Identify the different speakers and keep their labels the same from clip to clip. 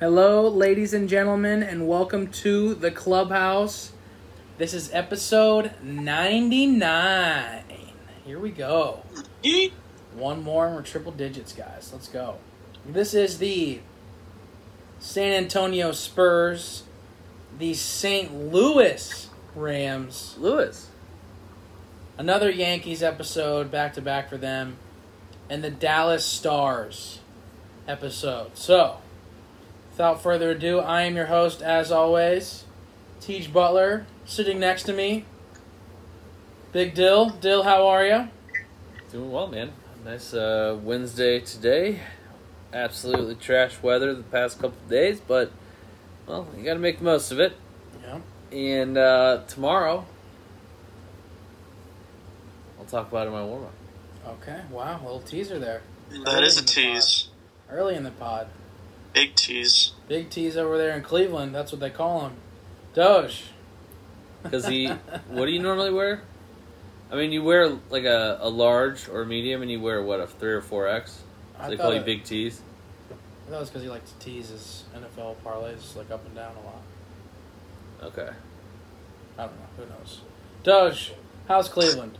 Speaker 1: Hello, ladies and gentlemen, and welcome to the clubhouse. This is episode 99. Here we go. One more, and we're triple digits, guys. Let's go. This is the San Antonio Spurs, the St. Louis Rams.
Speaker 2: Lewis.
Speaker 1: Another Yankees episode back to back for them, and the Dallas Stars episode. So, without further ado, I am your host, as always, Teach Butler, sitting next to me. Big Dill, Dill, how are you?
Speaker 2: Doing well, man. Nice uh, Wednesday today. Absolutely trash weather the past couple of days, but well, you got to make the most of it.
Speaker 1: Yeah.
Speaker 2: And uh, tomorrow, I'll talk about it in my warm up.
Speaker 1: Okay. Wow. Little teaser there.
Speaker 3: That is a tease.
Speaker 1: Early in the pod.
Speaker 3: Big tease.
Speaker 1: Big tease over there in Cleveland. That's what they call him. Doge.
Speaker 2: Because he, what do you normally wear? I mean, you wear like a, a large or a medium, and you wear what a three or four X.
Speaker 1: I
Speaker 2: So they
Speaker 1: thought
Speaker 2: call you
Speaker 1: it-
Speaker 2: big T's.
Speaker 1: I thought it was because he liked to tease his NFL parlays like up and down a lot.
Speaker 2: Okay.
Speaker 1: I don't know. Who knows? Doge, how's Cleveland?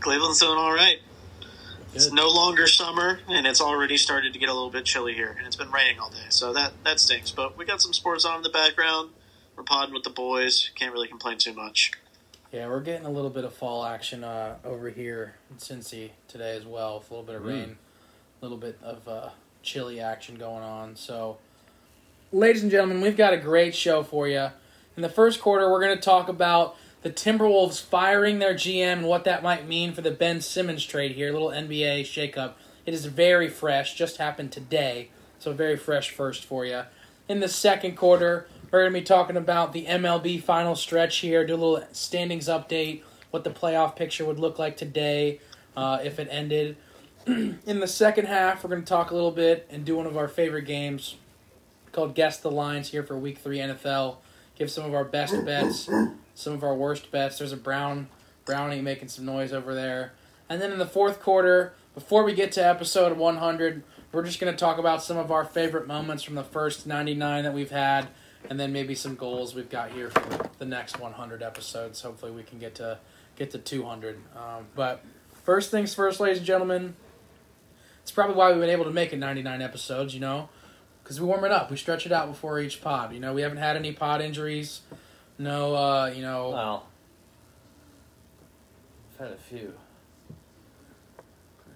Speaker 3: Cleveland's doing all right. It's
Speaker 1: Good.
Speaker 3: no longer summer, and it's already started to get a little bit chilly here, and it's been raining all day, so that that stinks. But we got some sports on in the background. We're podding with the boys. Can't really complain too much.
Speaker 1: Yeah, we're getting a little bit of fall action uh, over here in Cincy today as well. With a little bit of
Speaker 2: Mm.
Speaker 1: rain, a little bit of uh, chilly action going on. So, ladies and gentlemen, we've got a great show for you. In the first quarter, we're going to talk about the Timberwolves firing their GM and what that might mean for the Ben Simmons trade here. A little NBA shakeup. It is very fresh, just happened today. So, very fresh first for you. In the second quarter, we're going to be talking about the MLB final stretch here, do a little standings update, what the playoff picture would look like today uh, if it ended. In the second half, we're going to talk a little bit and do one of our favorite games called Guess the Lines here for Week 3 NFL. Give some of our best bets, some of our worst bets. There's a Brown Brownie making some noise over there. And then in the fourth quarter, before we get to episode 100, we're just going to talk about some of our favorite moments from the first 99 that we've had, and then maybe some goals we've got here for the next 100 episodes. Hopefully, we can get to get to 200. Um, but first things first, ladies and gentlemen. It's probably why we've been able to make it 99 episodes, you know, because we warm it up, we stretch it out before each pod. You know, we haven't had any pod injuries. No, uh, you know,
Speaker 2: Well, I've had a few.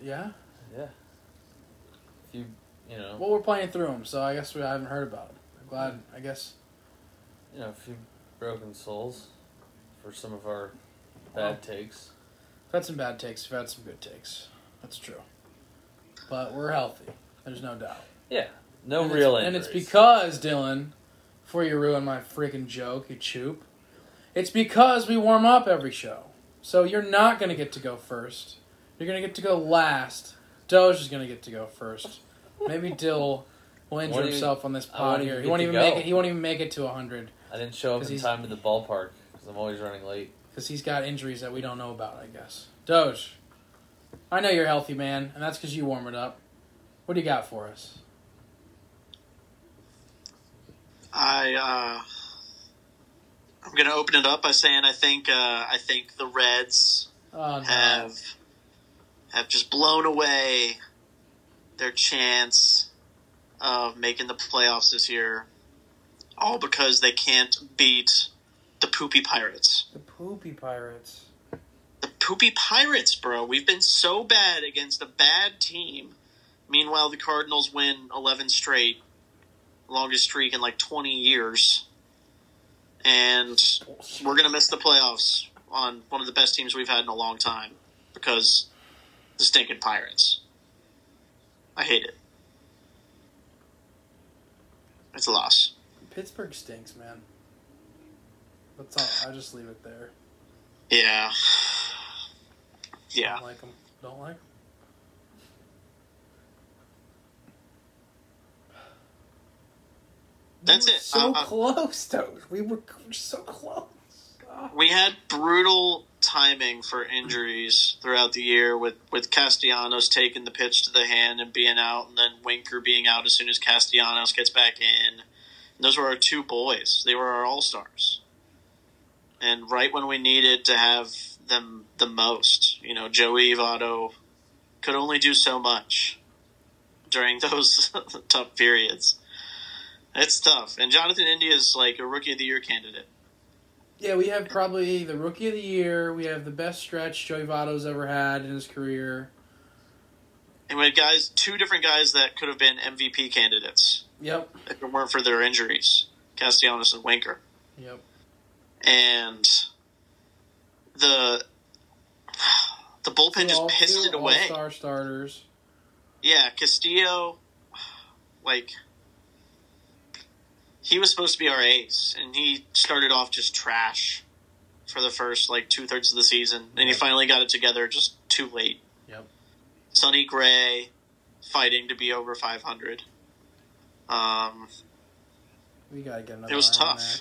Speaker 1: yeah.
Speaker 2: Yeah. If you, you know,
Speaker 1: Well, we're playing through them, so I guess we I haven't heard about them. I'm glad. I guess
Speaker 2: you know, a few broken souls for some of our bad takes.
Speaker 1: we've had some bad takes. We've had some good takes. That's true. But we're healthy. There's no doubt.
Speaker 2: Yeah, no
Speaker 1: and
Speaker 2: real
Speaker 1: it's, and
Speaker 2: injuries.
Speaker 1: it's because Dylan, before you ruin my freaking joke, you choop. It's because we warm up every show, so you're not gonna get to go first. You're gonna get to go last. Doge is gonna get to go first. Maybe Dill will injure
Speaker 2: Won't even-
Speaker 1: himself on this
Speaker 2: I
Speaker 1: pod
Speaker 2: won't even
Speaker 1: here. He
Speaker 2: get
Speaker 1: won't
Speaker 2: to
Speaker 1: even
Speaker 2: go.
Speaker 1: make it. He won't even make it to hundred
Speaker 2: I didn't show up
Speaker 1: 'Cause
Speaker 2: in
Speaker 1: he's-
Speaker 2: time to the ballpark because I'm always running late.
Speaker 1: because he's got injuries that we don't know about. I guess. Doge, I know you're healthy, man, and that's because you warm it up. What do you got for us?
Speaker 3: I uh, I'm gonna open it up by saying I think uh, I think the Reds
Speaker 1: Oh, no.
Speaker 3: have have just blown away their chance of making the playoffs this year, all because they can't beat the poopy pirates.
Speaker 1: the poopy pirates.
Speaker 3: The poopy pirates, bro. We've been so bad against a bad team. Meanwhile, the Cardinals win eleven straight, longest streak in like twenty years, and we're gonna miss the playoffs on one of the best teams we've had in a long time because the stinking pirates. I hate it. It's a loss.
Speaker 1: Pittsburgh stinks, man. That's all. I just leave it there.
Speaker 3: Yeah. Yeah.
Speaker 1: Don't like them. Don't like 'em.
Speaker 3: That's
Speaker 1: we were
Speaker 3: it.
Speaker 1: So
Speaker 3: Uh, uh,
Speaker 1: close, though. We were we were so close. Ah.
Speaker 3: We had brutal timing for injuries throughout the year with, with Castellanos taking the pitch to the hand and being out and then Winker being out as soon as Castellanos gets back in. And those were our two boys. They were our all stars. And right when we needed to have them the most, you know, Joey Votto could only do so much during those tough periods. It's tough. And Jonathan India is like a rookie of the year candidate.
Speaker 1: Yeah, we have probably the rookie of the year. We have the best stretch Joey Votto's ever had in his career.
Speaker 3: And we had guys, two different guys that could have been MVP candidates
Speaker 1: Yep.
Speaker 3: if it weren't for their injuries Castellanos and Winker.
Speaker 1: Yep.
Speaker 3: And the the bullpen just pissed it away.
Speaker 1: Star starters.
Speaker 3: Yeah, Castillo, like, he was supposed to be our ace, and he started off just trash for the first, like, two thirds of the season. And he finally got it together just too late.
Speaker 1: Yep.
Speaker 3: Sonny Gray fighting to be over 500. Um,
Speaker 1: We gotta get another.
Speaker 3: it was
Speaker 1: eye on
Speaker 3: tough.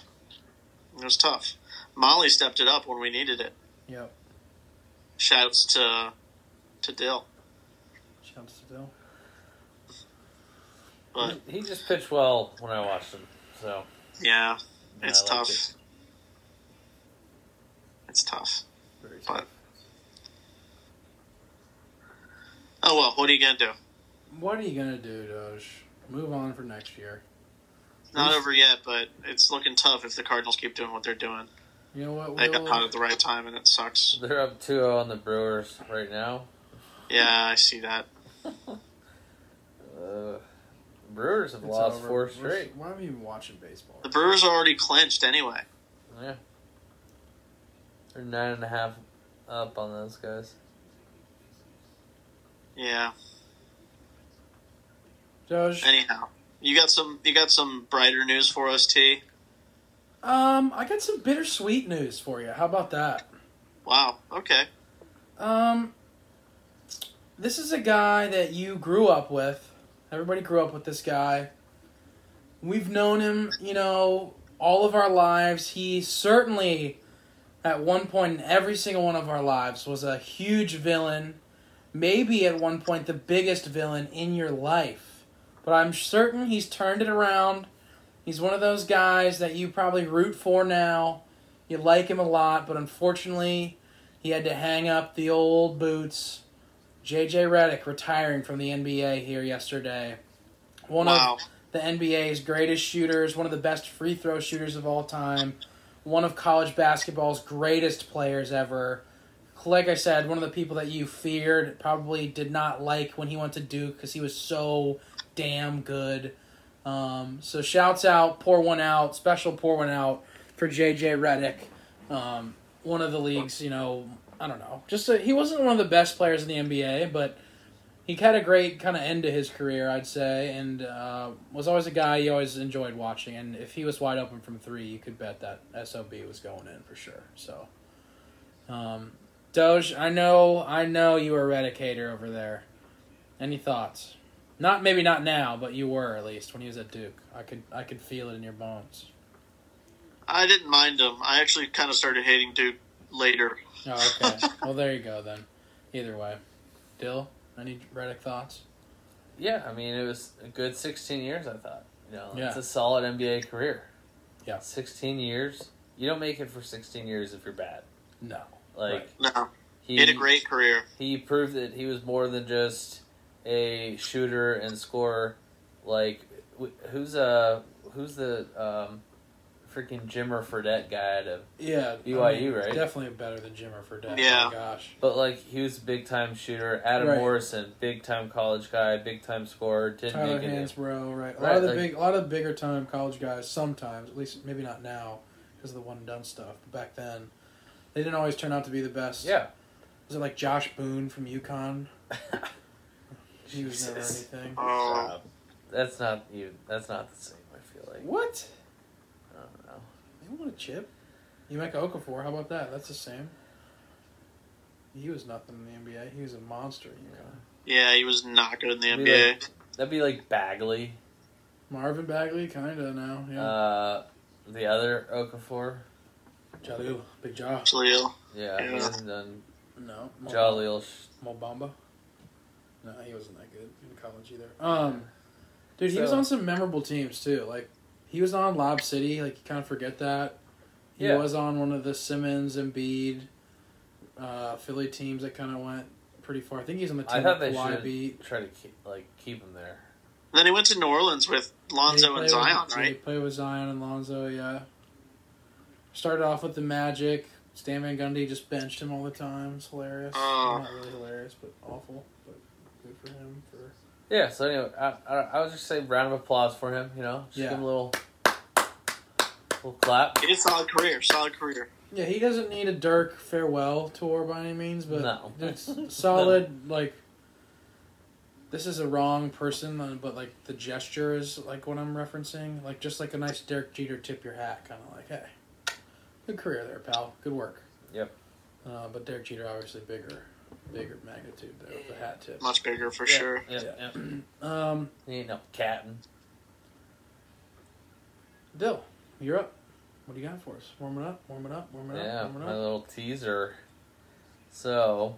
Speaker 3: It was tough. Molly stepped it up when we needed it.
Speaker 1: that. Yep.
Speaker 3: Shouts to to Dill.
Speaker 1: Shouts to Dill.
Speaker 3: But,
Speaker 2: He just pitched well when I watched him. So
Speaker 3: yeah,
Speaker 2: and
Speaker 3: it's
Speaker 2: I liked
Speaker 3: tough.
Speaker 2: it.
Speaker 3: It's tough.
Speaker 1: Very tough.
Speaker 3: But oh well, what are you gonna do?
Speaker 1: What are you gonna do, Doge? Move on for next year.
Speaker 3: Not
Speaker 1: Who's-
Speaker 3: over yet, but it's looking tough if the Cardinals keep doing what they're doing.
Speaker 1: You know what?
Speaker 3: They got
Speaker 1: Will?
Speaker 3: caught at the right time, and it sucks.
Speaker 2: They're up 2-0 on the Brewers right now.
Speaker 3: Yeah, I see that.
Speaker 2: Uh, Brewers have
Speaker 1: It's
Speaker 2: lost
Speaker 1: over.
Speaker 2: four
Speaker 1: We're-
Speaker 2: straight.
Speaker 1: Why are we even watching baseball?
Speaker 3: The Brewers are already clinched anyway.
Speaker 2: Yeah, they're nine and a half up on those guys.
Speaker 3: Yeah.
Speaker 1: Doge.
Speaker 3: Anyhow, you got some you got some brighter news for us, T.
Speaker 1: Um, I got some bittersweet news for you. How about that?
Speaker 3: Wow. Okay.
Speaker 1: Um, this is a guy that you grew up with. Everybody grew up with this guy. We've known him, you know, all of our lives. He certainly, at one point in every single one of our lives, was a huge villain. Maybe at one point the biggest villain in your life. But I'm certain he's turned it around. He's one of those guys that you probably root for now. You like him a lot, but unfortunately, he had to hang up the old boots. JJ Redick retiring from the NBA here yesterday. One
Speaker 3: Wow.
Speaker 1: of the NBA's greatest shooters, one of the best free throw shooters of all time, one of college basketball's greatest players ever. Like I said, one of the people that you feared probably did not like when he went to Duke because he was so damn good. Um, so shouts out, pour one out, special pour one out for JJ Redick. Um, one of the league's, you know, I don't know, just a, he wasn't one of the best players in the NBA, but he had a great kind of end to his career, I'd say, and uh, was always a guy you always enjoyed watching. And if he was wide open from three, you could bet that sob was going in for sure. So, um, Doge, I know, I know you were eradicator over there. Any thoughts? Not maybe not now, but you were at least when he was at Duke. I could I could feel it in your bones.
Speaker 3: I didn't mind him. I actually kind of started hating Duke later.
Speaker 1: Oh, okay. well, there you go then. Either way, Dill, any Reddick thoughts?
Speaker 2: Yeah, I mean it was a good 16 years. I thought, you know,
Speaker 1: Yeah.
Speaker 2: it's a solid NBA career.
Speaker 1: Yeah.
Speaker 2: 16 years. You don't make it for 16 years if you're bad.
Speaker 1: No.
Speaker 2: Like
Speaker 1: Right.
Speaker 3: No,
Speaker 2: he
Speaker 3: he had a great career.
Speaker 2: he proved that he was more than just a shooter and scorer. Like wh- who's uh who's the um freaking Jimmer Fredette guy out of?
Speaker 1: Yeah.
Speaker 2: BYU, E, right?
Speaker 1: Definitely better than Jimmer for death.
Speaker 3: Yeah.
Speaker 1: Oh, gosh.
Speaker 2: But like he was a big time shooter. Adam
Speaker 1: Right.
Speaker 2: Morrison, big time college guy, big time scorer. Didn't
Speaker 1: Tyler
Speaker 2: make it.
Speaker 1: Hansbrough, right? A lot
Speaker 2: Right,
Speaker 1: of the
Speaker 2: like-
Speaker 1: big, a lot of the bigger time college guys. Sometimes, at least maybe not now, because of the one and done stuff. But back then, they didn't always turn out to be the best.
Speaker 2: Yeah.
Speaker 1: Was it like Josh Boone from UConn? He was never
Speaker 2: Jesus.
Speaker 1: anything.
Speaker 3: Oh,
Speaker 2: Uh, that's not you. That's not the same. I feel like.
Speaker 1: What?
Speaker 2: I don't know.
Speaker 1: You want a chip? You make Okafor. How about that? That's the same. He was nothing in the NBA. He was a monster. at UConn.
Speaker 3: yeah, he was not good in the
Speaker 2: Maybe
Speaker 3: NBA.
Speaker 2: That'd be like Bagley.
Speaker 1: Marvin Bagley, kind of now. Yeah.
Speaker 2: Uh, the other Okafor.
Speaker 1: Jalil, Big Jaw.
Speaker 3: Jaleel.
Speaker 2: Yeah.
Speaker 3: Yeah.
Speaker 2: He hasn't done
Speaker 1: No. Mo-
Speaker 2: Jaleel. Sh-
Speaker 1: Mo Bamba. No, he wasn't that good in college either. Um, dude, he was
Speaker 2: So-
Speaker 1: on some memorable teams too. Like he was on Lob City. Like you kind of forget that. He
Speaker 2: Yeah.
Speaker 1: was on one of the Simmons Embiid, uh, Philly teams that kind of went pretty far. I think he's on the team
Speaker 2: I thought
Speaker 1: that
Speaker 2: they
Speaker 1: Kawhi
Speaker 2: should
Speaker 1: beat.
Speaker 2: try to keep like keep him there.
Speaker 3: And then he went to New Orleans with Lonzo
Speaker 1: Yeah,
Speaker 3: and
Speaker 1: he played
Speaker 3: Zion,
Speaker 1: with, He
Speaker 3: right?
Speaker 1: played with Zion and Lonzo. Yeah. Started off with the Magic. Stan Van Gundy just benched him all the time. It's hilarious.
Speaker 3: Oh.
Speaker 1: Not really hilarious, but awful. But good for him for
Speaker 2: Yeah. So anyway, I, I, I was just saying round of applause for him. You know, just
Speaker 1: Yeah.
Speaker 2: give him a little little clap.
Speaker 3: He did solid career, solid career.
Speaker 1: Yeah, he doesn't need a Dirk farewell tour by any means, but
Speaker 2: No.
Speaker 1: it's solid. Like, this is a wrong person, uh, but like the gesture is like what I'm referencing. Like, just like a nice Dirk Jeter tip your hat, kind of like, hey, good career there, pal. Good work.
Speaker 2: Yep.
Speaker 1: Uh, but Derek Jeter obviously bigger, bigger magnitude there with the hat tip.
Speaker 3: Much bigger for
Speaker 2: Yeah.
Speaker 3: sure.
Speaker 2: Yeah.
Speaker 1: Yeah.
Speaker 2: yeah.
Speaker 1: Um,
Speaker 2: He ain't no captain.
Speaker 1: Dill, you're up. What do you got for us? Warm it up, warm it up, warm it
Speaker 2: Yeah,
Speaker 1: up, warm it
Speaker 2: my
Speaker 1: up.
Speaker 2: little teaser. So,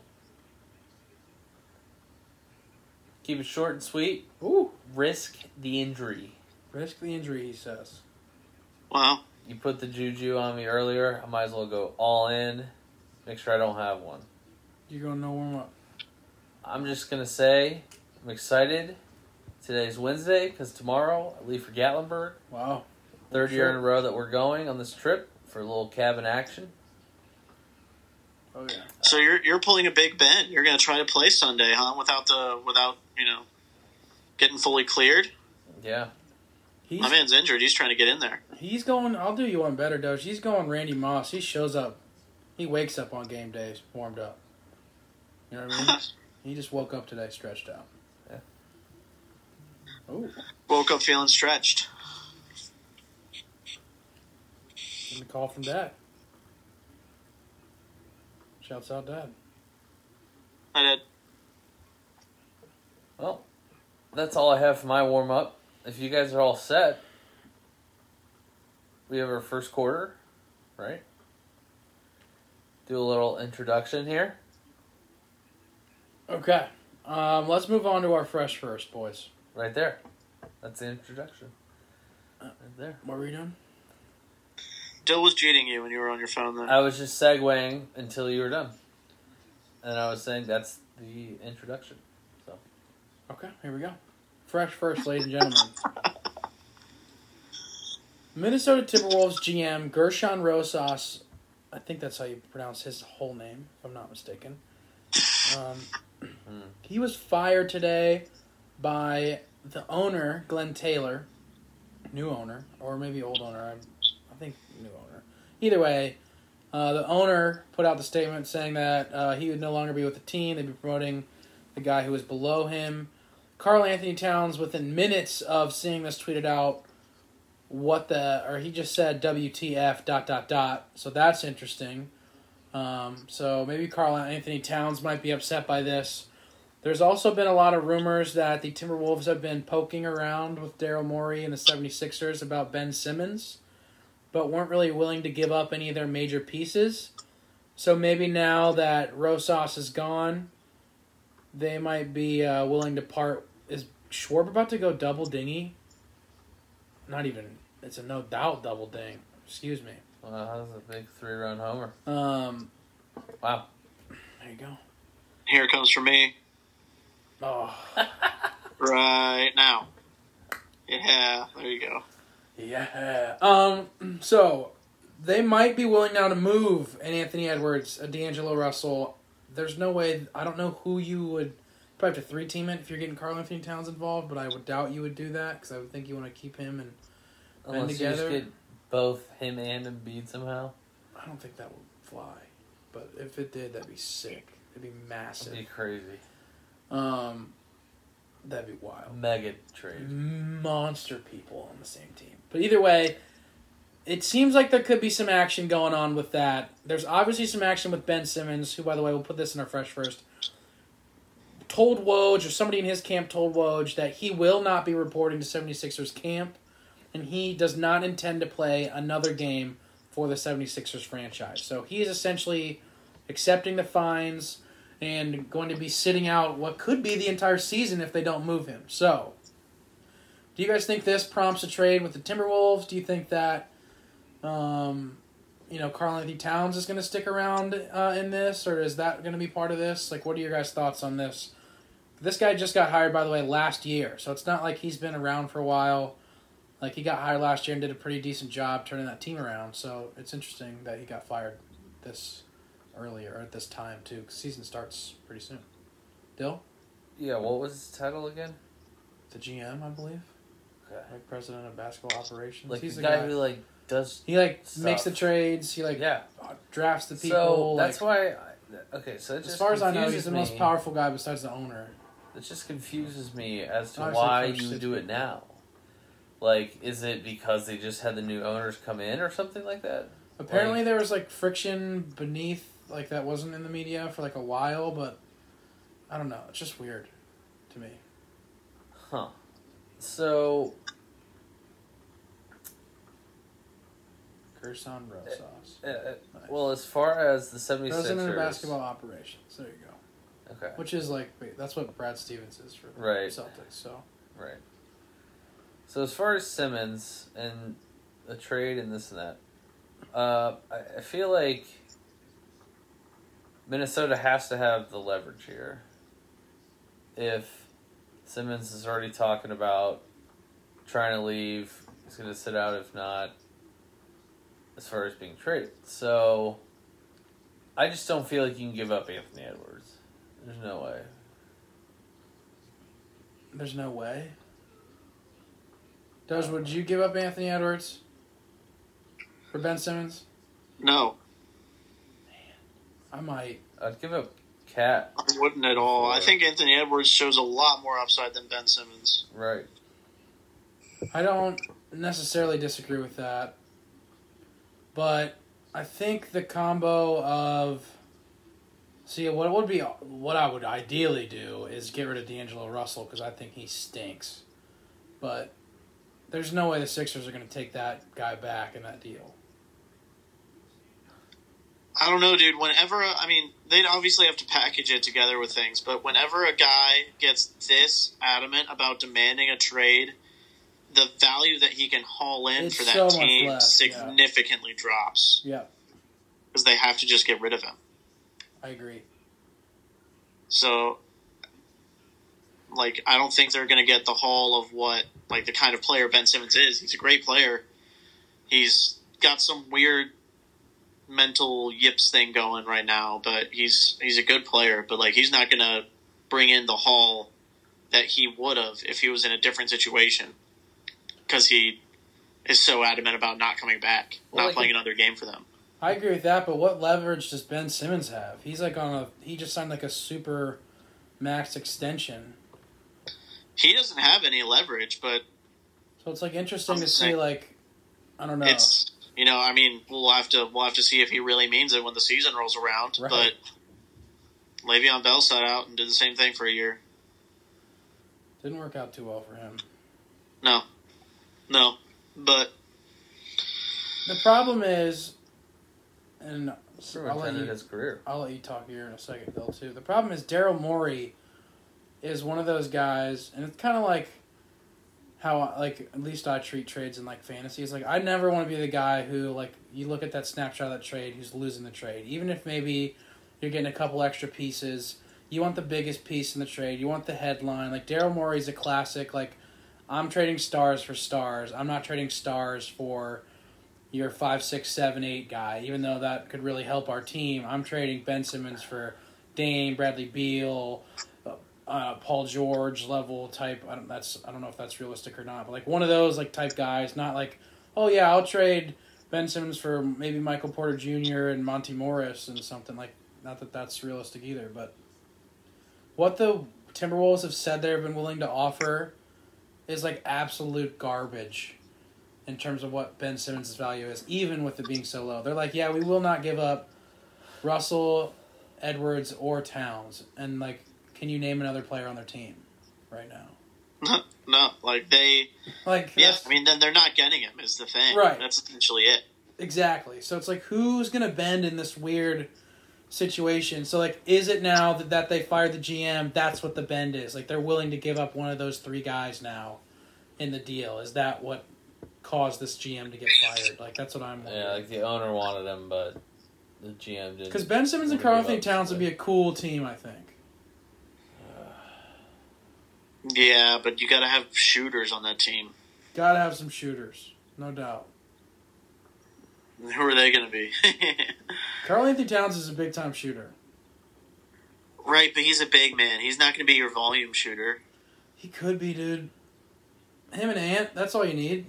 Speaker 2: keep it short and sweet.
Speaker 1: Ooh,
Speaker 2: Risk the injury.
Speaker 1: risk the injury, he says.
Speaker 3: Wow.
Speaker 2: You put the juju on me earlier. I might as well go all in. Make sure I don't have one.
Speaker 1: You're going no warm up.
Speaker 2: I'm just gonna say I'm excited. Today's Wednesday because tomorrow I leave for Gatlinburg.
Speaker 1: Wow.
Speaker 2: Third year
Speaker 1: Sure.
Speaker 2: in a row that we're going on this trip for a little cabin action.
Speaker 1: Oh yeah.
Speaker 3: So you're you're pulling a big Ben. You're going to try to play Sunday, huh? Without the without you know getting fully cleared.
Speaker 2: Yeah,
Speaker 1: He's
Speaker 3: My man's injured. He's trying to get in there.
Speaker 1: he's going. I'll do you one better, Doge. He's going Randy Moss. He shows up. He wakes up on game days warmed up. You know what I mean? he just woke up today stretched out.
Speaker 2: Yeah.
Speaker 1: Oh,
Speaker 3: Woke up feeling stretched.
Speaker 1: getting a call from Dad. Shouts out, Dad.
Speaker 3: I did.
Speaker 2: Well, that's all I have for my warm up. If you guys are all set, we have our first quarter, right? Do a little introduction here.
Speaker 1: Okay, um, let's move on to our fresh first, boys.
Speaker 2: Right there. That's the introduction. Right there.
Speaker 1: What were you doing?
Speaker 3: Dill was cheating you when you were on your phone then.
Speaker 2: I was just segueing until you were done. And I was saying that's the introduction.
Speaker 1: Okay, here we go. Fresh first, ladies and gentlemen. Minnesota Timberwolves GM Gershon Rosas, I think that's how you pronounce his whole name, if I'm not mistaken. Um, he was fired today by the owner, Glenn Taylor, new owner, or maybe old owner. I, I think new owner. Either way, uh, the owner put out the statement saying that uh, he would no longer be with the team. They'd be promoting the guy who was below him. Carl Anthony Towns, within minutes of seeing this tweeted out, what the, or he just said WTF dot dot dot. So that's interesting. Um, so maybe Carl Anthony Towns might be upset by this. There's also been a lot of rumors that the Timberwolves have been poking around with Daryl Morey and the 76ers about Ben Simmons, but weren't really willing to give up any of their major pieces. So maybe now that Rosas is gone, they might be uh, willing to part. Is Schwarb about to go double dingy? Not even. It's a no doubt double ding. Excuse me.
Speaker 2: Wow, that was a big three run homer.
Speaker 1: Um,
Speaker 2: Wow.
Speaker 1: there you go.
Speaker 3: Here it comes for me
Speaker 1: Oh,
Speaker 3: right now. Yeah, there you go.
Speaker 1: yeah. Um, so they might be willing now to move an Anthony Edwards, a D'Angelo Russell. There's no way. I don't know who you would probably have to three team it if you're getting Carl Anthony Towns involved, but I would doubt you would do that because I would think you want to keep him, and
Speaker 2: Unless
Speaker 1: together.
Speaker 2: you just get both him and Embiid somehow.
Speaker 1: I don't think that would fly. But if it did, that'd be sick. It'd be
Speaker 2: That'd be
Speaker 1: massive.
Speaker 2: crazy.
Speaker 1: Um, that'd be wild.
Speaker 2: Mega trade.
Speaker 1: monster people on the same team. But either way, it seems like there could be some action going on with that. There's obviously some action with Ben Simmons, who, by the way, we'll put this in our fresh first. Told Woj, or somebody in his camp told Woj, that he will not be reporting to 76ers camp, and he does not intend to play another game for the 76ers franchise. So he is essentially accepting the fines and going to be sitting out what could be the entire season if they don't move him. So, do you guys think this prompts a trade with the Timberwolves? Do you think that, um, you know, Carl Anthony Towns is going to stick around uh, in this, or is that going to be part of this? Like, what are your guys' thoughts on this? This guy just got hired, by the way, last year, so it's not like he's been around for a while. Like he got hired last year and did a pretty decent job turning that team around. So it's interesting that he got fired this earlier or at this time too. 'cause season starts pretty soon. Dill,
Speaker 2: Yeah, what was his title again?
Speaker 1: the GM, I believe,
Speaker 2: Okay.
Speaker 1: like president of basketball operations.
Speaker 2: Like
Speaker 1: He's
Speaker 2: the
Speaker 1: the
Speaker 2: guy,
Speaker 1: guy.
Speaker 2: who like does.
Speaker 1: He like
Speaker 2: Stuff.
Speaker 1: makes the trades. He like
Speaker 2: Yeah.
Speaker 1: drafts the people.
Speaker 2: so that's
Speaker 1: like,
Speaker 2: why. I, okay, so it just
Speaker 1: as far as I know, he's
Speaker 2: confuses
Speaker 1: the most
Speaker 2: me.
Speaker 1: powerful guy besides the owner.
Speaker 2: It just confuses me as to
Speaker 1: I said
Speaker 2: why
Speaker 1: first
Speaker 2: you
Speaker 1: Oh, six
Speaker 2: do it
Speaker 1: people.
Speaker 2: now. Like, is it because they just had the new owners come in or something like that?
Speaker 1: Apparently,
Speaker 2: Like-
Speaker 1: there was like friction beneath, like that wasn't in the media for like a while, but I don't know. It's just weird to me.
Speaker 2: Huh. So
Speaker 1: Curse on row sauce.
Speaker 2: Uh, uh,
Speaker 1: Nice.
Speaker 2: well, as far as the 76ers.
Speaker 1: President of basketball operations. There you go.
Speaker 2: Okay,
Speaker 1: Which is like wait, that's what Brad Stevens is for the
Speaker 2: Right.
Speaker 1: Celtics. So
Speaker 2: right. So as far as Simmons and the trade and this and that, uh, I, I feel like Minnesota has to have the leverage here. If Simmons is already talking about trying to leave, he's going to sit out if not, as far as being traded. So I just don't feel like you can give up Anthony Edwards. There's no way.
Speaker 1: there's no way. Does would you give up Anthony Edwards for Ben Simmons?
Speaker 3: No,
Speaker 1: I might.
Speaker 2: I'd give up Cat.
Speaker 3: I wouldn't at all. I think Anthony Edwards shows a lot more upside than Ben Simmons.
Speaker 2: Right.
Speaker 1: I don't necessarily disagree with that, but I think the combo of see what would be what I would ideally do is get rid of D'Angelo Russell because I think he stinks, but there's no way the Sixers are going to take that guy back in that deal.
Speaker 3: I don't know, dude. Whenever a- I mean, they'd obviously have to package it together with things, but whenever a guy gets this adamant about demanding a trade, the value that he can haul in
Speaker 1: It's
Speaker 3: for that
Speaker 1: so much
Speaker 3: team
Speaker 1: less, yeah.
Speaker 3: significantly drops
Speaker 1: Yeah,
Speaker 3: because they have to just get rid of him.
Speaker 1: I agree.
Speaker 3: So, like, I don't think they're going to get the haul of what, like, the kind of player Ben Simmons is. He's a great player. He's got some weird mental yips thing going right now, but he's he's a good player. But like, he's not going to bring in the haul that he would have if he was in a different situation because he is so adamant about not coming back,
Speaker 2: Well,
Speaker 3: not
Speaker 2: like-
Speaker 3: playing another game for them.
Speaker 1: I agree with that, but what leverage does Ben Simmons have? He's like on a he just signed like a super max extension.
Speaker 3: He doesn't have any leverage, but
Speaker 1: So it's like interesting to see
Speaker 3: Right.
Speaker 1: like I don't know.
Speaker 3: it's you know I mean we'll have to we'll have to see if he really means it when the season rolls around.
Speaker 1: Right.
Speaker 3: But Le'Veon Bell sat out and did the same thing for a year.
Speaker 1: Didn't work out too well for him.
Speaker 3: No, no, but
Speaker 1: The problem is, and
Speaker 2: Sort of
Speaker 1: I'll let
Speaker 2: ended
Speaker 1: you,
Speaker 2: his career.
Speaker 1: I'll let you talk here in a second, Bill. Too. The problem is Daryl Morey is one of those guys, and it's kind of like how like at least I treat trades in like fantasy. It's like I never want to be the guy who like you look at that snapshot of that trade who's losing the trade, even if maybe you're getting a couple extra pieces. You want the biggest piece in the trade. You want the headline. Like Daryl Morey's a classic. Like I'm trading stars for stars. I'm not trading stars for your five, six, seven, eight guy. Even though that could really help our team, I'm trading Ben Simmons for Dame, Bradley Beal, uh, Paul George level type. I don't. That's I don't know if that's realistic or not, but like one of those like type guys. Not like, oh yeah, I'll trade Ben Simmons for maybe Michael Porter Jr. and Monty Morris and something like. Not that that's realistic either, but what the Timberwolves have said they've been willing to offer is like absolute garbage in terms of what Ben Simmons' value is, even with it being so low. They're like, yeah, we will not give up Russell, Edwards, or Towns. And like, can you name another player on their team right now?
Speaker 3: no, like they
Speaker 1: Like,
Speaker 3: yeah.
Speaker 1: that's-
Speaker 3: I mean then they're not getting him is the thing.
Speaker 1: Right.
Speaker 3: That's essentially it.
Speaker 1: Exactly. So it's like who's gonna bend in this weird situation. So like, is it now that, that they fired the GM? That's what the bend is. Like they're willing to give up one of those three guys now, in the deal. Is that what caused this GM to get fired? Like that's what I'm.
Speaker 2: Yeah, like the owner wanted him, but the GM didn't.
Speaker 1: Because Ben Simmons and
Speaker 2: Give
Speaker 1: Carl
Speaker 2: up,
Speaker 1: Anthony Towns would be a cool team, I think.
Speaker 3: Yeah, but you got to have shooters on that team.
Speaker 1: Gotta have some shooters, no doubt.
Speaker 3: Who are they going to be?
Speaker 1: Carl Anthony Towns is a big time shooter.
Speaker 3: right, but he's a big man. He's not going to be your volume shooter.
Speaker 1: He could be, dude. Him and Ant, that's all you need.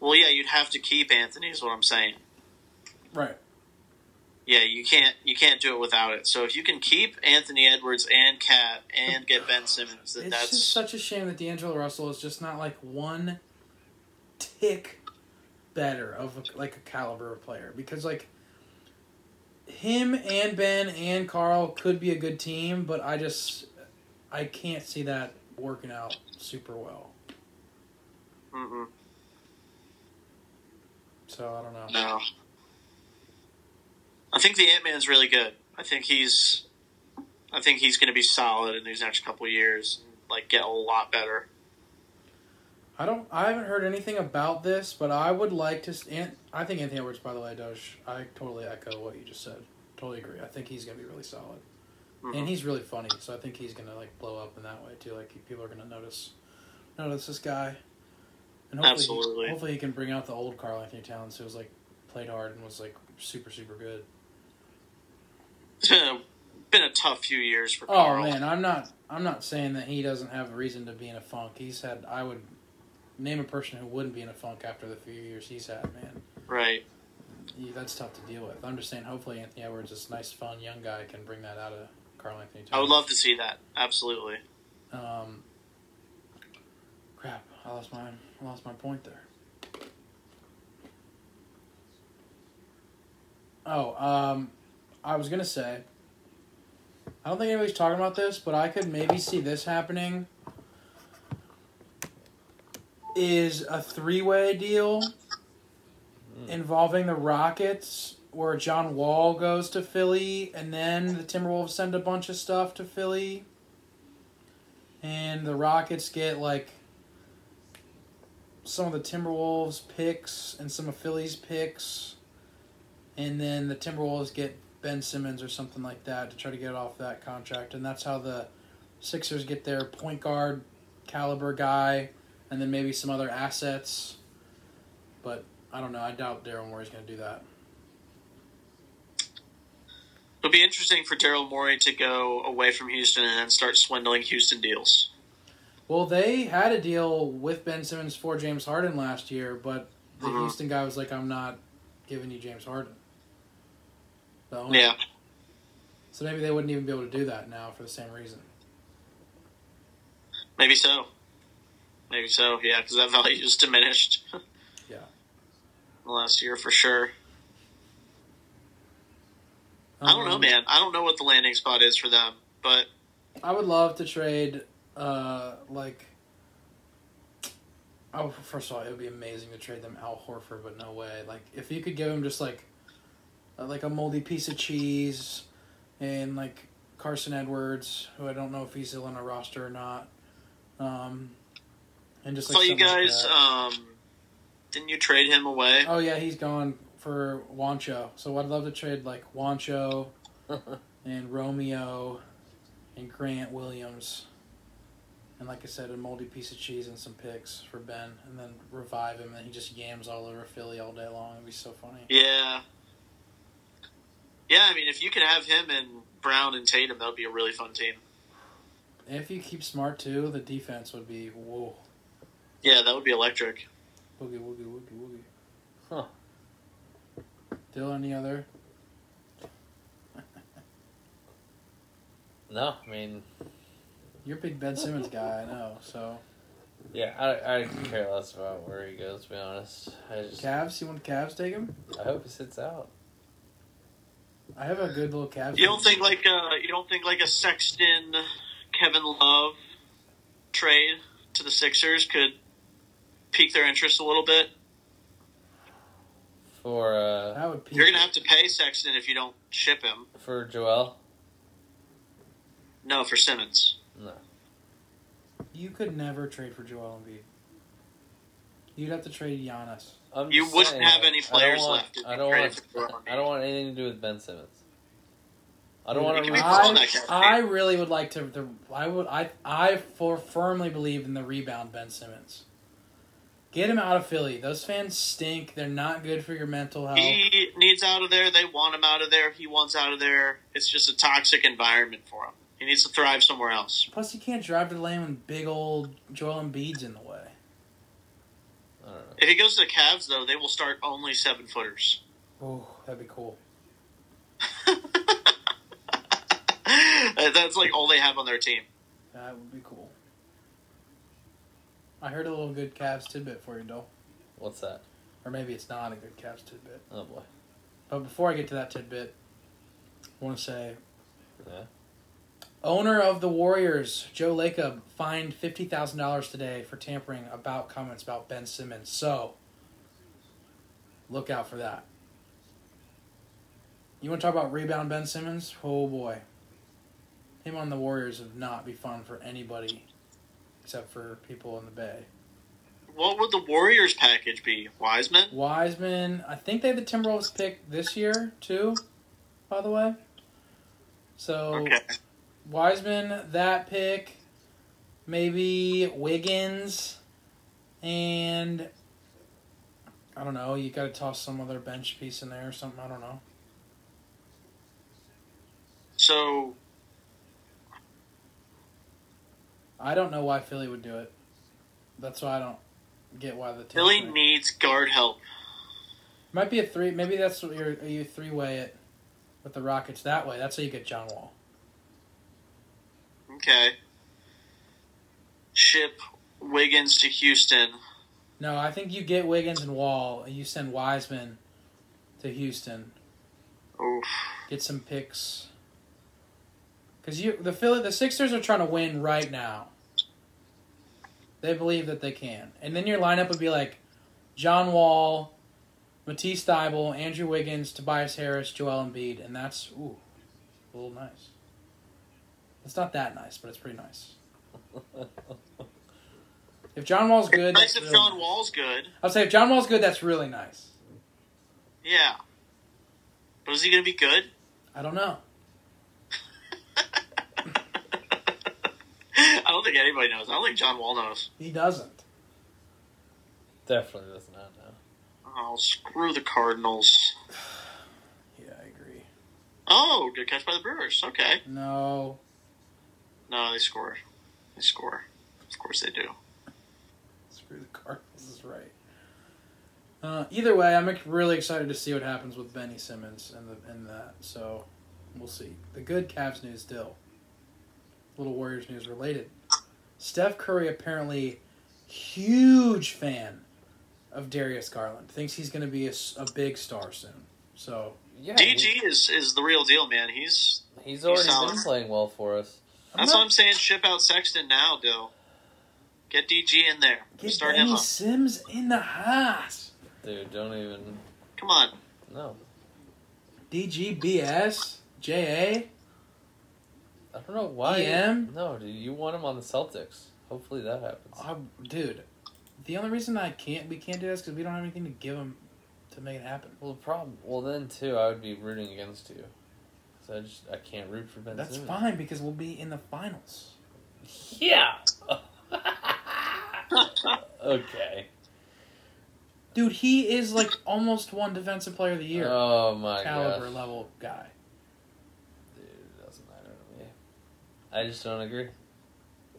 Speaker 3: Well, yeah, you'd have to keep Anthony. Is what I'm saying.
Speaker 1: Right.
Speaker 3: Yeah, you can't you can't do it without it. So if you can keep Anthony Edwards and Cat and get Ben Simmons, then
Speaker 1: It's
Speaker 3: that's
Speaker 1: just such a shame that D'Angelo Russell is just not like one tick better of a, like a caliber of player because like him and Ben and Carl could be a good team, but I just I can't see that working out super well.
Speaker 3: mm-mm,
Speaker 1: So I don't know.
Speaker 3: no. I think the Ant Man's really good. I think he's I think he's going to be solid in these next couple years. and, Like get a lot better.
Speaker 1: I don't. I haven't heard anything about this, but I would like to. s- Ant, I think Anthony Edwards, by the way, does. I totally echo what you just said. Totally agree. I think he's gonna be really solid,
Speaker 3: Mhm.
Speaker 1: and he's really funny. So I think he's gonna like blow up in that way too. Like people are gonna notice, notice this guy, and hopefully,
Speaker 3: Absolutely.
Speaker 1: He, hopefully he can bring out the old Carl Anthony Towns, who was like played hard and was like super super good.
Speaker 3: It's been a, been a tough few years for
Speaker 1: Oh
Speaker 3: Carl.
Speaker 1: man, I'm not. I'm not saying that he doesn't have a reason to be in a funk. He's had. I would name a person who wouldn't be in a funk after the few years he's had, man.
Speaker 3: Right.
Speaker 1: Yeah, that's tough to deal with. I'm just saying, hopefully Anthony Edwards, this nice, fun young guy, can bring that out of Carl Anthony. Towns.
Speaker 3: I would love to see that. Absolutely.
Speaker 1: Um, crap, I lost my I lost my point there. Oh, um, I was gonna say. I don't think anybody's talking about this, but I could maybe see this happening. Is a three-way deal involving the Rockets, where John Wall goes to Philly, and then the Timberwolves send a bunch of stuff to Philly and the Rockets get like some of the Timberwolves picks and some of Philly's picks, and then the Timberwolves get Ben Simmons or something like that to try to get off that contract, and that's how the Sixers get their point guard caliber guy, and then maybe some other assets. But I don't know. I doubt Daryl Morey's going to do that.
Speaker 3: It'll be interesting for Daryl Morey to go away from Houston and then start swindling Houston deals.
Speaker 1: Well, they had a deal with Ben Simmons for James Harden last year, but the
Speaker 3: Mhm.
Speaker 1: Houston guy was like, "I'm not giving you James Harden." The owner.
Speaker 3: Yeah.
Speaker 1: So maybe they wouldn't even be able to do that now for the same reason.
Speaker 3: Maybe so. Maybe so. Yeah, because that value is diminished.
Speaker 1: Yeah.
Speaker 3: The last year for sure. I don't know,
Speaker 1: Um,
Speaker 3: man. I don't know what the landing spot is for them, but
Speaker 1: I would love to trade, uh, like. Oh, first of all, it would be amazing to trade them Al Horford, but no way. Like, if you could give him just like, uh, like a moldy piece of cheese, and like Carson Edwards, who I don't know if he's still on a roster or not, um, and just
Speaker 3: I
Speaker 1: like
Speaker 3: saw you
Speaker 1: something like
Speaker 3: guys.
Speaker 1: that.
Speaker 3: um, didn't you trade him away?
Speaker 1: oh yeah, he's gone for Wancho. So I'd love to trade like Wancho and Romeo and Grant Williams. And like I said, a moldy piece of cheese and some picks for Ben, and then revive him, and he just yams all over Philly all day long. It'd be so funny.
Speaker 3: Yeah. Yeah, I mean, if you could have him and Brown and Tatum, that would be a really fun team.
Speaker 1: If you keep smart too, the defense would be whoa,
Speaker 3: Yeah, that would be electric.
Speaker 1: boogie woogie woogie woogie.
Speaker 2: Huh.
Speaker 1: Dill, any other?
Speaker 2: No, I mean,
Speaker 1: You're a big Ben Simmons guy, I know. So
Speaker 2: yeah, I, I could care less about where he goes. To be honest, I just
Speaker 1: Cavs, you want the Cavs take him?
Speaker 2: I hope he sits out.
Speaker 1: I have a good little Cavs.
Speaker 3: You don't
Speaker 1: team.
Speaker 3: think like uh, you don't think like a Sexton, Kevin Love trade to the Sixers could pique their interest a little bit?
Speaker 2: for uh
Speaker 1: I would. Pee.
Speaker 3: You're gonna have to pay Sexton if you don't ship him.
Speaker 2: for Joel?
Speaker 3: No, for Simmons.
Speaker 2: No.
Speaker 1: You could never trade for Joel Embiid. You'd have to trade Giannis.
Speaker 2: I'm
Speaker 3: You
Speaker 2: just
Speaker 3: wouldn't
Speaker 2: saying,
Speaker 3: have
Speaker 2: I-
Speaker 3: any
Speaker 2: I don't
Speaker 3: players
Speaker 2: want-
Speaker 3: left if
Speaker 2: I
Speaker 3: you
Speaker 2: don't
Speaker 3: traded
Speaker 2: want.
Speaker 3: for Joel Embiid.
Speaker 2: I don't want anything to do with Ben Simmons. I don't
Speaker 1: Dude,
Speaker 2: want
Speaker 3: He
Speaker 2: to.
Speaker 3: can be
Speaker 2: Re-
Speaker 3: called
Speaker 1: I,
Speaker 3: that guy.
Speaker 1: I really would like to. The, I would. I I for firmly believe in the rebound Ben Simmons. Get him out of Philly. Those fans stink. They're not good for your mental health.
Speaker 3: He needs out of there. They want him out of there. He wants out of there. It's just a toxic environment for him. He needs to thrive somewhere else.
Speaker 1: Plus, you can't drive to the lane when big old Joel Embiid's in the way.
Speaker 2: I don't know.
Speaker 3: If he goes to the Cavs, though, they will start only seven footers.
Speaker 1: Oh, that'd be cool.
Speaker 3: That's like all they have on their team.
Speaker 1: That would be cool. I heard a little good Cavs tidbit for you, Dole.
Speaker 2: What's that?
Speaker 1: Or maybe it's not a good Cavs tidbit.
Speaker 2: Oh boy.
Speaker 1: But before I get to that tidbit, I want to say
Speaker 2: Yeah.
Speaker 1: Owner of the Warriors, Joe Lacob, fined fifty thousand dollars today for tampering about comments about Ben Simmons. So look out for that. You want to talk about rebound Ben Simmons? Oh boy. Him on the Warriors would not be fun for anybody except for people in the Bay.
Speaker 3: What would the Warriors package be? Wiseman?
Speaker 1: Wiseman, I think they had the Timberwolves pick this year too, by the way. So
Speaker 3: Okay.
Speaker 1: Wiseman, that pick, maybe Wiggins, and I don't know. You got to toss some other bench piece in there or something. I don't know.
Speaker 3: So
Speaker 1: I don't know why Philly would do it. That's why I don't get why the
Speaker 3: Philly
Speaker 1: tampering-
Speaker 3: needs guard help.
Speaker 1: might be a three. Maybe that's what you're you three way it with the Rockets that way. That's how you get John Wall.
Speaker 3: Okay. Ship Wiggins to Houston.
Speaker 1: No, I think you get Wiggins and Wall, and you send Wiseman to Houston.
Speaker 3: Oof.
Speaker 1: get some picks. Cause you the Philly the Sixers are trying to win right now. They believe that they can, and then your lineup would be like John Wall, Matisse Thybulle, Andrew Wiggins, Tobias Harris, Joel Embiid, and that's ooh, a little nice. It's not that nice, but it's pretty nice. If John Wall's good,
Speaker 3: Nice
Speaker 1: that's
Speaker 3: if
Speaker 1: really
Speaker 3: John
Speaker 1: nice.
Speaker 3: Wall's good.
Speaker 1: I'll say if John Wall's good, that's really nice.
Speaker 3: Yeah. But is he going to be good?
Speaker 1: I don't know.
Speaker 3: I don't think anybody knows. I don't think John Wall knows.
Speaker 1: He doesn't.
Speaker 2: Definitely does not know.
Speaker 3: Oh, screw the Cardinals.
Speaker 1: Yeah, I agree.
Speaker 3: Oh, good catch by the Brewers. Okay.
Speaker 1: No,
Speaker 3: No, they score. They score. Of course they do.
Speaker 1: Screw the Cardinals is right. Uh, either way, I'm ex- really excited to see what happens with Benny Simmons and the and that. So we'll see. The good Cavs news still. Little Warriors news related. Steph Curry apparently huge fan of Darius Garland. Thinks he's going to be a, s- a big star soon. So
Speaker 2: Yeah. he-
Speaker 3: DG is, is the real deal, man. He's
Speaker 2: He's already
Speaker 3: solid.
Speaker 2: been playing well for us.
Speaker 1: I'm
Speaker 3: that's
Speaker 1: not-
Speaker 3: what I'm saying. Ship out Sexton now, Dill. Get DG in there.
Speaker 1: Get
Speaker 3: Start him
Speaker 1: Benny
Speaker 3: up.
Speaker 1: Sims in the house.
Speaker 2: Dude, don't even.
Speaker 3: Come on.
Speaker 2: No.
Speaker 1: DGBS JA.
Speaker 2: I don't know why.
Speaker 1: EM?
Speaker 2: No, dude. You want him on the Celtics. Hopefully that happens.
Speaker 1: I, dude, the only reason I can't we can't do this because we don't have anything to give them to make it happen.
Speaker 2: Well, the problem. Well, then too, I would be rooting against you. 'Cause I just I can't root for Ben.
Speaker 1: That's
Speaker 2: Simmons.
Speaker 1: fine because we'll be in the finals.
Speaker 2: Yeah. okay.
Speaker 1: Dude, he is like almost one defensive player of the year
Speaker 2: Oh my
Speaker 1: caliber
Speaker 2: gosh.
Speaker 1: level guy.
Speaker 2: Dude, it doesn't matter to me. I just don't agree.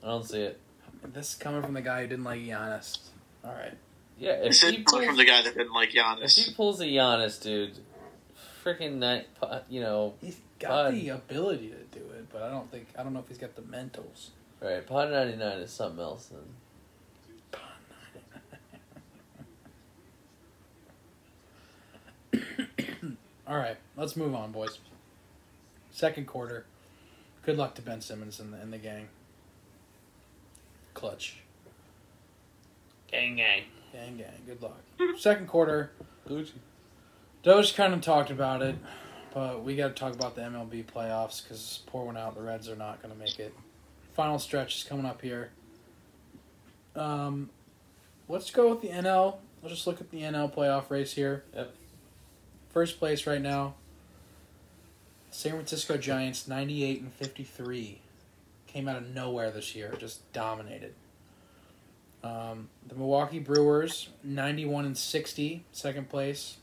Speaker 2: I don't see it.
Speaker 1: This is coming from the guy who didn't like Giannis. All right,
Speaker 2: Yeah, if
Speaker 3: This is
Speaker 2: he
Speaker 3: from
Speaker 2: pulls,
Speaker 3: the guy that didn't like
Speaker 2: if he
Speaker 3: Giannis.
Speaker 2: pulls a Giannis, dude, freaking night, you know,
Speaker 1: he's got
Speaker 2: Fine.
Speaker 1: the ability to do it, but I don't think I don't know if he's got the mentals.
Speaker 2: right? Pod ninety nine is something else. Then
Speaker 1: All right, let's move on, boys. Second quarter. Good luck to Ben Simmons and the, and the gang. Clutch.
Speaker 2: gang gang.
Speaker 1: Gang, gang. Good luck. Second quarter.
Speaker 2: Gucci.
Speaker 1: Doge kind of talked about it, but we got to talk about the MLB playoffs because pour one out. The Reds are not going to make it. Final stretch is coming up here. Um, let's go with the NL. Let's just look at the NL playoff race here.
Speaker 2: Yep.
Speaker 1: First place right now. San Francisco Giants, ninety-eight and fifty-three, came out of nowhere this year. Just dominated. Um, the Milwaukee Brewers, ninety-one and sixty, second place.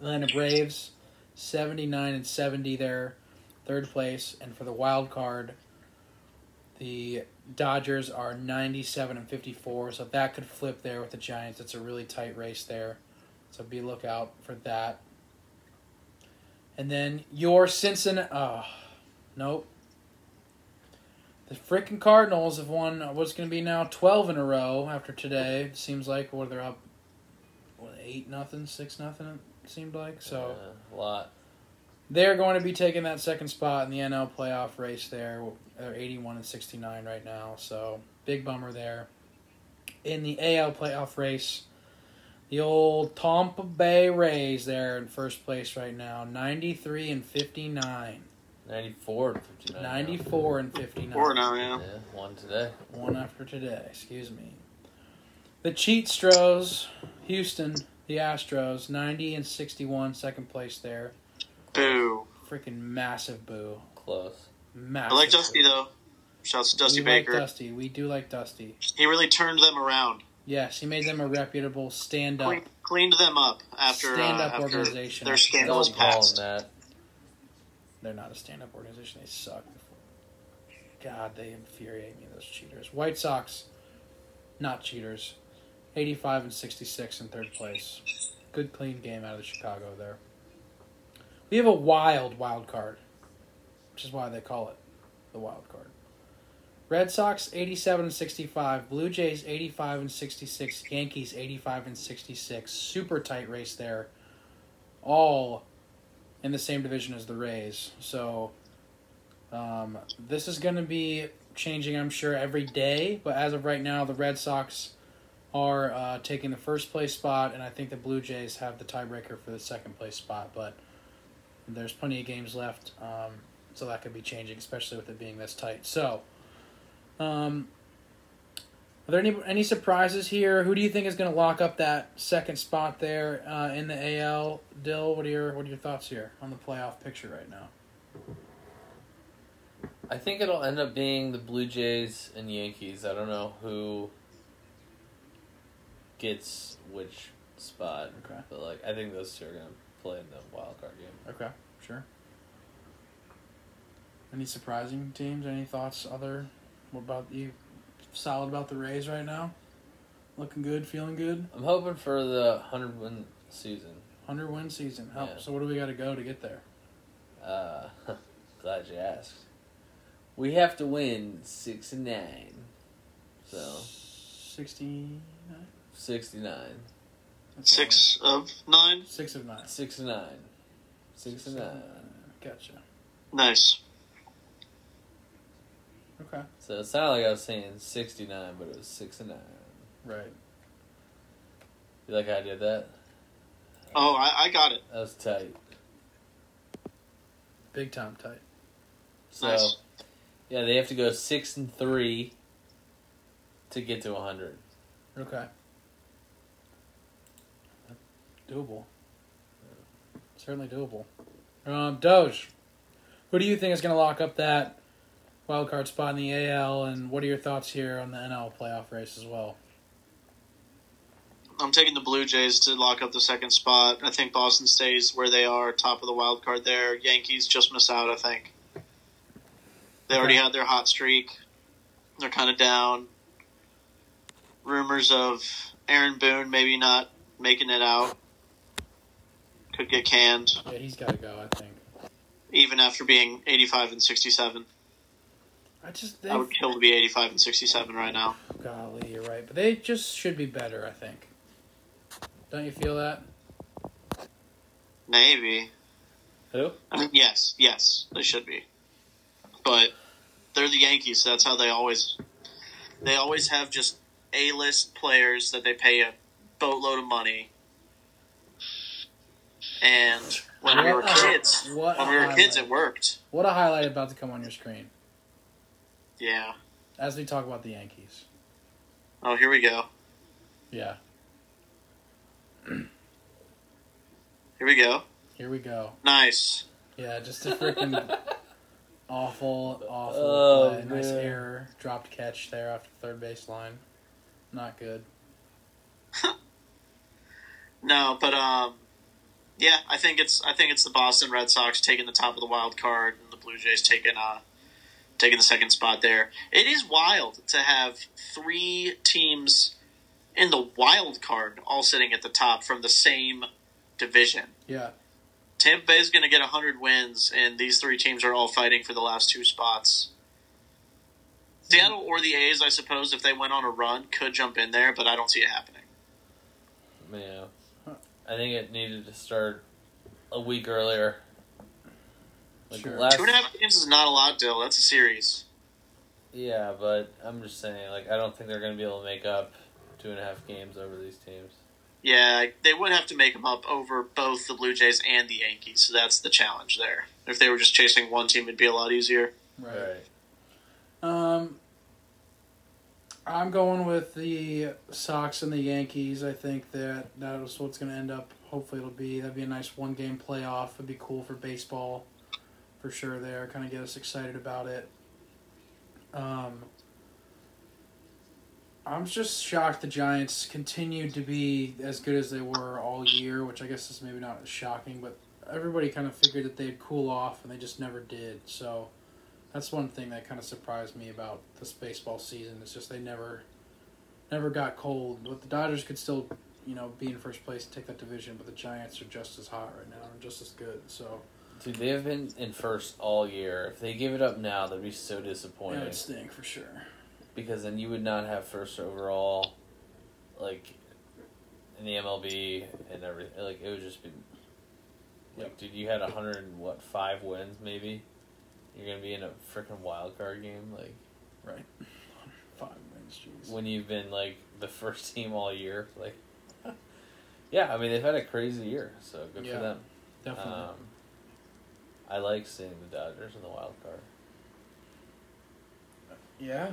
Speaker 1: Atlanta Braves, seventy-nine and seventy, there, third place. And for the wild card, the Dodgers are 97 and 54, so that could flip there with the Giants. It's a really tight race there. So be lookout for that. And then your Cincinnati. Oh, nope. The freaking Cardinals have won what's going to be now 12 in a row after today. Seems like where they're up what, 8 nothing, 6 nothing it seemed like. So
Speaker 2: a lot.
Speaker 1: they're going to be taking that second spot in the NL playoff race there. They're 81 and 69 right now, so big bummer there. In the AL playoff race, the old Tampa Bay Rays there in first place right now, 93 and 59.
Speaker 2: 94 and 59.
Speaker 1: 94 and 59.
Speaker 3: Four now, yeah.
Speaker 2: Yeah, one today.
Speaker 1: One after today, excuse me. The Cheat Stros, Houston, the Astros, 90 and 61, second place there.
Speaker 3: Boo.
Speaker 1: Freaking massive boo.
Speaker 2: Close.
Speaker 1: Massive.
Speaker 3: I like
Speaker 1: boo.
Speaker 3: Dusty though. Shouts to Dusty
Speaker 1: we
Speaker 3: Baker.
Speaker 1: Like Dusty. We do like Dusty.
Speaker 3: He really turned them around.
Speaker 1: Yes, he made them a reputable stand up.
Speaker 3: Clean, cleaned them up after
Speaker 1: Stand up
Speaker 3: uh, after
Speaker 1: organization.
Speaker 3: their
Speaker 1: Don't
Speaker 3: scandalous
Speaker 2: Don't call
Speaker 3: past.
Speaker 2: them that.
Speaker 1: They're not a stand up organization. They suck. God, they infuriate me, those cheaters. White Sox, not cheaters. 85 and 66 in third place. Good clean game out of the Chicago there. We have a wild wild card, which is why they call it the wild card. Red Sox 87 and 65, Blue Jays 85 and 66, Yankees 85 and 66. Super tight race there. All in the same division as the Rays. So um, this is going to be changing, I'm sure, every day. But as of right now, the Red Sox are uh, taking the first place spot, and I think the Blue Jays have the tiebreaker for the second place spot. But there's plenty of games left, um, so that could be changing, especially with it being this tight. So. Um, are there any any surprises here? Who do you think is going to lock up that second spot there uh, in the AL? Dill, what are your what are your thoughts here on the playoff picture right now?
Speaker 2: I think it'll end up being the Blue Jays and Yankees. I don't know who gets which spot,
Speaker 1: Okay.
Speaker 2: but like I think those two are gonna play in the wild card game.
Speaker 1: Okay, sure. Any surprising teams? Any thoughts other what about you? Solid about the Rays right now. Looking good, feeling good.
Speaker 2: I'm hoping for the hundred win season.
Speaker 1: Hundred win season. How,
Speaker 2: Yeah.
Speaker 1: So what do we got to go to get there?
Speaker 2: Uh, glad you asked. We have to win six and nine, so
Speaker 1: sixty nine.
Speaker 2: sixty nine,
Speaker 3: Six of nine.
Speaker 1: Six of nine.
Speaker 2: six and nine, six and nine.
Speaker 1: Gotcha.
Speaker 3: Nice.
Speaker 1: Okay.
Speaker 2: So it sounded like I was saying sixty nine, but it was six and nine.
Speaker 1: Right.
Speaker 2: You like how I did that?
Speaker 3: Oh, I, I got it.
Speaker 2: That was tight.
Speaker 1: Big time tight.
Speaker 2: So,
Speaker 3: Nice.
Speaker 2: yeah, they have to go six and three to get to hundred.
Speaker 1: Okay. Doable. Certainly doable. Um, Doge, who do you think is going to lock up that wild card spot in the AL, and what are your thoughts here on the NL playoff race as well?
Speaker 3: I'm taking the Blue Jays to lock up the second spot. I think Boston stays where they are, top of the wild card there. Yankees just miss out, I think. They already had their hot streak. They're kind of down. Rumors of Aaron Boone maybe not making it out. Could get canned,
Speaker 1: Yeah, he's got to go. I think.
Speaker 3: even after being 85 and 67.
Speaker 1: I just
Speaker 3: I
Speaker 1: they.
Speaker 3: would kill to be 85 and 67 right now.
Speaker 1: Golly, you're right, but they just should be better. I think. Don't you feel that?
Speaker 3: Maybe.
Speaker 2: Who?
Speaker 3: I mean, yes, yes, they should be. But they're the Yankees. So that's how they always. They always have just A list players that they pay a boatload of money. And when we were
Speaker 1: What a-
Speaker 3: kids,
Speaker 1: what
Speaker 3: when
Speaker 1: a
Speaker 3: we were kids,
Speaker 1: highlight.
Speaker 3: it worked.
Speaker 1: What a highlight about to come on your screen
Speaker 3: Yeah.
Speaker 1: as we talk about the Yankees.
Speaker 3: Oh, here we go.
Speaker 1: Yeah,
Speaker 3: Here we go.
Speaker 1: here we go.
Speaker 3: Nice.
Speaker 1: Yeah, just a freaking awful, awful
Speaker 2: Oh,
Speaker 1: play. nice
Speaker 2: man.
Speaker 1: error, dropped catch there after the third base line. Not good.
Speaker 3: No, but um, yeah, I think it's I think it's the Boston Red Sox taking the top of the wild card, and the Blue Jays taking uh taking the second spot there. It is wild to have three teams in the wild card all sitting at the top from the same division.
Speaker 1: Yeah,
Speaker 3: Tampa Bay is going to get 100 wins, and these three teams are all fighting for the last two spots. Seattle or the A's, I suppose, if they went on a run, could jump in there, but I don't see it happening.
Speaker 2: Yeah. I think it needed to start a week earlier. Like
Speaker 1: Sure.
Speaker 2: last,
Speaker 3: Two and a half games is not a lot, Dill. That's a series.
Speaker 2: yeah, but I'm just saying, like, I don't think they're going to be able to make up two and a half games over these teams.
Speaker 3: Yeah, they would have to make them up over both the Blue Jays and the Yankees, so that's the challenge there. If they were just chasing one team, it'd be a lot easier.
Speaker 1: right. Um, I'm going with the Sox and the Yankees. I think that that is what's going to end up. Hopefully, it'll be that'd be a nice one game playoff. It'd be cool for baseball, for sure. There, kind of get us excited about it. Um, I'm just shocked the Giants continued to be as good as they were all year, which I guess is maybe not shocking, but everybody kind of figured that they'd cool off, and they just never did. So. That's one thing that kind of surprised me about this baseball season. It's just they never, never got cold. But the Dodgers could still, you know, be in first place and take that division. But the Giants are just as hot right now and just as good. So
Speaker 2: Dude, they have been in first all year. If they give it up now, they'd be so disappointed.
Speaker 1: that would stink for sure.
Speaker 2: because then you would not have first overall, like, in the MLB and everything. Like it would just be, like, dude, you had a hundred and what five wins maybe. You're gonna be in a freaking wild card game, like
Speaker 1: Five wins, jeez.
Speaker 2: when you've been like the first team all year, like. Yeah, I mean they've had a crazy year, so good
Speaker 1: Yeah,
Speaker 2: for them.
Speaker 1: Definitely.
Speaker 2: Um, I like seeing the Dodgers in the wild card.
Speaker 1: yeah.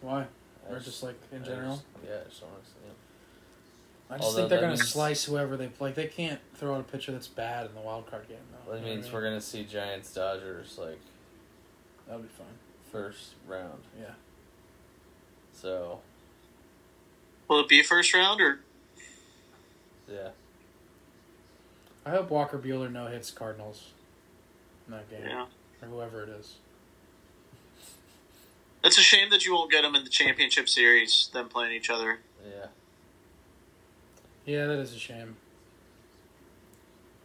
Speaker 1: Why?
Speaker 2: I
Speaker 1: Or just like in
Speaker 2: I
Speaker 1: general?
Speaker 2: just- yeah, I just want to see them.
Speaker 1: I just
Speaker 2: Although
Speaker 1: think they're
Speaker 2: that
Speaker 1: gonna
Speaker 2: means-
Speaker 1: slice whoever they like. They can't throw out a pitcher that's bad in the wild card game. Though.
Speaker 2: That
Speaker 1: You know what I
Speaker 2: means
Speaker 1: mean?
Speaker 2: we're gonna see Giants Dodgers like
Speaker 1: that'll be fine.
Speaker 2: first round.
Speaker 1: Yeah.
Speaker 2: So
Speaker 3: Will it be first round or
Speaker 2: yeah,
Speaker 1: I hope Walker Bueller no hits Cardinals in that game
Speaker 3: yeah?
Speaker 1: or whoever it is.
Speaker 3: It's a shame that you won't get them in the championship series, them playing each other.
Speaker 2: yeah,
Speaker 1: Yeah, that is a shame.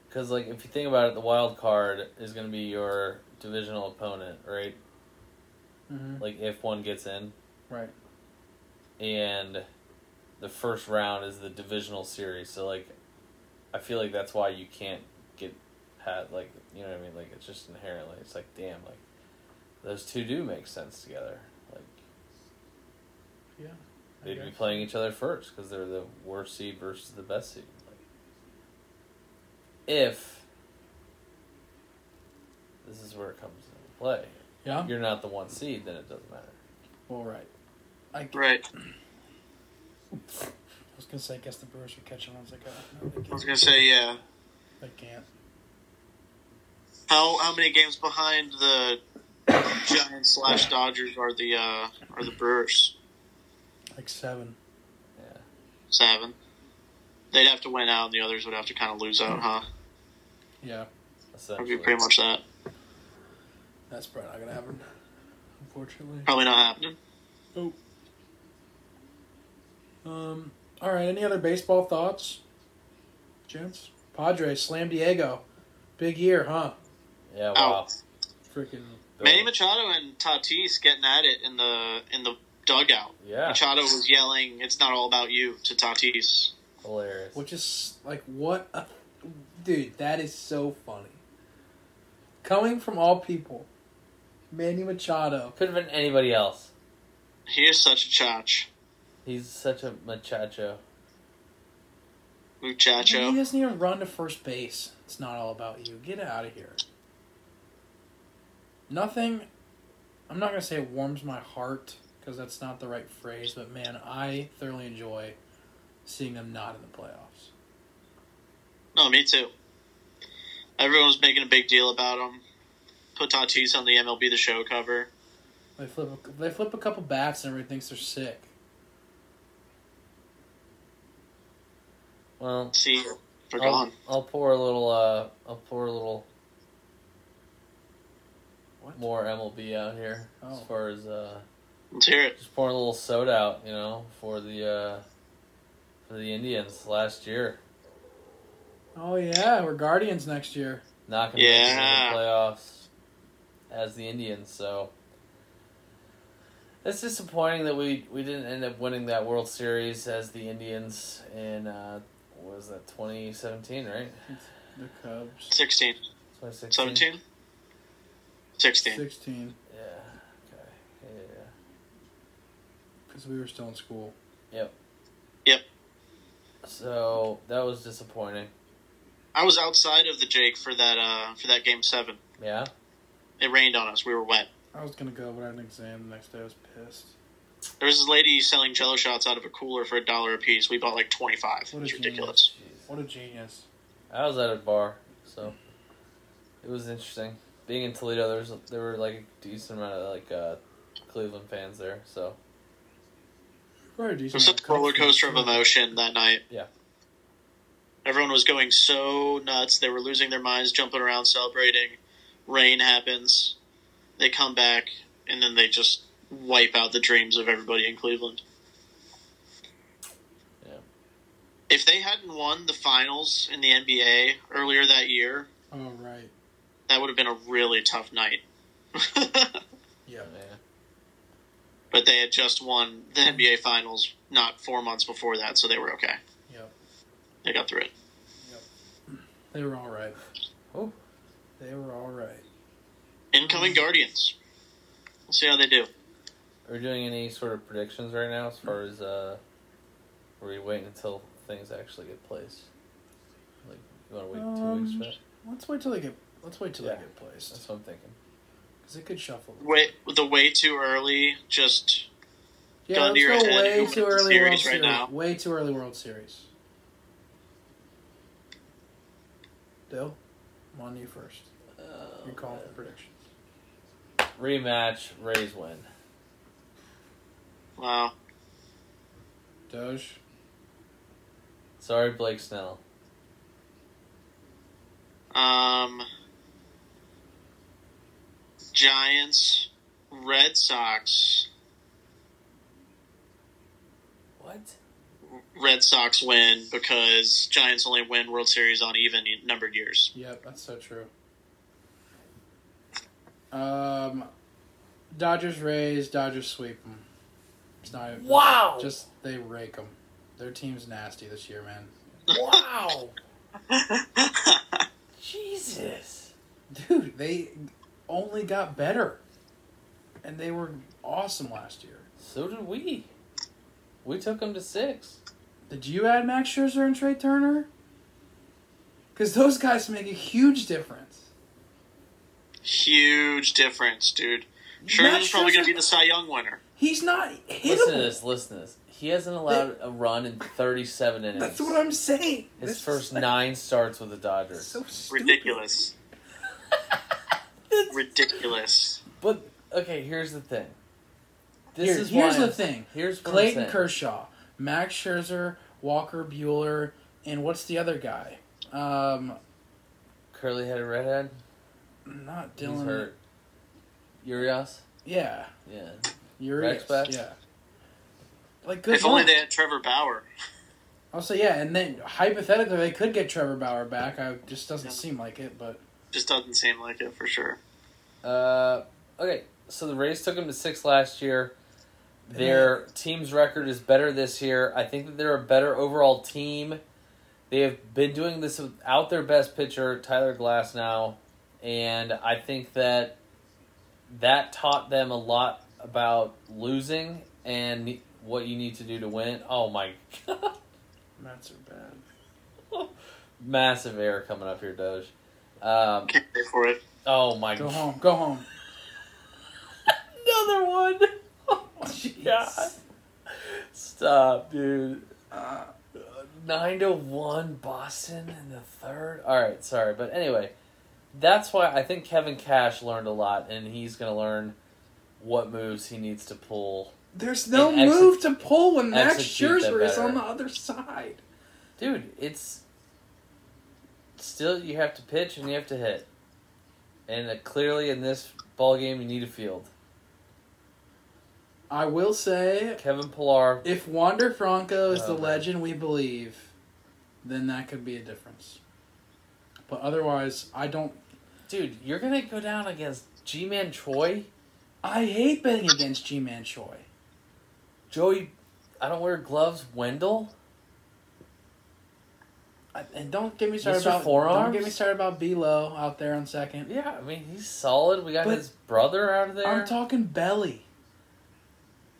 Speaker 2: because like if you think about it, the wild card is gonna be your divisional opponent, right?
Speaker 1: Mm-hmm.
Speaker 2: Like if one gets in,
Speaker 1: Right.
Speaker 2: and the first round is the divisional series. So like, I feel like that's why you can't get pat like you know what I mean. Like it's just inherently, it's like damn, like those two do make sense together. Like
Speaker 1: Yeah. I
Speaker 2: they'd be
Speaker 1: guess.
Speaker 2: playing each other first because they're the worst seed versus the best seed. Like, if this is where it comes into play,
Speaker 1: Yeah.
Speaker 2: you're not the one seed, then it doesn't matter.
Speaker 1: All right. I, I
Speaker 3: Right.
Speaker 1: was gonna say, I guess the Brewers are catching. I was like, oh, no, they
Speaker 3: I was
Speaker 1: can't.
Speaker 3: gonna say yeah.
Speaker 1: They can't.
Speaker 3: How how many games behind the Giants slash Dodgers are the uh, are the Brewers?
Speaker 1: Like seven.
Speaker 2: Yeah,
Speaker 3: Seven. They'd have to win out, and the others would have to kind of lose out, huh?
Speaker 1: Yeah.
Speaker 3: That'd
Speaker 2: essentially.
Speaker 3: be pretty much that.
Speaker 1: That's probably not gonna happen. Unfortunately.
Speaker 3: Probably not happening.
Speaker 1: Um. All right. Any other baseball thoughts, gents? Padres slam Diego. Big year, huh?
Speaker 2: Yeah, wow.
Speaker 3: Out.
Speaker 1: Freaking.
Speaker 3: Manny Machado and Tatis getting at it in the in the dugout.
Speaker 2: yeah,
Speaker 3: Machado was yelling, "It's not all about you" to Tatis.
Speaker 2: hilarious.
Speaker 1: Which is like what, a, dude? That is so funny. Coming from all people, Manny Machado.
Speaker 2: Could have been anybody else.
Speaker 3: He is such a chotch.
Speaker 2: He's such a machacho.
Speaker 1: He
Speaker 3: Muchacho.
Speaker 1: doesn't even run to first base. It's not all about you. Get out of here. Nothing. I'm not gonna say it warms my heart because that's not the right phrase, but man, I thoroughly enjoy seeing them not in the playoffs.
Speaker 3: No, me too. Everyone was making a big deal about him. Put Tatis on the MLB The Show cover.
Speaker 1: They flip. A, they flip a couple bats and everyone thinks they're sick.
Speaker 2: Well,
Speaker 3: See, they're
Speaker 2: I'll,
Speaker 3: gone.
Speaker 2: I'll pour a little. Uh, I'll pour a little
Speaker 1: What?
Speaker 2: more MLB out here as
Speaker 1: Oh.
Speaker 2: far as uh,
Speaker 3: Let's hear it.
Speaker 2: just pouring a little soda out, you know, for the uh, for the Indians last year,
Speaker 1: Oh yeah, we're Guardians next year.
Speaker 2: not gonna make it to
Speaker 3: Yeah.
Speaker 2: the playoffs as the Indians. So it's disappointing that we we didn't end up winning that World Series as the Indians in uh, what was that twenty seventeen, right?
Speaker 1: The Cubs.
Speaker 3: 16.
Speaker 2: 2016?
Speaker 3: 17? 16.
Speaker 1: Sixteen,
Speaker 2: Yeah. Okay. Yeah.
Speaker 1: because we were still in school.
Speaker 2: So that was disappointing.
Speaker 3: I was outside of the Jake for that uh, for that game seven.
Speaker 2: Yeah.
Speaker 3: It rained on us. We were wet.
Speaker 1: I was gonna go, but I had an exam the next day. I was pissed.
Speaker 3: There was this lady selling Jello shots out of a cooler for a dollar a piece. We bought like twenty five. It
Speaker 1: What a
Speaker 3: was
Speaker 1: genius.
Speaker 3: ridiculous.
Speaker 2: Jeez.
Speaker 1: What a genius!
Speaker 2: I was at a bar, so it was interesting. Being in Toledo, there was there were like a decent amount of like uh, Cleveland fans there. So
Speaker 1: Very
Speaker 3: It
Speaker 1: decent.
Speaker 3: was a roller coaster of emotion that night.
Speaker 2: Yeah.
Speaker 3: Everyone was going so nuts. They were losing their minds, jumping around, celebrating. Rain happens. They come back, and then they just wipe out the dreams of everybody in Cleveland.
Speaker 2: Yeah.
Speaker 3: If they hadn't won the finals in the NBA earlier that year,
Speaker 1: Oh right.
Speaker 3: that would have been a really tough night.
Speaker 1: Yeah.
Speaker 2: yeah,
Speaker 3: but they had just won the NBA Finals not four months before that, so they were okay.
Speaker 1: Yep.
Speaker 3: They got through it.
Speaker 1: They were all right.
Speaker 2: Oh.
Speaker 1: They were all right.
Speaker 3: Incoming Guardians. We'll see how they do.
Speaker 2: are we doing any sort of predictions right now as far as uh, are we waiting until things actually get placed? Like you want to wait two weeks
Speaker 1: Um,
Speaker 2: for that?
Speaker 1: Let's wait till they get. Let's wait till
Speaker 2: Yeah.
Speaker 1: they get placed
Speaker 2: That's what I'm thinking.
Speaker 1: because it could shuffle.
Speaker 3: Wait, the way too early. Just
Speaker 1: Yeah,
Speaker 3: gun
Speaker 1: let's
Speaker 3: to your
Speaker 1: go
Speaker 3: head,
Speaker 1: way
Speaker 3: you
Speaker 1: too
Speaker 3: want the
Speaker 1: early
Speaker 3: series
Speaker 1: World
Speaker 3: right
Speaker 1: Series.
Speaker 3: now.
Speaker 1: Way too early World Series. Dill, I'm on you first.
Speaker 3: Oh,
Speaker 1: You're calling for predictions.
Speaker 2: Uh, Rematch, Rays win.
Speaker 3: wow.
Speaker 1: Doge,
Speaker 2: Sorry, Blake Snell.
Speaker 3: Um, Giants, Red Sox,
Speaker 2: What?
Speaker 3: Red Sox win because Giants only win World Series on even numbered years.
Speaker 1: yep, that's so true. Um, Dodgers Rays, Dodgers sweep them. It's not even,
Speaker 2: Wow.
Speaker 1: Just they rake them. Their team's nasty this year, man.
Speaker 2: Wow. Jesus.
Speaker 1: Dude, they only got better. And they were awesome last year.
Speaker 2: So did we. We took him to six.
Speaker 1: Did you add Max Scherzer and Trey Turner? Because those guys make a huge difference.
Speaker 3: Huge difference, dude. Sure,
Speaker 1: Max
Speaker 3: he's probably going
Speaker 1: Scherzer-
Speaker 3: to be the Cy Young winner.
Speaker 1: He's not
Speaker 2: Listen to
Speaker 1: hittable.
Speaker 2: this. Listen to this. He hasn't allowed a run in 37 innings.
Speaker 1: That's what I'm saying.
Speaker 2: His
Speaker 1: This is
Speaker 2: first
Speaker 1: like
Speaker 2: nine starts with the Dodgers.
Speaker 1: So stupid.
Speaker 3: Ridiculous. Ridiculous.
Speaker 2: but okay, here's the thing. This
Speaker 1: Here-
Speaker 2: is
Speaker 1: here's
Speaker 2: why
Speaker 1: the
Speaker 2: I'm-
Speaker 1: thing.
Speaker 2: Here's what
Speaker 1: Clayton
Speaker 2: I'm saying.
Speaker 1: Kershaw, Max Scherzer, Walker Bueller, and what's the other guy? Um,
Speaker 2: curly-headed redhead.
Speaker 1: not
Speaker 2: He's
Speaker 1: Dylan.
Speaker 2: hurt. Urias.
Speaker 1: Yeah,
Speaker 2: Yeah.
Speaker 1: Urias.
Speaker 2: Back.
Speaker 1: Yeah. Like good.
Speaker 3: If only
Speaker 1: luck.
Speaker 3: they had Trevor Bauer.
Speaker 1: Also, yeah, and then hypothetically they could get Trevor Bauer back. I just doesn't
Speaker 3: Yeah.
Speaker 1: seem like it, but
Speaker 3: Just doesn't seem like it for sure.
Speaker 2: Uh, okay, so the Rays took him to six last year. Their team's record is better this year. I think that they're a better overall team. They have been doing this without their best pitcher, Tyler Glass, now, and I think that that taught them a lot about losing and what you need to do to win. Oh my god!
Speaker 1: Mets are bad.
Speaker 2: massive air coming up here, Doge. Um,
Speaker 3: Can't pay for it.
Speaker 2: oh my
Speaker 1: Go
Speaker 2: god.
Speaker 1: home. Go home.
Speaker 2: Another one. Oh my god. Stop, dude.
Speaker 1: Uh,
Speaker 2: Nine to one Boston in the third. Alright, sorry. But anyway, that's why I think Kevin Cash learned a lot and he's gonna learn what moves he needs to pull.
Speaker 1: there's no
Speaker 2: And exec-
Speaker 1: move to pull when Max
Speaker 2: execute that
Speaker 1: Scherzer is
Speaker 2: better.
Speaker 1: on the other side.
Speaker 2: Dude, it's still you have to pitch and you have to hit. And uh, clearly in this ball game you need a field.
Speaker 1: I will say,
Speaker 2: Kevin Pillar
Speaker 1: if Wander Franco is the
Speaker 2: Oh, man.
Speaker 1: legend we believe, then that could be a difference. But otherwise, I don't.
Speaker 2: Dude, you're gonna go down against G Man Troy,
Speaker 1: I hate betting against G Man Choi.
Speaker 2: Joey. I don't wear gloves. Wendell.
Speaker 1: I- And don't get me started
Speaker 2: Mr.
Speaker 1: about don't
Speaker 2: Forearms?
Speaker 1: get me started about Belo out there on second.
Speaker 2: Yeah, I mean he's solid. We got
Speaker 1: But-
Speaker 2: his brother out of there.
Speaker 1: I'm talking belly.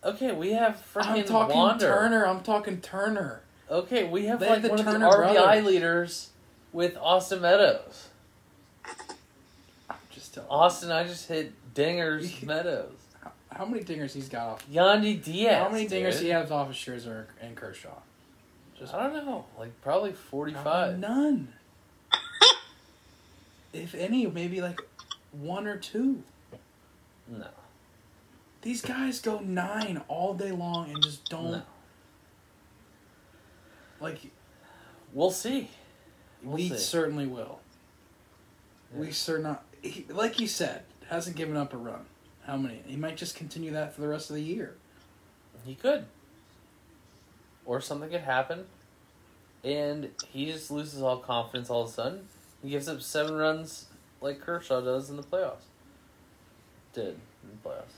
Speaker 2: okay, we have
Speaker 1: I'm
Speaker 2: freaking
Speaker 1: talking
Speaker 2: Wander.
Speaker 1: Turner. I'm talking Turner.
Speaker 2: Okay, we have
Speaker 1: They
Speaker 2: like
Speaker 1: have the
Speaker 2: one
Speaker 1: Turner
Speaker 2: of the RBI
Speaker 1: brothers.
Speaker 2: leaders with Austin Meadows.
Speaker 1: I'm just telling.
Speaker 2: Austin, I just hit dingers Meadows.
Speaker 1: How many dingers he's got off?
Speaker 2: Yandy Diaz.
Speaker 1: How many dingers
Speaker 2: dude.
Speaker 1: he has off of Scherzer and Kershaw?
Speaker 2: I don't know. Like probably forty-five.
Speaker 1: None. if any, maybe like one or two.
Speaker 2: No,
Speaker 1: These guys go nine all day long and just don't
Speaker 2: no.
Speaker 1: like.
Speaker 2: We'll see. We'll
Speaker 1: we
Speaker 2: see.
Speaker 1: certainly will. We
Speaker 2: Yeah.
Speaker 1: sure not. He, like you said, hasn't given up a run. How many? He might just continue that for the rest of the year.
Speaker 2: He could. Or something could happen, and he just loses all confidence all of a sudden. He gives up seven runs like Kershaw does in the playoffs. Did in the playoffs.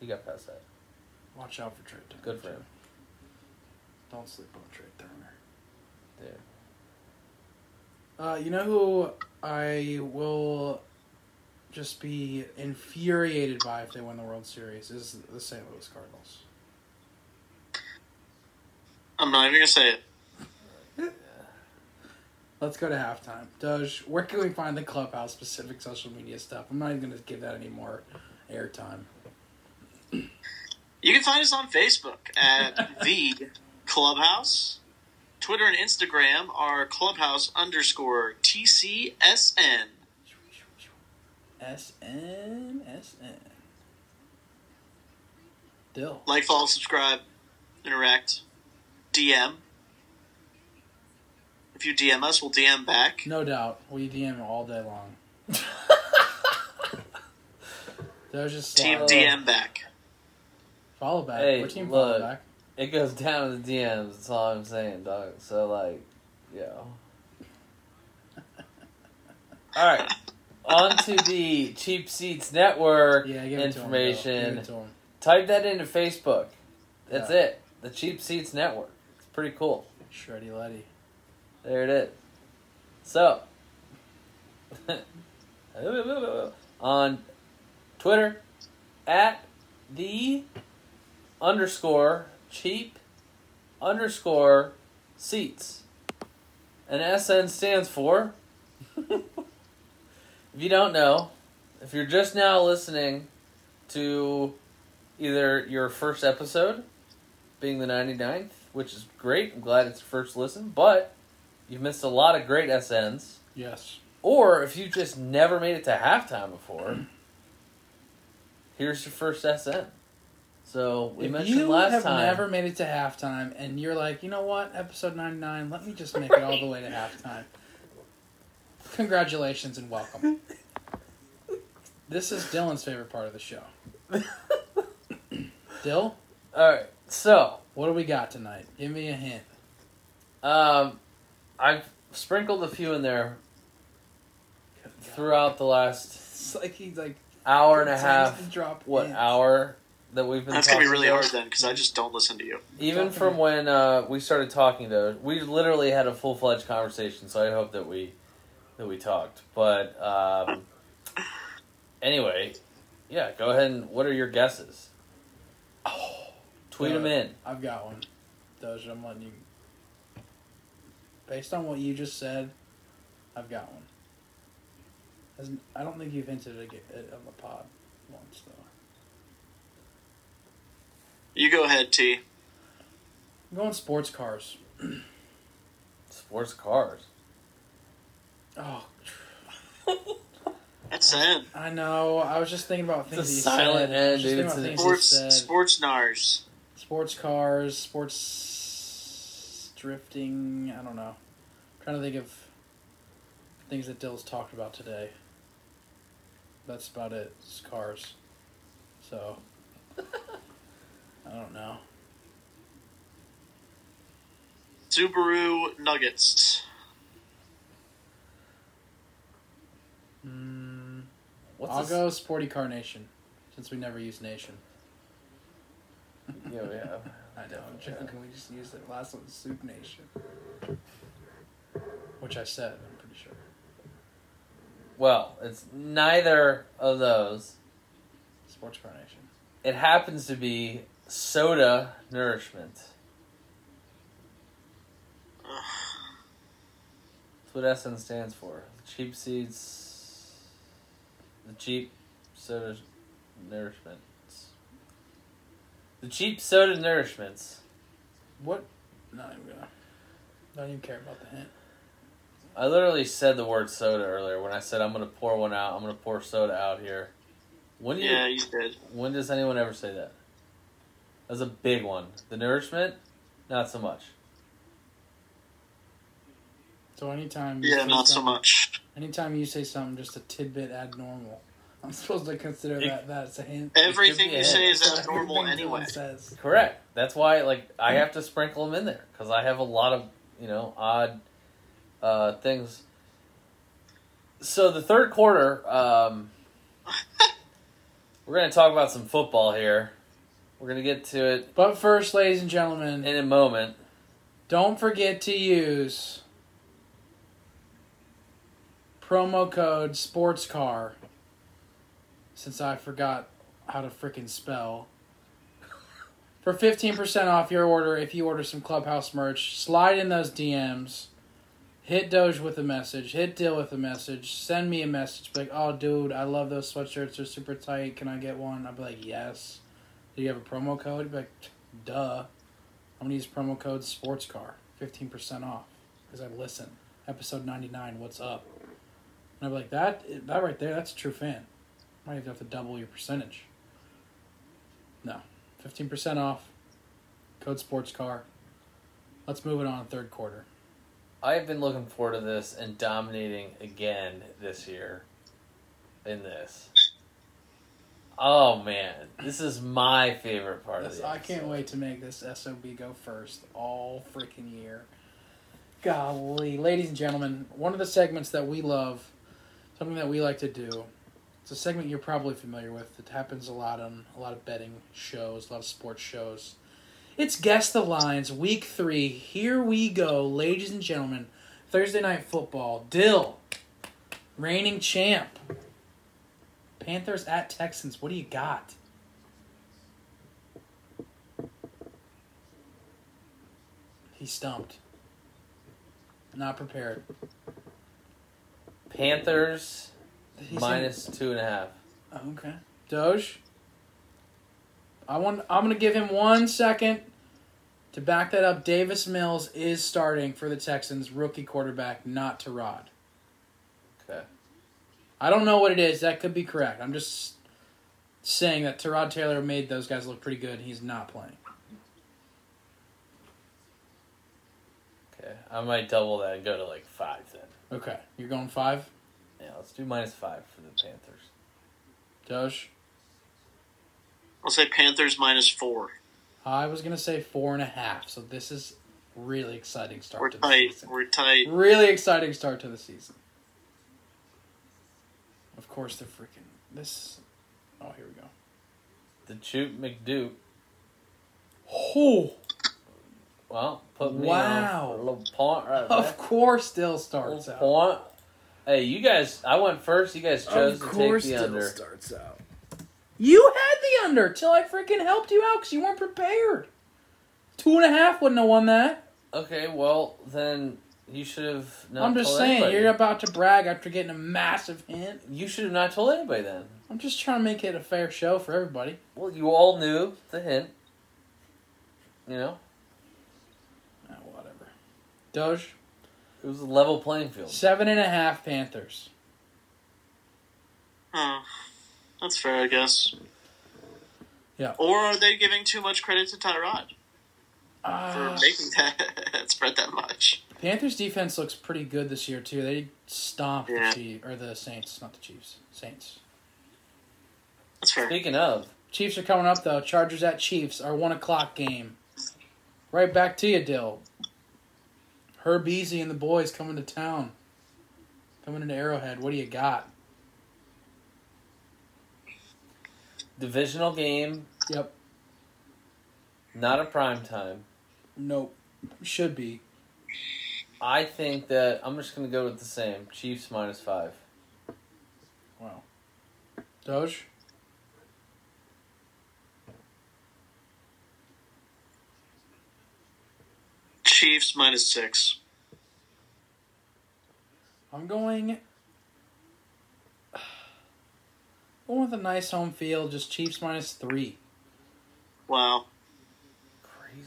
Speaker 2: He got past that.
Speaker 1: Watch out for Trey Turner.
Speaker 2: Good for him.
Speaker 1: Don't sleep on Trey Turner.
Speaker 2: Dude.
Speaker 1: Uh, you know who I will just be infuriated by if they win the World Series is the St. Louis Cardinals.
Speaker 3: I'm not even gonna say it.
Speaker 1: Let's go to halftime. Doge, where can we find the clubhouse specific social media stuff? I'm not even going to give that any more airtime.
Speaker 3: You can find us on Facebook at the Clubhouse. Twitter and Instagram are Clubhouse underscore TCSN.
Speaker 1: SN, SN. Dill.
Speaker 3: Like, follow, subscribe, interact, DM. If you DM us, we'll DM back.
Speaker 1: No doubt. We DM all day long. Doge just
Speaker 3: Team
Speaker 1: slide.
Speaker 3: DM back.
Speaker 1: Follow back.
Speaker 2: Hey,
Speaker 1: We're team
Speaker 2: look.
Speaker 1: follow back.
Speaker 2: It goes down in the DMs. That's all I'm saying, dog. So like, yeah. All right. On to the Cheap Seats Network
Speaker 1: Yeah, give it to 'em, Bill.
Speaker 2: information.
Speaker 1: Give it to 'em.
Speaker 2: Type that into Facebook. That's
Speaker 1: Yeah.
Speaker 2: it. The Cheap Seats Network. It's pretty cool.
Speaker 1: Shreddy Letty.
Speaker 2: There it is. So, on Twitter, at the underscore cheap underscore seats. And SN stands for. if you don't know, if you're just now listening to either your first episode, being the 99th, which is great, I'm glad it's your first listen, but you've missed a lot of great SNs.
Speaker 1: Yes.
Speaker 2: Or if you just never made it to halftime before, here's your first SN. So we
Speaker 1: if
Speaker 2: mentioned
Speaker 1: you
Speaker 2: last
Speaker 1: have
Speaker 2: time.
Speaker 1: never made it to halftime and you're like, you know what, episode 99, let me just make it all the way to halftime. Congratulations and welcome. this is Dylan's favorite part of the show. Dill,
Speaker 2: All right, so
Speaker 1: what do we got tonight? Give me a hint.
Speaker 2: um, I've sprinkled a few in there throughout the last
Speaker 1: It's like he's like
Speaker 2: hour and a
Speaker 1: tries
Speaker 2: half.
Speaker 1: to drop
Speaker 2: What
Speaker 1: hints.
Speaker 2: hour that we've been?
Speaker 3: That's going to be
Speaker 2: talking
Speaker 3: really
Speaker 2: about.
Speaker 3: hard then because I just don't listen to you.
Speaker 2: Even
Speaker 1: Talking
Speaker 2: from
Speaker 1: to-
Speaker 2: when uh, we started talking, though, we literally had a full fledged conversation. So I hope that we that we talked. But um, anyway, yeah, go ahead and what are your guesses? Tweet them in.
Speaker 1: Uh, I've got one. Doge, I'm letting you Based on what you just said, I've got one. As in- I don't think you've hinted at it on the pod once though.
Speaker 3: You go ahead, T.
Speaker 1: I'm going sports cars.
Speaker 2: Sports cars.
Speaker 1: Oh,
Speaker 3: That's the end.
Speaker 1: I know. I was just thinking about
Speaker 2: It's a
Speaker 1: things. that you
Speaker 2: silent
Speaker 1: said. I was
Speaker 2: end,
Speaker 1: just thinking
Speaker 2: dude. It's
Speaker 1: about things
Speaker 3: Sports,
Speaker 1: you said.
Speaker 3: sports nars.
Speaker 1: sports cars, sports drifting. I don't know. I'm trying to think of things that Dill's talked about today. That's about it. It's cars. So I don't know.
Speaker 3: Subaru Nuggets.
Speaker 1: Mm,
Speaker 2: What's
Speaker 1: I'll
Speaker 2: a s-
Speaker 1: go sporty car nation, since we never use nation.
Speaker 2: Yeah, we have.
Speaker 1: I know. I'm joking. We just used it last one, soup nation, which I said. I'm pretty sure.
Speaker 2: Well, it's neither of those.
Speaker 1: Sports car nation.
Speaker 2: It happens to be soda nourishment. That's what SN stands for. Cheap seeds. The cheap soda nourishment. The cheap soda nourishments.
Speaker 1: What? Not even gonna. Don't even care about the hint.
Speaker 2: I literally said the word soda earlier when I said I'm gonna pour one out. I'm gonna pour soda out here. When do you
Speaker 3: Yeah, you did.
Speaker 2: When does anyone ever say that? That's a big one. The nourishment, not so much.
Speaker 1: So anytime. you
Speaker 3: Yeah,
Speaker 1: say
Speaker 3: not so
Speaker 1: something-
Speaker 3: much.
Speaker 1: Anytime you say something, just a tidbit abnormal. I'm supposed to consider
Speaker 2: It-
Speaker 1: that that as a hint.
Speaker 3: Everything
Speaker 2: be a
Speaker 3: you say
Speaker 2: hit.
Speaker 3: is abnormal
Speaker 1: Everything someone
Speaker 3: anyway.
Speaker 1: Says.
Speaker 2: Correct. That's why, like, I have to sprinkle them in there because I have a lot of you know odd uh, things. So the third quarter, um, we're going to talk about some football here. We're going to get to it
Speaker 1: But first, ladies and gentlemen,
Speaker 2: in a moment.
Speaker 1: don't forget to use promo code SPORTSCAR. Since I forgot how to frickin' spell. For 15% off your order if you order some Clubhouse merch, slide in those DMs. Hit Doge with a message. Hit Dill with a message. Send me a message. Be like, oh, dude, I love those sweatshirts. They're super tight. Can I get one? I'd be like, yes. Do you have a promo code? He'd be like, duh. I'm gonna use promo code SportsCar, fifteen percent off, because I listen. Episode ninety nine, what's up? And I'm like that, that right there, that's a true fan. Might even have to double your percentage. No, fifteen percent off. Code SportsCar. Let's move it on third quarter.
Speaker 2: I have been looking forward to this and dominating again this year in this. Oh man, this is my favorite part of
Speaker 1: This,
Speaker 2: the
Speaker 1: I can't
Speaker 2: episode.
Speaker 1: wait to make this SOB go first all freaking year. Golly. Ladies and gentlemen, one of the segments that we love, something that we like to do, it's a segment you're probably familiar with. It happens a lot on a lot of betting shows, a lot of sports shows. It's Guess the Lines, week three. Here we go, ladies and gentlemen. Thursday night football. Dill, reigning champ. Panthers at Texans. What do you got? He stumped. Not prepared.
Speaker 2: Panthers
Speaker 1: He's
Speaker 2: minus two and a half.
Speaker 1: in- oh, okay. Doge. I want. I'm gonna give him one second to back that up. Davis Mills is starting for the Texans, rookie quarterback, not to Rod.
Speaker 2: Okay.
Speaker 1: I don't know what it is. That could be correct. I'm just saying that Terod Taylor made those guys look pretty good. and He's not playing.
Speaker 2: Okay. I might double that and go to like five then.
Speaker 1: Okay, you're going five,
Speaker 2: Yeah, let's do minus five for the Panthers.
Speaker 1: Doge.
Speaker 3: I'll say Panthers minus four.
Speaker 1: I was gonna say four and a half. So this is really exciting start
Speaker 3: We're
Speaker 1: to the
Speaker 3: tight.
Speaker 1: season.
Speaker 3: We're tight.
Speaker 1: Really exciting start to the season. Of course, they're freaking this. Oh, here we go.
Speaker 2: The Choop McDuke.
Speaker 1: Oh,
Speaker 2: Well, put me
Speaker 1: Wow.
Speaker 2: on for a little point right
Speaker 1: of
Speaker 2: there.
Speaker 1: course, still
Speaker 2: Little
Speaker 1: starts out.
Speaker 2: point. Hey, you guys. I went first. You guys chose
Speaker 1: Of
Speaker 2: to take
Speaker 1: course,
Speaker 2: the
Speaker 1: Dill
Speaker 2: under.
Speaker 1: starts out. You had the under till I freaking helped you out because you weren't prepared. Two and a half wouldn't have won that.
Speaker 2: Okay, well then You should have. Not
Speaker 1: I'm just
Speaker 2: told
Speaker 1: saying,
Speaker 2: anybody.
Speaker 1: you're about to brag after getting a massive hint.
Speaker 2: You should have not told anybody then.
Speaker 1: I'm just trying to make it a fair show for everybody.
Speaker 2: Well, you all knew the hint. You know,
Speaker 1: Ah, whatever. Doge,
Speaker 2: it was a level playing field.
Speaker 1: seven and a half Panthers.
Speaker 3: Hmm. That's fair, I guess.
Speaker 1: Yeah.
Speaker 3: Or are they giving too much credit to Tyrod for
Speaker 1: Ah,
Speaker 3: making that spread that much?
Speaker 1: Panthers defense looks pretty good this year too. They stomped
Speaker 3: Yeah.
Speaker 1: the Chiefs or the Saints, not the Chiefs. Saints.
Speaker 3: That's fair.
Speaker 2: Speaking of,
Speaker 1: Chiefs are coming up though. Chargers at Chiefs are one o'clock game. Right back to you, Dill. Herb Easy and the boys coming to town. Coming into Arrowhead. What do you got?
Speaker 2: divisional game,
Speaker 1: Yep.
Speaker 2: not a prime time.
Speaker 1: Nope. Should be.
Speaker 2: I think that I'm just gonna go with the same Chiefs minus five.
Speaker 1: Wow. Doge?
Speaker 3: Chiefs minus six.
Speaker 1: I'm going. Going with a nice home field, just Chiefs minus three.
Speaker 3: Wow.
Speaker 2: Crazy.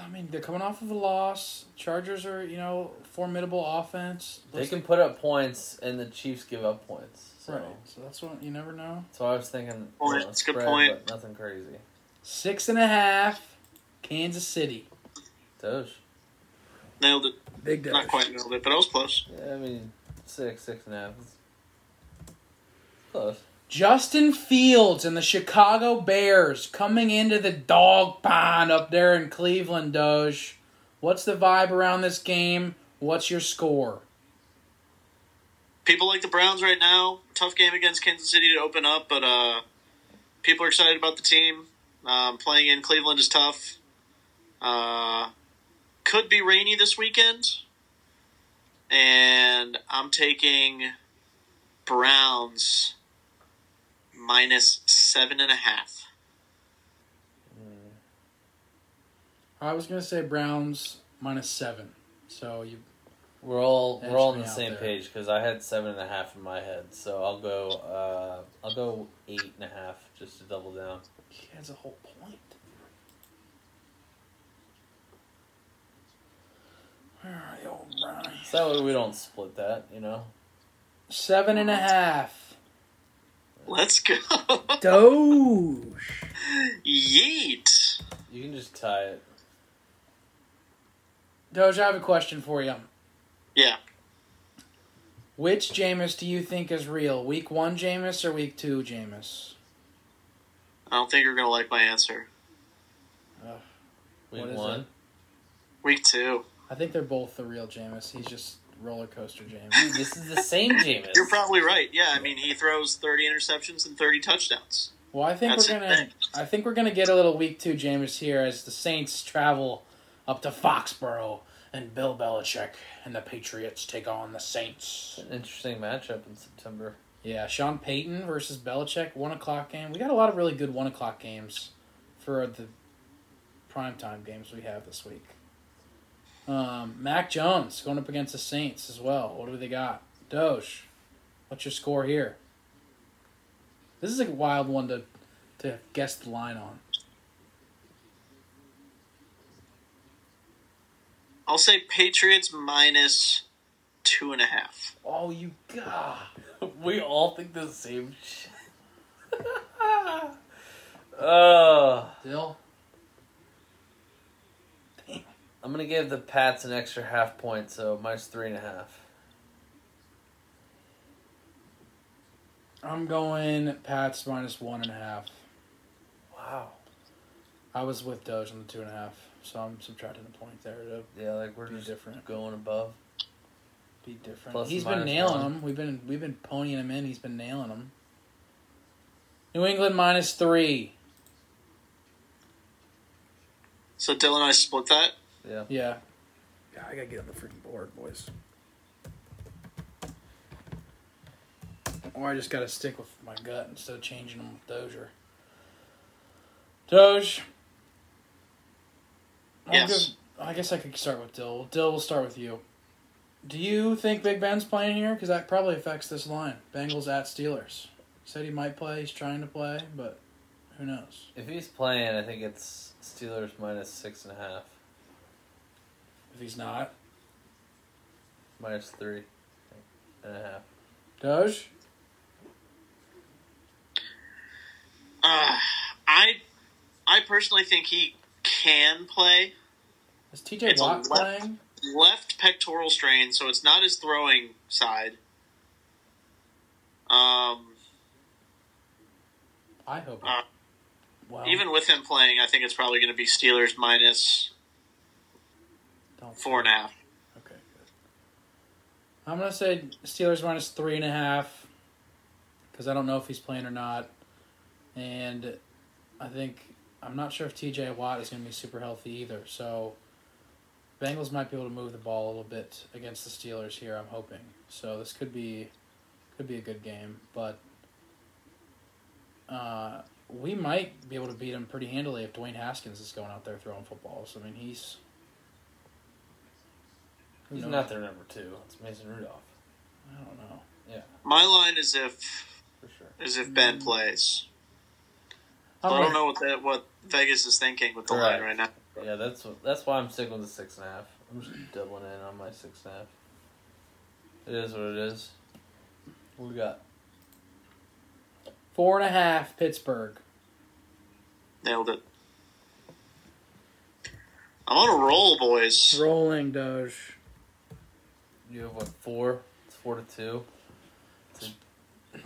Speaker 1: I mean, they're coming off of a loss. Chargers are, you know, formidable offense.
Speaker 2: They can put up points, and the Chiefs give up points. So,
Speaker 1: Right. So that's what you never know.
Speaker 2: so I was thinking,
Speaker 3: Point.
Speaker 2: you know,
Speaker 3: It's a good
Speaker 2: spread,
Speaker 3: point.
Speaker 2: but nothing crazy.
Speaker 1: Six and a half, Kansas City.
Speaker 2: Doge.
Speaker 3: Nailed it.
Speaker 1: Big
Speaker 3: Not quite nailed it, but I was close.
Speaker 2: Yeah, I mean, six, six and a half. It's Close.
Speaker 1: Justin Fields and the Chicago Bears coming into the dog pond up there in Cleveland, Doge. What's the vibe around this game? What's your score?
Speaker 3: People like the Browns right now. Tough game against Kansas City to open up, but uh, people are excited about the team. Um, playing in Cleveland is tough. Uh, could be rainy this weekend. And I'm taking Browns minus seven and a half.
Speaker 1: I was gonna say Browns minus seven. So you
Speaker 2: We're all
Speaker 1: Edge
Speaker 2: we're all on
Speaker 1: me
Speaker 2: the
Speaker 1: out
Speaker 2: same
Speaker 1: there.
Speaker 2: page because I had seven and a half in my head, so I'll go. Uh, I'll go eight and a half just to double down.
Speaker 1: he has a whole point. All right, old Brian.
Speaker 2: So that way we don't split that, you know.
Speaker 1: Seven and a half.
Speaker 3: Let's go.
Speaker 1: Doge.
Speaker 3: Yeet.
Speaker 2: You can just tie it.
Speaker 1: Doge, I have a question for you.
Speaker 3: Yeah.
Speaker 1: Which Jameis do you think is real? Week one Jameis or week two Jameis?
Speaker 3: I don't think you're going to like my answer.
Speaker 2: Week
Speaker 1: What is
Speaker 2: one.
Speaker 1: it?
Speaker 3: Week two.
Speaker 1: I think they're both the real Jameis. He's just roller coaster
Speaker 2: Dude,
Speaker 1: Jameis.
Speaker 2: this is the same Jameis.
Speaker 3: You're probably right. Yeah, I mean, he throws 30 interceptions and 30 touchdowns.
Speaker 1: Well, I think
Speaker 3: That's
Speaker 1: we're
Speaker 3: it.
Speaker 1: gonna. I think we're gonna get a little week two Jameis here as the Saints travel up to Foxborough and Bill Belichick and the Patriots take on the Saints.
Speaker 2: An interesting matchup in September.
Speaker 1: Yeah, Sean Payton versus Belichick, one o'clock game. We got a lot of really good one o'clock games for the primetime games we have this week. Um, Mac Jones going up against the Saints as well. What do they got? Doge, what's your score here? This is a wild one to to guess the line on.
Speaker 3: I'll say Patriots minus two and a half.
Speaker 1: Oh, you god!
Speaker 2: We all think the same shit. oh,
Speaker 1: Dill,
Speaker 2: I'm gonna give the Pats an extra half point, so minus three and a half.
Speaker 1: I'm going Pats minus one and a half.
Speaker 2: Wow.
Speaker 1: I was with Doge on the two and a half, so I'm subtracting a point there to
Speaker 2: Yeah, like we're
Speaker 1: be
Speaker 2: just
Speaker 1: different.
Speaker 2: going above.
Speaker 1: be different.
Speaker 2: Plus
Speaker 1: he's
Speaker 2: and
Speaker 1: been
Speaker 2: minus
Speaker 1: nailing
Speaker 2: one.
Speaker 1: them. We've been we've been ponying him in. He's been nailing them. New England minus three.
Speaker 3: So Dylan and I split that.
Speaker 2: Yeah.
Speaker 1: Yeah. Yeah, I gotta get on the freaking board, boys. Or I just gotta stick with my gut instead of changing them with Dozier. Doge.
Speaker 3: Yes.
Speaker 1: I'll give, I guess I could start with Dill. Dill, we'll start with you. Do you think Big Ben's playing here? Because that probably affects this line. Bengals at Steelers. Said he might play. He's trying to play, but who knows?
Speaker 2: If he's playing, I think it's Steelers minus six and a half,
Speaker 1: If he's not,
Speaker 2: minus three and a half.
Speaker 1: Doge.
Speaker 3: Uh, I I personally think he can play
Speaker 1: Is T.J.
Speaker 3: It's a
Speaker 1: Watt
Speaker 3: left.
Speaker 1: playing?
Speaker 3: left pectoral strain, so it's not his throwing side. Um,
Speaker 1: I hope.
Speaker 3: Uh,
Speaker 1: not. wow.
Speaker 3: even with him playing, I think it's probably going to be Steelers minus
Speaker 1: Don't-
Speaker 3: four and a half.
Speaker 1: Okay. good. I'm gonna say Steelers minus three and a half, because I don't know if he's playing or not, and I think I'm not sure if T.J. Watt is gonna be super healthy either. So Bengals might be able to move the ball a little bit against the Steelers here. I'm hoping. So this could be could be a good game, but uh, we might be able to beat him pretty handily if Dwayne Haskins is going out there throwing footballs. I mean, he's who
Speaker 2: He's
Speaker 1: knows?
Speaker 2: not their number two. It's Mason Rudolph
Speaker 1: I don't know.
Speaker 3: My line is if
Speaker 2: for sure.
Speaker 3: is if Ben plays. So I
Speaker 1: I'm
Speaker 3: don't
Speaker 1: gonna,
Speaker 3: know what that, what Vegas is thinking with the
Speaker 2: Right.
Speaker 3: line right now.
Speaker 2: Yeah, that's what- that's why I'm sticking with the six and a half. I'm just doubling in on my six and a half. It is what it is. What we got?
Speaker 1: four and a half Pittsburgh.
Speaker 3: Nailed it. I'm on a roll, boys.
Speaker 1: Rolling Doge.
Speaker 2: You have what four? It's four to two.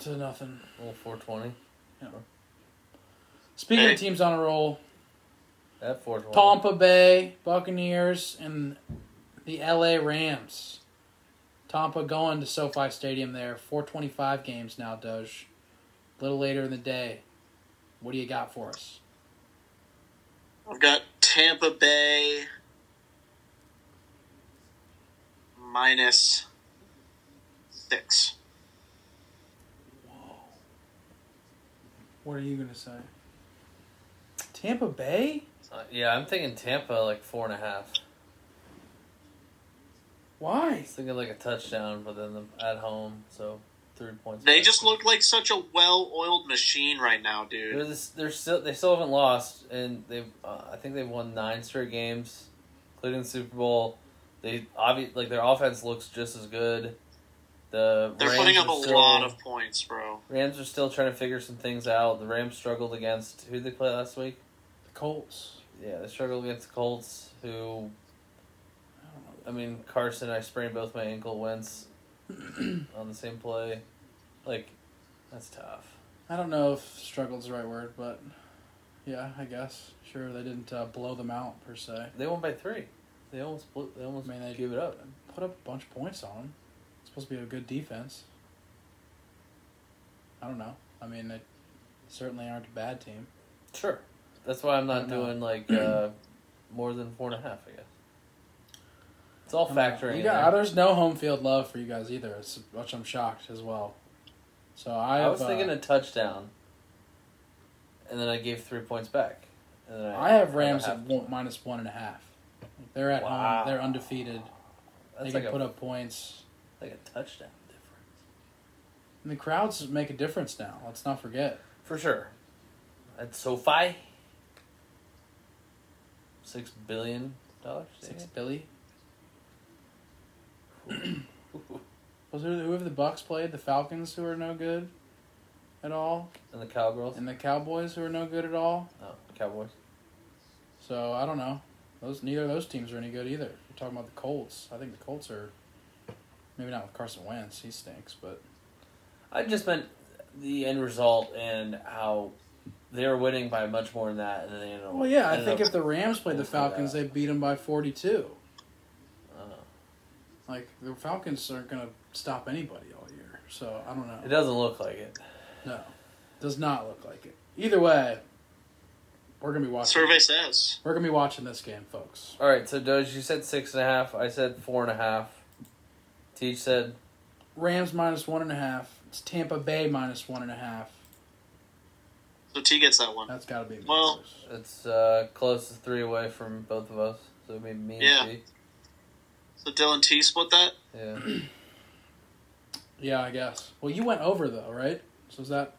Speaker 1: To nothing.
Speaker 2: Well, four twenty.
Speaker 1: Speaking
Speaker 3: Hey.
Speaker 1: of teams on a roll,
Speaker 2: At four twenty.
Speaker 1: Tampa Bay Buccaneers and the LA Rams. Tampa going to SoFi Stadium there. 425 games now, Doge. A little later in the day. What do you got for us?
Speaker 3: I've got Tampa Bay minus six.
Speaker 1: What are you going to say? Tampa Bay?
Speaker 2: Uh, yeah, I'm thinking Tampa like four and a half. I
Speaker 1: Why?
Speaker 2: was thinking like a touchdown, but then the, at home, so three points.
Speaker 3: They
Speaker 2: back.
Speaker 3: just look like such a well-oiled machine right now,
Speaker 2: They're,
Speaker 3: dude.
Speaker 2: this, they're still they still haven't lost, and they've uh, I think they've won nine straight games, including the Super Bowl. They obvi- like their offense looks just as good. The
Speaker 3: They're
Speaker 2: Rams
Speaker 3: putting up
Speaker 2: are
Speaker 3: a
Speaker 2: still-
Speaker 3: lot of points, bro.
Speaker 2: Rams are still trying to figure some things out. The Rams struggled against who they play last week.
Speaker 1: The Colts.
Speaker 2: Yeah, they struggled against the Colts. Who,
Speaker 1: I don't know.
Speaker 2: I mean, Carson, I sprained both my ankle once on the same play. Like, that's tough.
Speaker 1: I don't know if struggle's the right word, but yeah, I guess. Sure, they didn't uh, blow them out per se.
Speaker 2: They won by three. They almost blew, they almost
Speaker 1: I mean, they-
Speaker 2: gave it up.
Speaker 1: Put up a bunch of points on them. It's supposed to be a good defense. I don't know. I mean, they certainly aren't a bad team.
Speaker 2: Sure. That's why I'm
Speaker 1: I don't
Speaker 2: not
Speaker 1: know.
Speaker 2: doing like uh, more than four and a half. I guess it's all
Speaker 1: I don't know.
Speaker 2: factoring.
Speaker 1: You
Speaker 2: in
Speaker 1: got, uh,
Speaker 2: there.
Speaker 1: there's no home field love for you guys either, it's, which I'm shocked as well. So I,
Speaker 2: I
Speaker 1: have,
Speaker 2: was thinking
Speaker 1: uh,
Speaker 2: a touchdown, and then I gave three points back. And then I,
Speaker 1: I have Rams
Speaker 2: I
Speaker 1: at one, minus one and a half. They're at
Speaker 2: Wow.
Speaker 1: home. They're undefeated.
Speaker 2: That's
Speaker 1: they can
Speaker 2: like a,
Speaker 1: put up points.
Speaker 2: like a touchdown difference
Speaker 1: And the crowds make a difference now. Let's not forget.
Speaker 2: for sure. At SoFi, six billion dollars.
Speaker 1: Six Billy. Was there who have the Bucks played? The Falcons who are no good at all,
Speaker 2: And the Cowgirls.
Speaker 1: and the Cowboys who are no good at all.
Speaker 2: oh, Cowboys.
Speaker 1: So I don't know. Those neither of those teams are any good either. You're talking about the Colts. I think the Colts are maybe not with Carson Wentz. He stinks, but
Speaker 2: I just meant the end result and how they were winning by much more than that, and then they ended up.
Speaker 1: well, yeah. I
Speaker 2: ended
Speaker 1: think
Speaker 2: up-
Speaker 1: if the Rams played the Falcons, they beat them by forty-two. Oh.
Speaker 2: uh,
Speaker 1: Like the Falcons aren't gonna stop anybody all year. So I don't know.
Speaker 2: it doesn't look like it.
Speaker 1: No, does not look like it. Either way, we're gonna be watching.
Speaker 3: Survey says.
Speaker 1: We're gonna be watching this game, folks.
Speaker 2: All right, so Doge, you said six and a half. I said four and a half. Teach said
Speaker 1: Rams minus one and a half. It's Tampa Bay minus one and a half.
Speaker 3: So T gets that one.
Speaker 1: That's got to be. the
Speaker 3: Well-
Speaker 1: Bengals.
Speaker 2: it's uh, close to three away from both of us. So it made me
Speaker 3: Yeah.
Speaker 2: and T.
Speaker 3: So Dylan T split that.
Speaker 2: Yeah.
Speaker 1: Yeah, I guess. Well, you went over though, right? So is that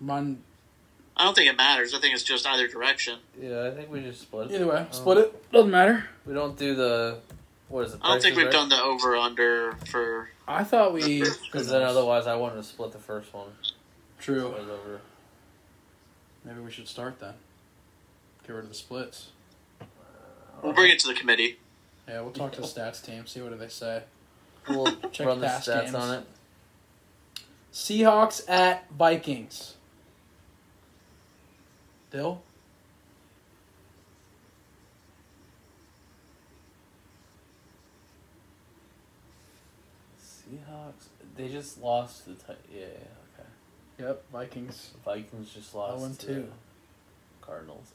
Speaker 1: run
Speaker 3: I don't think it matters. I think it's just either direction.
Speaker 2: Yeah, I think we just split it.
Speaker 1: either way?
Speaker 2: I don't-
Speaker 1: Split it Uh, doesn't matter.
Speaker 2: We don't do the. What is it?
Speaker 3: I don't think
Speaker 2: prices
Speaker 3: we've
Speaker 2: Right?
Speaker 3: done the over under for.
Speaker 1: I thought we
Speaker 2: Because then otherwise I wanted to split the first one.
Speaker 1: true.
Speaker 2: It was over.
Speaker 1: Maybe we should start then. Get rid of the splits.
Speaker 3: We'll bring it to the committee.
Speaker 1: Yeah, we'll talk to the stats team. See what do they say.
Speaker 2: We'll
Speaker 1: Check
Speaker 2: run the
Speaker 1: past
Speaker 2: stats
Speaker 1: games.
Speaker 2: on it.
Speaker 1: Seahawks at Vikings. Dill.
Speaker 2: Seahawks. They just lost to the Titans. Yeah, yeah, okay.
Speaker 1: Yep, Vikings.
Speaker 2: The Vikings just lost
Speaker 1: Oh, and
Speaker 2: to
Speaker 1: two.
Speaker 2: the Cardinals.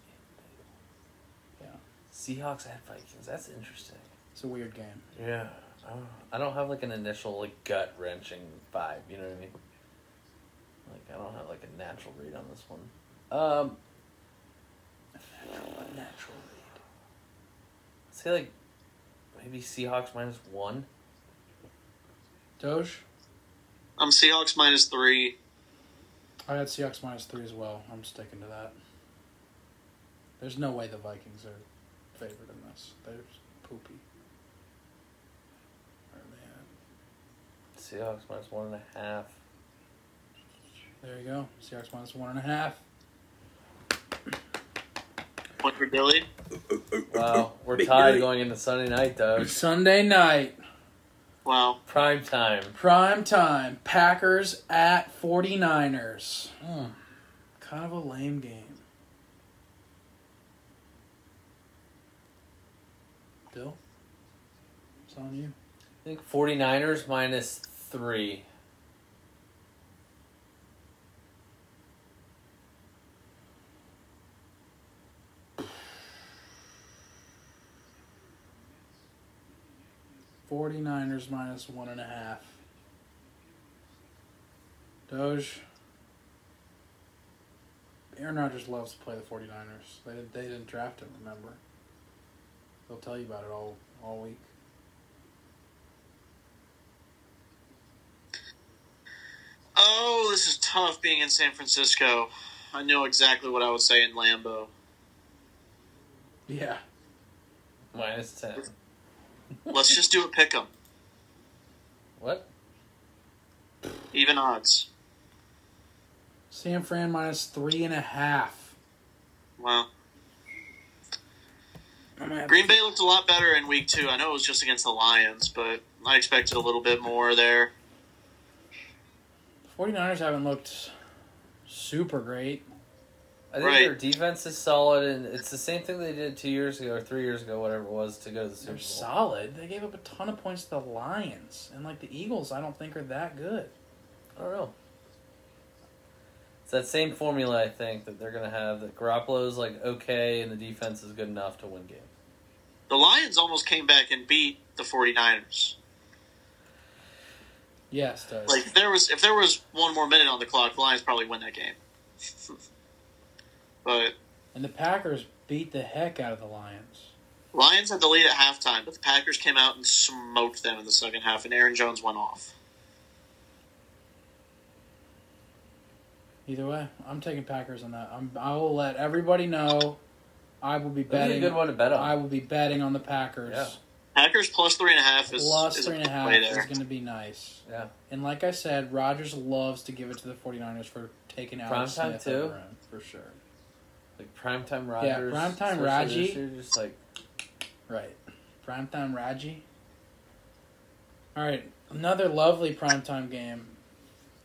Speaker 1: Yeah.
Speaker 2: Seahawks at Vikings. That's interesting.
Speaker 1: It's a weird game.
Speaker 2: Yeah. I don't- I don't have like an initial like gut wrenching vibe. You know what I mean? Like I don't have like a natural read on this one. Um. A natural read. I'd say like maybe Seahawks minus one.
Speaker 1: Doge.
Speaker 3: I'm Seahawks minus three.
Speaker 1: I had Seahawks minus three as well. I'm sticking to that. There's no way the Vikings are favored in this. They're poopy. Oh, man.
Speaker 2: Seahawks minus one and a half.
Speaker 1: There you go. Seahawks minus one and a half.
Speaker 3: One for Billy.
Speaker 2: Wow, we're tied going into Sunday night though.
Speaker 1: Sunday night,
Speaker 3: Wow.
Speaker 2: Prime time.
Speaker 1: prime time. Packers at 49ers. Hmm. Kind of a lame game. Bill? It's on you.
Speaker 2: I think 49ers minus three.
Speaker 1: Forty Niners minus one and a half. Doge. Aaron Rodgers loves to play the 49ers. They, did- they didn't draft him, remember? They'll tell you about it all, all week.
Speaker 3: Oh, this is tough being in San Francisco. I know exactly what I would say in Lambo.
Speaker 1: Yeah.
Speaker 2: Minus ten.
Speaker 3: Let's just do a pick 'em,
Speaker 2: What?
Speaker 3: even odds.
Speaker 1: San Fran minus three and a half.
Speaker 3: Wow.
Speaker 1: I might have-
Speaker 3: Green Bay looked a lot better in Week Two. I know it was just against the Lions, but I expected a little bit more there.
Speaker 1: 49ers haven't looked super great.
Speaker 2: I think
Speaker 3: Right.
Speaker 2: their defense is solid, and it's the same thing they did two years ago or three years ago, whatever it was, to go to the Super
Speaker 1: They're
Speaker 2: Bowl.
Speaker 1: solid. They gave up a ton of points to the Lions. And, like, the Eagles, I don't think are that good.
Speaker 2: I don't know. It's that same formula, I think, that they're gonna have. That Garoppolo's like okay, and the defense is good enough to win games.
Speaker 3: The Lions almost came back and beat the 49ers.
Speaker 1: Yes, Doge.
Speaker 3: Like if there was if there was one more minute on the clock, the Lions probably win that game. But
Speaker 1: And the Packers beat the heck out of the Lions.
Speaker 3: Lions had the lead at halftime, but the Packers came out and smoked them in the second half, and Aaron Jones went off.
Speaker 1: Either way, I'm taking Packers on that. I'm, I will let everybody know. I will be
Speaker 2: That'd be a
Speaker 1: betting.
Speaker 2: good one to bet on.
Speaker 1: I will be betting on the Packers.
Speaker 2: Yeah.
Speaker 3: Packers plus three and a half is,
Speaker 1: Plus
Speaker 3: is
Speaker 1: three and a
Speaker 3: big
Speaker 1: half
Speaker 3: play
Speaker 1: is
Speaker 3: there.
Speaker 1: going to be nice.
Speaker 2: Yeah.
Speaker 1: And like I said, Rogers loves to give it to the 49ers for taking out
Speaker 2: Prime time
Speaker 1: Smith
Speaker 2: too?
Speaker 1: over him, for sure.
Speaker 2: like primetime Rodgers.
Speaker 1: primetime
Speaker 2: especially
Speaker 1: Raji.
Speaker 2: this year, Just like
Speaker 1: Right. Primetime Raji. All right. Another lovely primetime game.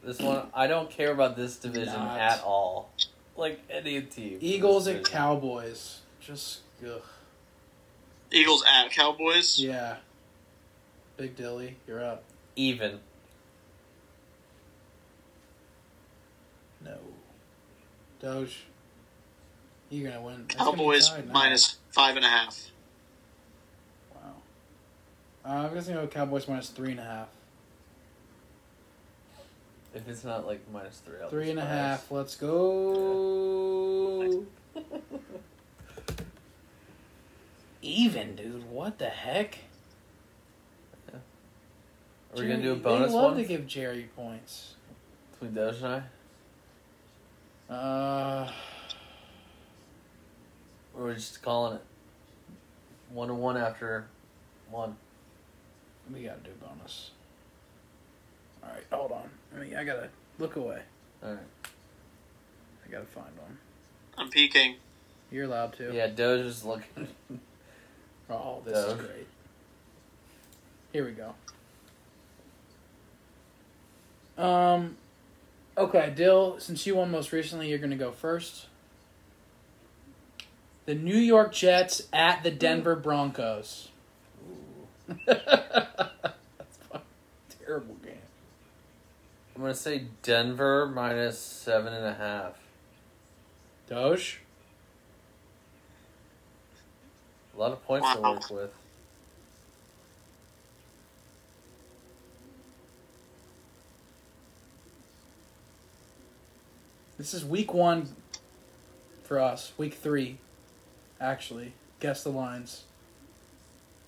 Speaker 2: this one, I don't care about this division
Speaker 1: Not.
Speaker 2: at all. Like any team.
Speaker 1: Eagles
Speaker 2: This
Speaker 1: at
Speaker 2: division.
Speaker 1: Cowboys. Just, ugh.
Speaker 3: Eagles at Cowboys.
Speaker 1: Yeah. Big Dilly, you're up.
Speaker 2: Even.
Speaker 1: No. Doge. You're gonna win. It's gonna be
Speaker 3: Cowboys
Speaker 1: tied now.
Speaker 3: minus five and a half.
Speaker 1: Wow. Uh, I'm guessing go Cowboys minus three and a half.
Speaker 2: If it's not like minus three, I'll
Speaker 1: Three
Speaker 2: be
Speaker 1: and a
Speaker 2: surprised.
Speaker 1: half. Let's go. even, dude. What the heck?
Speaker 2: Are we gonna do a
Speaker 1: Jerry-
Speaker 2: bonus
Speaker 1: They love
Speaker 2: one
Speaker 1: to give Jerry points.
Speaker 2: between Doge and I?
Speaker 1: Uh,
Speaker 2: Or we're just calling it one to one after one.
Speaker 1: we gotta do bonus. All right, hold on. I mean, I gotta look away.
Speaker 2: All right.
Speaker 1: I gotta find one.
Speaker 3: I'm peeking.
Speaker 1: You're allowed to.
Speaker 2: Yeah, Doge is looking.
Speaker 1: Oh, this
Speaker 2: Doug.
Speaker 1: is great. Here we go. Um, okay, Dill. Since you won most recently, you're gonna go first. The New York Jets at the Denver Broncos. That's fucking terrible game.
Speaker 2: I'm gonna say Denver minus seven and a half.
Speaker 1: Doge.
Speaker 2: A lot of points to
Speaker 3: Wow.
Speaker 2: work with.
Speaker 1: This is week one for us. Week three, actually. Guess the lines.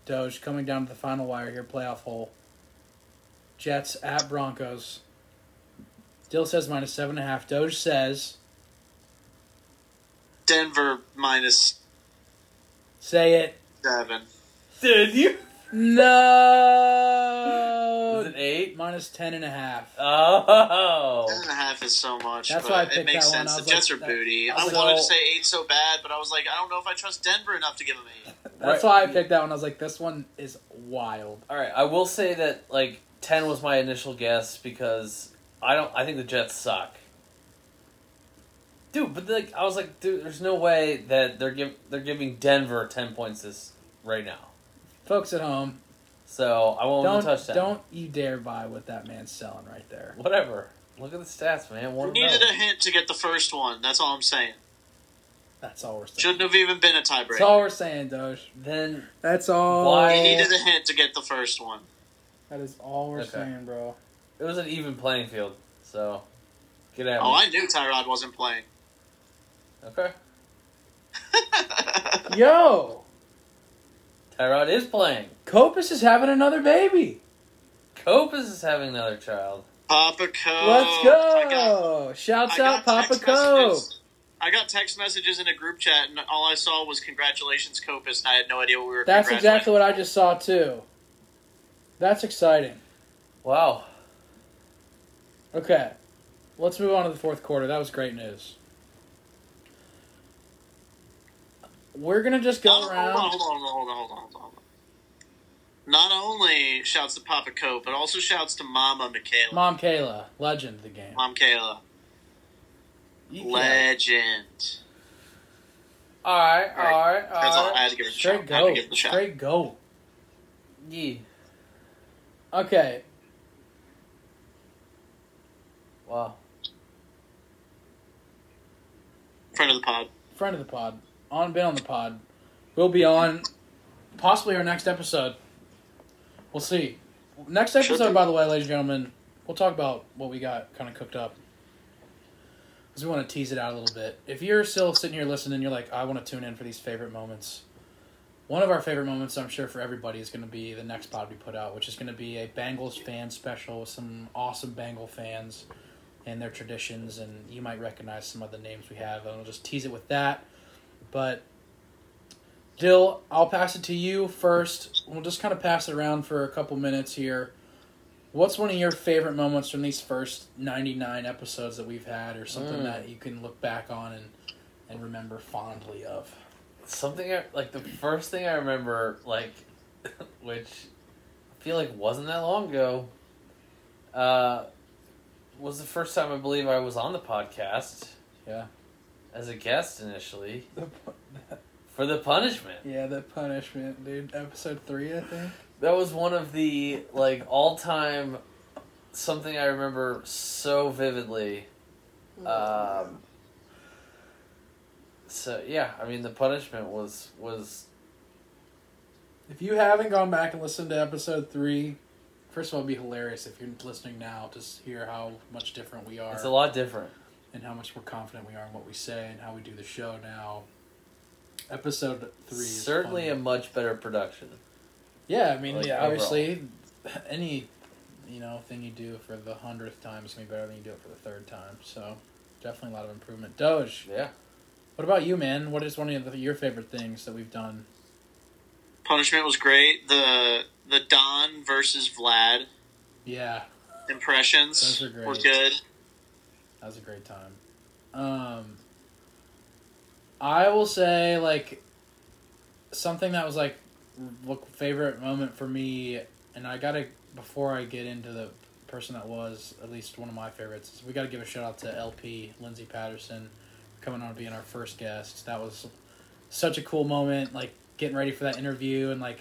Speaker 1: Doge coming down to the final wire here, playoff hole. Jets at Broncos. Dill says minus seven and a half. Doge says,
Speaker 3: Denver minus
Speaker 1: say it.
Speaker 3: seven.
Speaker 2: Did you? Is
Speaker 1: No!
Speaker 2: it eight? Uh,
Speaker 1: Minus ten and a half.
Speaker 3: Ten
Speaker 2: Oh.
Speaker 3: and a half is so much,
Speaker 1: That's
Speaker 3: but
Speaker 1: why I picked
Speaker 3: it makes
Speaker 1: that one. I
Speaker 3: sense.
Speaker 1: was like,
Speaker 3: The
Speaker 1: oh.
Speaker 3: Jets are
Speaker 1: that-
Speaker 3: booty. I
Speaker 1: so-
Speaker 3: wanted to say eight so bad, but I was like, I don't know if I trust Denver enough to give them eight.
Speaker 1: That's why
Speaker 2: Right.
Speaker 1: I picked that one. I was like, this one is wild.
Speaker 2: All right. I will say that like ten was my initial guess because I don't. I think the Jets suck. Dude, but like I was like, dude, there's no way that they're give they're giving Denver ten points this right now.
Speaker 1: Folks at home,
Speaker 2: So I won't even touch
Speaker 1: don't,
Speaker 2: that.
Speaker 1: don't you dare buy what that man's selling right there.
Speaker 2: Whatever. Look at the stats, man. One oh.
Speaker 3: We
Speaker 2: to
Speaker 3: needed
Speaker 2: know.
Speaker 3: a hint to get the first one. That's all I'm saying.
Speaker 1: That's all we're saying.
Speaker 3: Shouldn't have even been a
Speaker 1: That's
Speaker 3: tiebreaker.
Speaker 1: all we're saying, Doge.
Speaker 2: Then
Speaker 1: That's all.
Speaker 2: Why-
Speaker 3: We needed a hint to get the first one.
Speaker 1: That is all we're
Speaker 2: Okay.
Speaker 1: saying, bro.
Speaker 2: it was an even playing field. So get at me.
Speaker 3: Oh, I knew Tyrod wasn't playing.
Speaker 2: Okay.
Speaker 1: Yo,
Speaker 2: Tyrod is playing.
Speaker 1: Copus is having another baby.
Speaker 2: Copus is having another child.
Speaker 3: Papa Coe.
Speaker 1: Let's
Speaker 3: Oh, I got-
Speaker 1: go! Shouts
Speaker 3: I
Speaker 1: out
Speaker 3: got
Speaker 1: Papa
Speaker 3: text
Speaker 1: Cope.
Speaker 3: messages- I got text messages in a group chat, and all I saw was "Congratulations, Copus," and I had no idea what we were.
Speaker 1: That's exactly what I just saw too. That's exciting.
Speaker 2: Wow.
Speaker 1: Okay, let's move on to the fourth quarter. That was great news. We're gonna just go
Speaker 3: Not-
Speaker 1: around.
Speaker 3: Oh, Hold on, hold on, hold on, hold on, hold on, hold on. Not only shouts to Papa Cope, but also shouts to Mama Michaela, Mom,
Speaker 1: Mom Kayla, legend of the game.
Speaker 3: Kayla,
Speaker 1: You can't-
Speaker 3: legend.
Speaker 2: All right. All right.
Speaker 3: That's
Speaker 2: All
Speaker 3: all. I
Speaker 2: right.
Speaker 3: had to give it a
Speaker 1: Straight
Speaker 3: shot. I had
Speaker 1: go.
Speaker 3: to give it a shot.
Speaker 1: Straight go.
Speaker 2: Yeah.
Speaker 1: Okay,
Speaker 2: Wow.
Speaker 3: Friend of the pod.
Speaker 1: friend of the pod, on been on the pod, will be on possibly our next episode. We'll see. Next episode,
Speaker 3: be.
Speaker 1: by the way, ladies and gentlemen, we'll talk about what we got kind of cooked up. Because we want to tease it out a little bit. If you're still sitting here listening, you're like, I want to tune in for these favorite moments. One of our favorite moments, I'm sure, for everybody is going to be the next pod we put out, which is going to be a Bengals fan special with some awesome Bengal fans and their traditions. And you might recognize some of the names we have, and we'll just tease it with that. But, Dill, I'll pass it to you first. We'll just kind of pass it around for a couple minutes here. What's one of your favorite moments from these first 99 episodes that we've had, or something
Speaker 2: Mm.
Speaker 1: that you can look back on and, and remember fondly of?
Speaker 2: Something I, like the first thing I remember, like, which I feel like wasn't that long ago, uh, was the first time I believe I was on the podcast.
Speaker 1: Yeah.
Speaker 2: As a guest initially for the punishment.
Speaker 1: Yeah, the punishment, dude. Episode three, I think.
Speaker 2: That was one of the like all time something I remember so vividly. Um, so yeah, I mean the punishment was was
Speaker 1: If you haven't gone back and listened to episode three, first of all, it'd be hilarious if you're listening now to s- hear how much different we are
Speaker 2: it's a lot different.
Speaker 1: and how much more confident we are in what we say and how we do the show now. episode three. is
Speaker 2: Certainly a
Speaker 1: fun.
Speaker 2: much better production.
Speaker 1: yeah. I mean,
Speaker 2: like,
Speaker 1: yeah,
Speaker 2: overall.
Speaker 1: obviously, any you know thing you do for the hundredth time is gonna be better than you do it for the third time. So definitely a lot of improvement. Doge,
Speaker 2: Yeah.
Speaker 1: what about you, man? What is one of the, your favorite things that we've done?
Speaker 3: Punishment was great. The the Don versus Vlad
Speaker 1: Yeah,
Speaker 3: impressions
Speaker 1: Those are great.
Speaker 3: were good.
Speaker 1: That was a great time. Um, I will say like something that was like look favorite moment for me, and I gotta before I get into the person that was at least one of my favorites. Is we gotta give a shout out to LP Lindsey Patterson for coming on and being our first guest. That was such a cool moment. Like getting ready for that interview and like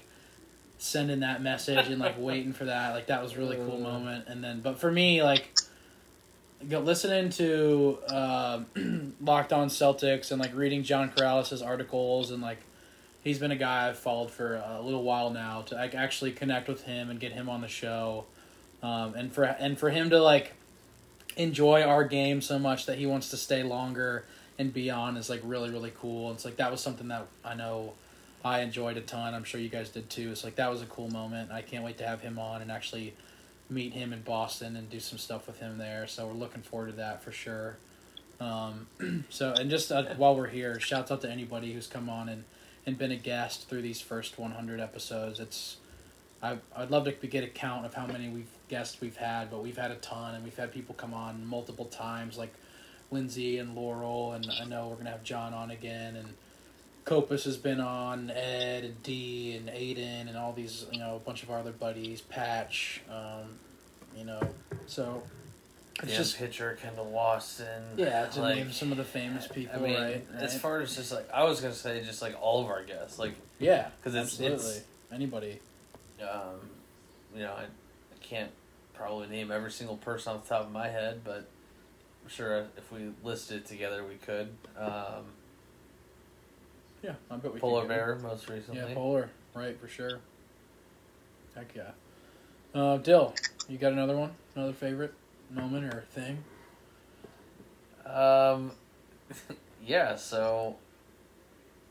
Speaker 1: sending that message and like waiting for that. Like that was a really cool
Speaker 2: Mm.
Speaker 1: moment. And then, but for me, like go- listening to um Locked On Celtics and like reading John Corrales' articles and like he's been a guy I've followed for a little while now to like actually connect with him and get him on the show, um, and for and for him to like enjoy our game so much that he wants to stay longer and be on is like really really cool. It's like that was something that I know I enjoyed a ton. I'm sure you guys did too. It's like that was a cool moment. I can't wait to have him on and actually meet him in Boston and do some stuff with him there. So we're looking forward to that for sure. Um, so and just uh, while we're here, shouts out to anybody who's come on and and been a guest through these first 100 episodes. It's I I'd love to be- get a count of how many we've guests we've had, but we've had a ton and we've had people come on multiple times like Lindsay and Laurel and I know we're gonna have John on again and Copus has been on Ed and D and Aiden and all these you know a bunch of our other buddies Patch, um, you know so it's
Speaker 2: Dan
Speaker 1: just
Speaker 2: Pitcher, Kendall Watson.
Speaker 1: yeah to
Speaker 2: like,
Speaker 1: name some of the famous people
Speaker 2: I mean,
Speaker 1: right,
Speaker 2: as
Speaker 1: right?
Speaker 2: far as just like I was gonna say, just like all of our guests, like
Speaker 1: yeah
Speaker 2: 'cause it's-
Speaker 1: absolutely
Speaker 2: it's-
Speaker 1: anybody
Speaker 2: um, you know, I, I can't probably name every single person off the top of my head, but I'm sure if we listed it together, we could. Um,
Speaker 1: yeah I bet we could
Speaker 2: Polar
Speaker 1: get-
Speaker 2: Bear, most recently.
Speaker 1: Yeah, polar, right for sure. Heck yeah. Uh, Dill, you got another one? Another favorite moment or thing?
Speaker 2: Um, yeah. So,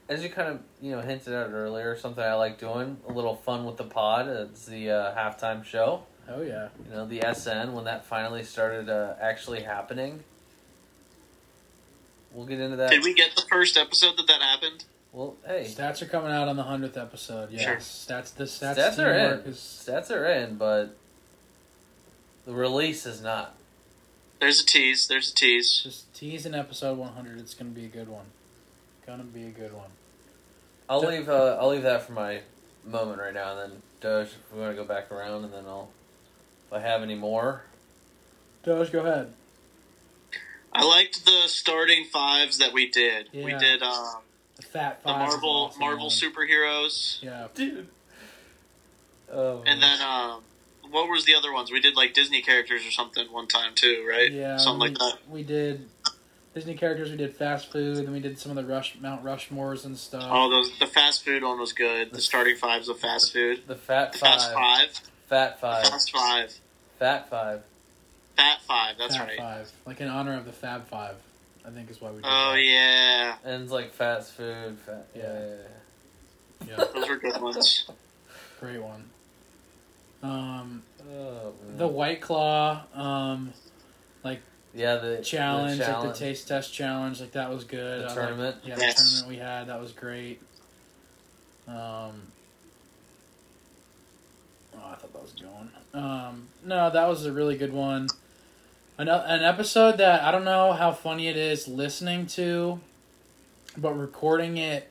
Speaker 2: as you kind of you know hinted at earlier, something I like doing a little fun with the pod. It's the uh, halftime show.
Speaker 1: Oh yeah,
Speaker 2: You know, the SN when that finally started uh, actually happening. We'll get into that.
Speaker 3: Did we get the first episode that that happened?
Speaker 2: Well, hey,
Speaker 1: stats are coming out on the hundredth episode. Yes,
Speaker 3: Sure.
Speaker 1: stats. The stats,
Speaker 2: Stats are in.
Speaker 1: teamwork is
Speaker 2: stats are in, but the release is not.
Speaker 3: There's a tease. There's a tease.
Speaker 1: just teasing episode one hundred. It's gonna be a good one. Gonna be a good one.
Speaker 2: I'll
Speaker 1: Do-
Speaker 2: leave. Uh, I'll leave that for my moment right now, and then Doge. If we want to go back around, and then I'll. If I have any more,
Speaker 1: Doge, go ahead.
Speaker 3: I liked the starting fives that we did. We
Speaker 1: Yeah.
Speaker 3: did um,
Speaker 1: The fat
Speaker 3: the
Speaker 1: five. is an
Speaker 3: Marvel
Speaker 1: awesome
Speaker 3: Marvel
Speaker 1: one.
Speaker 3: superheroes,
Speaker 1: Yeah,
Speaker 2: dude. Oh,
Speaker 3: and then um, what was the other ones? We did like Disney characters or something one time too, right?
Speaker 1: yeah.
Speaker 3: something
Speaker 1: we,
Speaker 3: like that.
Speaker 1: We did Disney characters. We did fast food. Then we did some of the Rush Mount Rushmores and stuff.
Speaker 3: Oh, those the fast food one was good. The starting fives of fast food.
Speaker 2: the fat
Speaker 3: The
Speaker 2: five,
Speaker 3: fast five.
Speaker 2: fat
Speaker 3: The
Speaker 2: five,
Speaker 3: fast five.
Speaker 2: fat five.
Speaker 3: Fat five. That's
Speaker 1: Fab
Speaker 3: right.
Speaker 1: Five, like in honor of the Fab Five, I think is why we. Did
Speaker 3: Oh yeah,
Speaker 2: And it's like fast food, fat. Yeah,
Speaker 1: Yeah.
Speaker 2: yeah,
Speaker 1: yeah,
Speaker 3: those were good ones.
Speaker 1: great one. Um,
Speaker 2: yeah. Oh, man.
Speaker 1: the White Claw, um,
Speaker 2: yeah the the
Speaker 1: challenge, like
Speaker 2: challenge.
Speaker 1: the taste test challenge, like that was good.
Speaker 2: The
Speaker 1: I like-
Speaker 2: tournament?
Speaker 1: yeah, the
Speaker 3: Yes.
Speaker 1: tournament we had that was great. Um, oh, I thought that was going. Um, no, that was a really good one. An, an episode that I don't know how funny it is listening to, but recording it,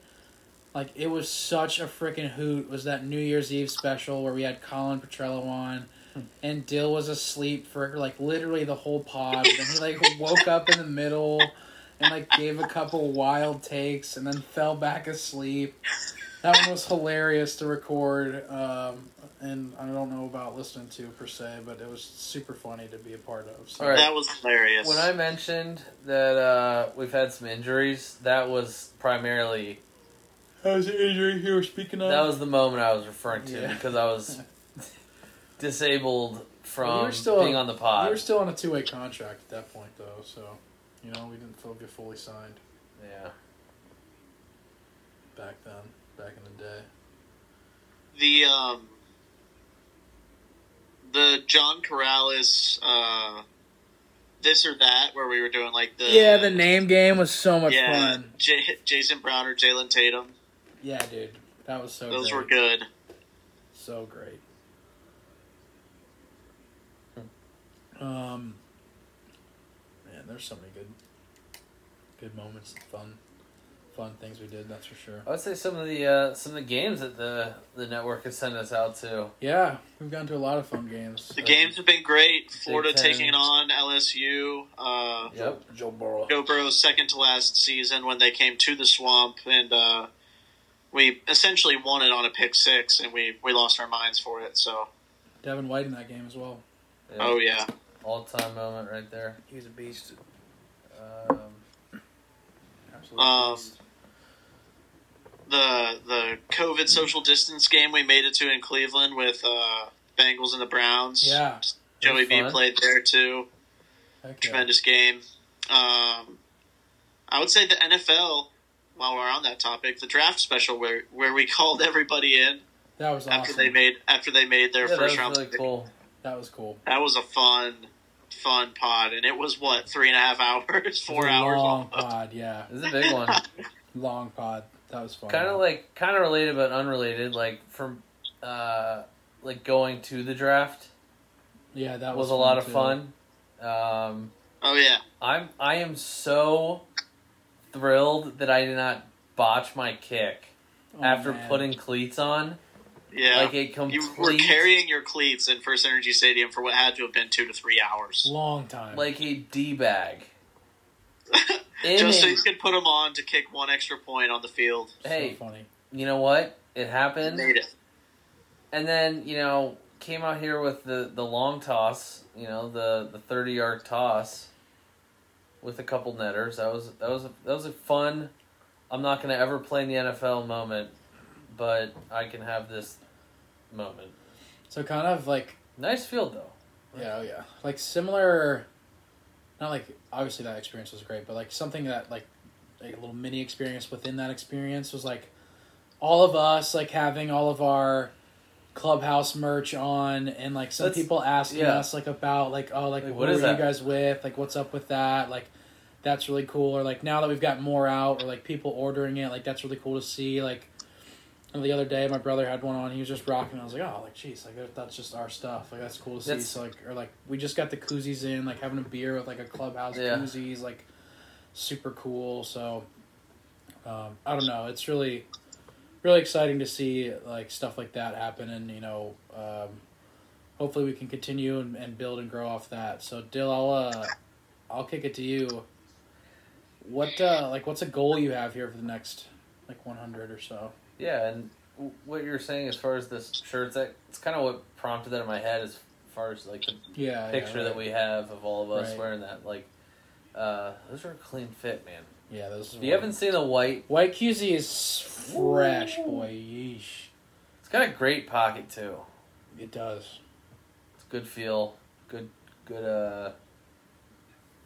Speaker 1: like it was such a freaking hoot. Was that New Year's Eve special where we had Colin Petrello on, and Dill was asleep for like literally the whole pod. And he like woke up in the middle, and like gave a couple wild takes, and then fell back asleep. That one was hilarious to record, um, and I don't know about listening to per se, but it was super funny to be a part of. So.
Speaker 2: All right.
Speaker 3: That was hilarious.
Speaker 2: When I mentioned that uh, we've had some injuries, that was primarily
Speaker 1: How's the injury you were speaking of?
Speaker 2: that was the moment I was referring to
Speaker 1: Yeah.
Speaker 2: because I was disabled
Speaker 1: Well, you
Speaker 2: from
Speaker 1: were still-
Speaker 2: being on the pod.
Speaker 1: you were still on a two-way contract at that point, though, so you know we didn't feel you fully signed.
Speaker 2: yeah,
Speaker 1: But back then, back in the day.
Speaker 3: The um, the John Corrales, uh, this or that, where we were doing like the
Speaker 1: yeah, the name game was so much
Speaker 3: yeah,
Speaker 1: fun.
Speaker 3: J- Jason Brown or Jalen Tatum.
Speaker 1: Yeah, dude, that was so.
Speaker 3: Those
Speaker 1: great.
Speaker 3: were good.
Speaker 1: So great. Um, man, there's so many good, good moments, and fun, fun things we did. That's for sure.
Speaker 2: I would say some of the uh, some of the games that the the network has sent us out to.
Speaker 1: Yeah, we've gotten to a lot of fun games.
Speaker 3: The games have been great. Florida
Speaker 2: Ten.
Speaker 3: taking on LSU. Uh,
Speaker 2: Yep.
Speaker 1: Joe Burrow.
Speaker 3: Joe Burrow's second to last season when they came to the swamp, and uh, we essentially won it on a pick six, and we, we lost our minds for it. So,
Speaker 1: Devin White in that game as well.
Speaker 3: oh yeah,
Speaker 2: All time moment right there.
Speaker 1: He was a beast.
Speaker 2: Um,
Speaker 1: Absolutely.
Speaker 3: Um, the the COVID social distance game we made it to in Cleveland with uh, Bengals and the Browns.
Speaker 1: yeah.
Speaker 3: Joey B
Speaker 2: Fun.
Speaker 3: played there too.
Speaker 1: Heck yeah.
Speaker 3: Tremendous game. Um, I would say the NFL. While we're on that topic, the draft special where where we called everybody in
Speaker 1: That was
Speaker 3: after they
Speaker 1: awesome.
Speaker 3: made after they made their
Speaker 2: yeah, that
Speaker 3: first
Speaker 2: was
Speaker 3: round
Speaker 2: really
Speaker 3: pick.
Speaker 2: cool.
Speaker 1: That was cool.
Speaker 3: That was a fun, fun pod, and it was what three and a half hours, four
Speaker 1: It was a
Speaker 3: hours.
Speaker 1: Long
Speaker 3: almost.
Speaker 1: pod, yeah.
Speaker 2: This is a big one.
Speaker 1: Long pod. That was fun.
Speaker 2: kind of like kind of related but unrelated. Like from uh, like going to the draft
Speaker 1: yeah, that
Speaker 2: was,
Speaker 1: was,
Speaker 2: a lot
Speaker 1: too.
Speaker 2: of fun. Um,
Speaker 3: Oh yeah,
Speaker 2: I'm I am so thrilled that I did not botch my kick
Speaker 1: Oh,
Speaker 2: after
Speaker 1: man.
Speaker 2: putting cleats on.
Speaker 3: yeah.
Speaker 2: Like a
Speaker 3: you were
Speaker 2: complete
Speaker 3: carrying your cleats in First Energy Stadium for what had to have been two to three hours,
Speaker 1: long time.
Speaker 2: like a D bag. In
Speaker 3: just so
Speaker 2: a-
Speaker 3: you could put them on to kick one extra point on the field.
Speaker 1: so
Speaker 2: hey.
Speaker 1: funny.
Speaker 2: you know what? It
Speaker 3: You
Speaker 2: happened.
Speaker 3: made it.
Speaker 2: and then you know came out here with the the long toss you know the the 30 yard toss with a couple netters that was that was a, that was a fun i'm not going to ever play in the nfl moment but i can have this moment
Speaker 1: So kind of like
Speaker 2: nice field though
Speaker 1: yeah, oh, yeah, like similar. Not like obviously that experience was great, but like something that like like a little mini experience within that experience was like all of us like having all of our clubhouse merch on and like some
Speaker 2: That's-
Speaker 1: people asking
Speaker 2: yeah.
Speaker 1: us like about like oh like,
Speaker 2: Like,
Speaker 1: what
Speaker 2: what
Speaker 1: were
Speaker 2: is
Speaker 1: you
Speaker 2: that?
Speaker 1: guys with like what's up with that like that's really cool or like now that we've got more out or like people ordering it like that's really cool to see like and the other day my brother had one on he was just rocking i was like oh like jeez like that- that's just our stuff like that's cool to see
Speaker 2: That's-
Speaker 1: so like or like we just got the koozies in like having a beer with like a clubhouse
Speaker 2: Yeah.
Speaker 1: koozies like super cool so um, i don't know it's really really exciting to see like stuff like that happen and you know um, hopefully we can continue and, and build and grow off that so dill i'll uh i'll kick it to you what uh like what's a goal you have here for the next like 100 or so
Speaker 2: yeah and w- what you're saying as far as this shirts that it's kind of what prompted that in my head as far as like the
Speaker 1: yeah
Speaker 2: picture
Speaker 1: yeah,
Speaker 2: that we have of all of us
Speaker 1: Right.
Speaker 2: wearing that like uh those are a clean fit man
Speaker 1: we yeah those
Speaker 2: if you haven't seen the white
Speaker 1: white qz is fresh boy yeesh
Speaker 2: It's got a great pocket too.
Speaker 1: it does
Speaker 2: It's good feel, good good uh,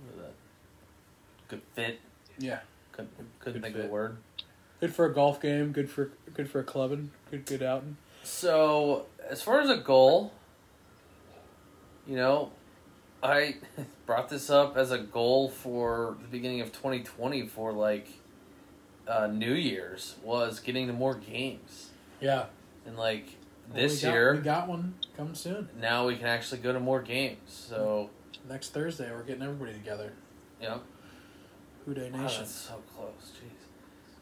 Speaker 2: what is that? good fit.
Speaker 1: yeah
Speaker 2: Couldn't, couldn't
Speaker 1: Good
Speaker 2: think of
Speaker 1: fit.
Speaker 2: the word.
Speaker 1: good for a golf game good for good for a clubbing good good outing
Speaker 2: So as far as a goal, you know, I brought this up as a goal for the beginning of 2020 for like uh, New Year's was getting to more games
Speaker 1: yeah
Speaker 2: and like
Speaker 1: Well,
Speaker 2: this
Speaker 1: we got-
Speaker 2: year.
Speaker 1: we got one coming soon
Speaker 2: now we can actually go to more games. So,
Speaker 1: next thursday we're getting everybody together
Speaker 2: you know,
Speaker 1: Houday
Speaker 2: Wow,
Speaker 1: nation
Speaker 2: that's so close.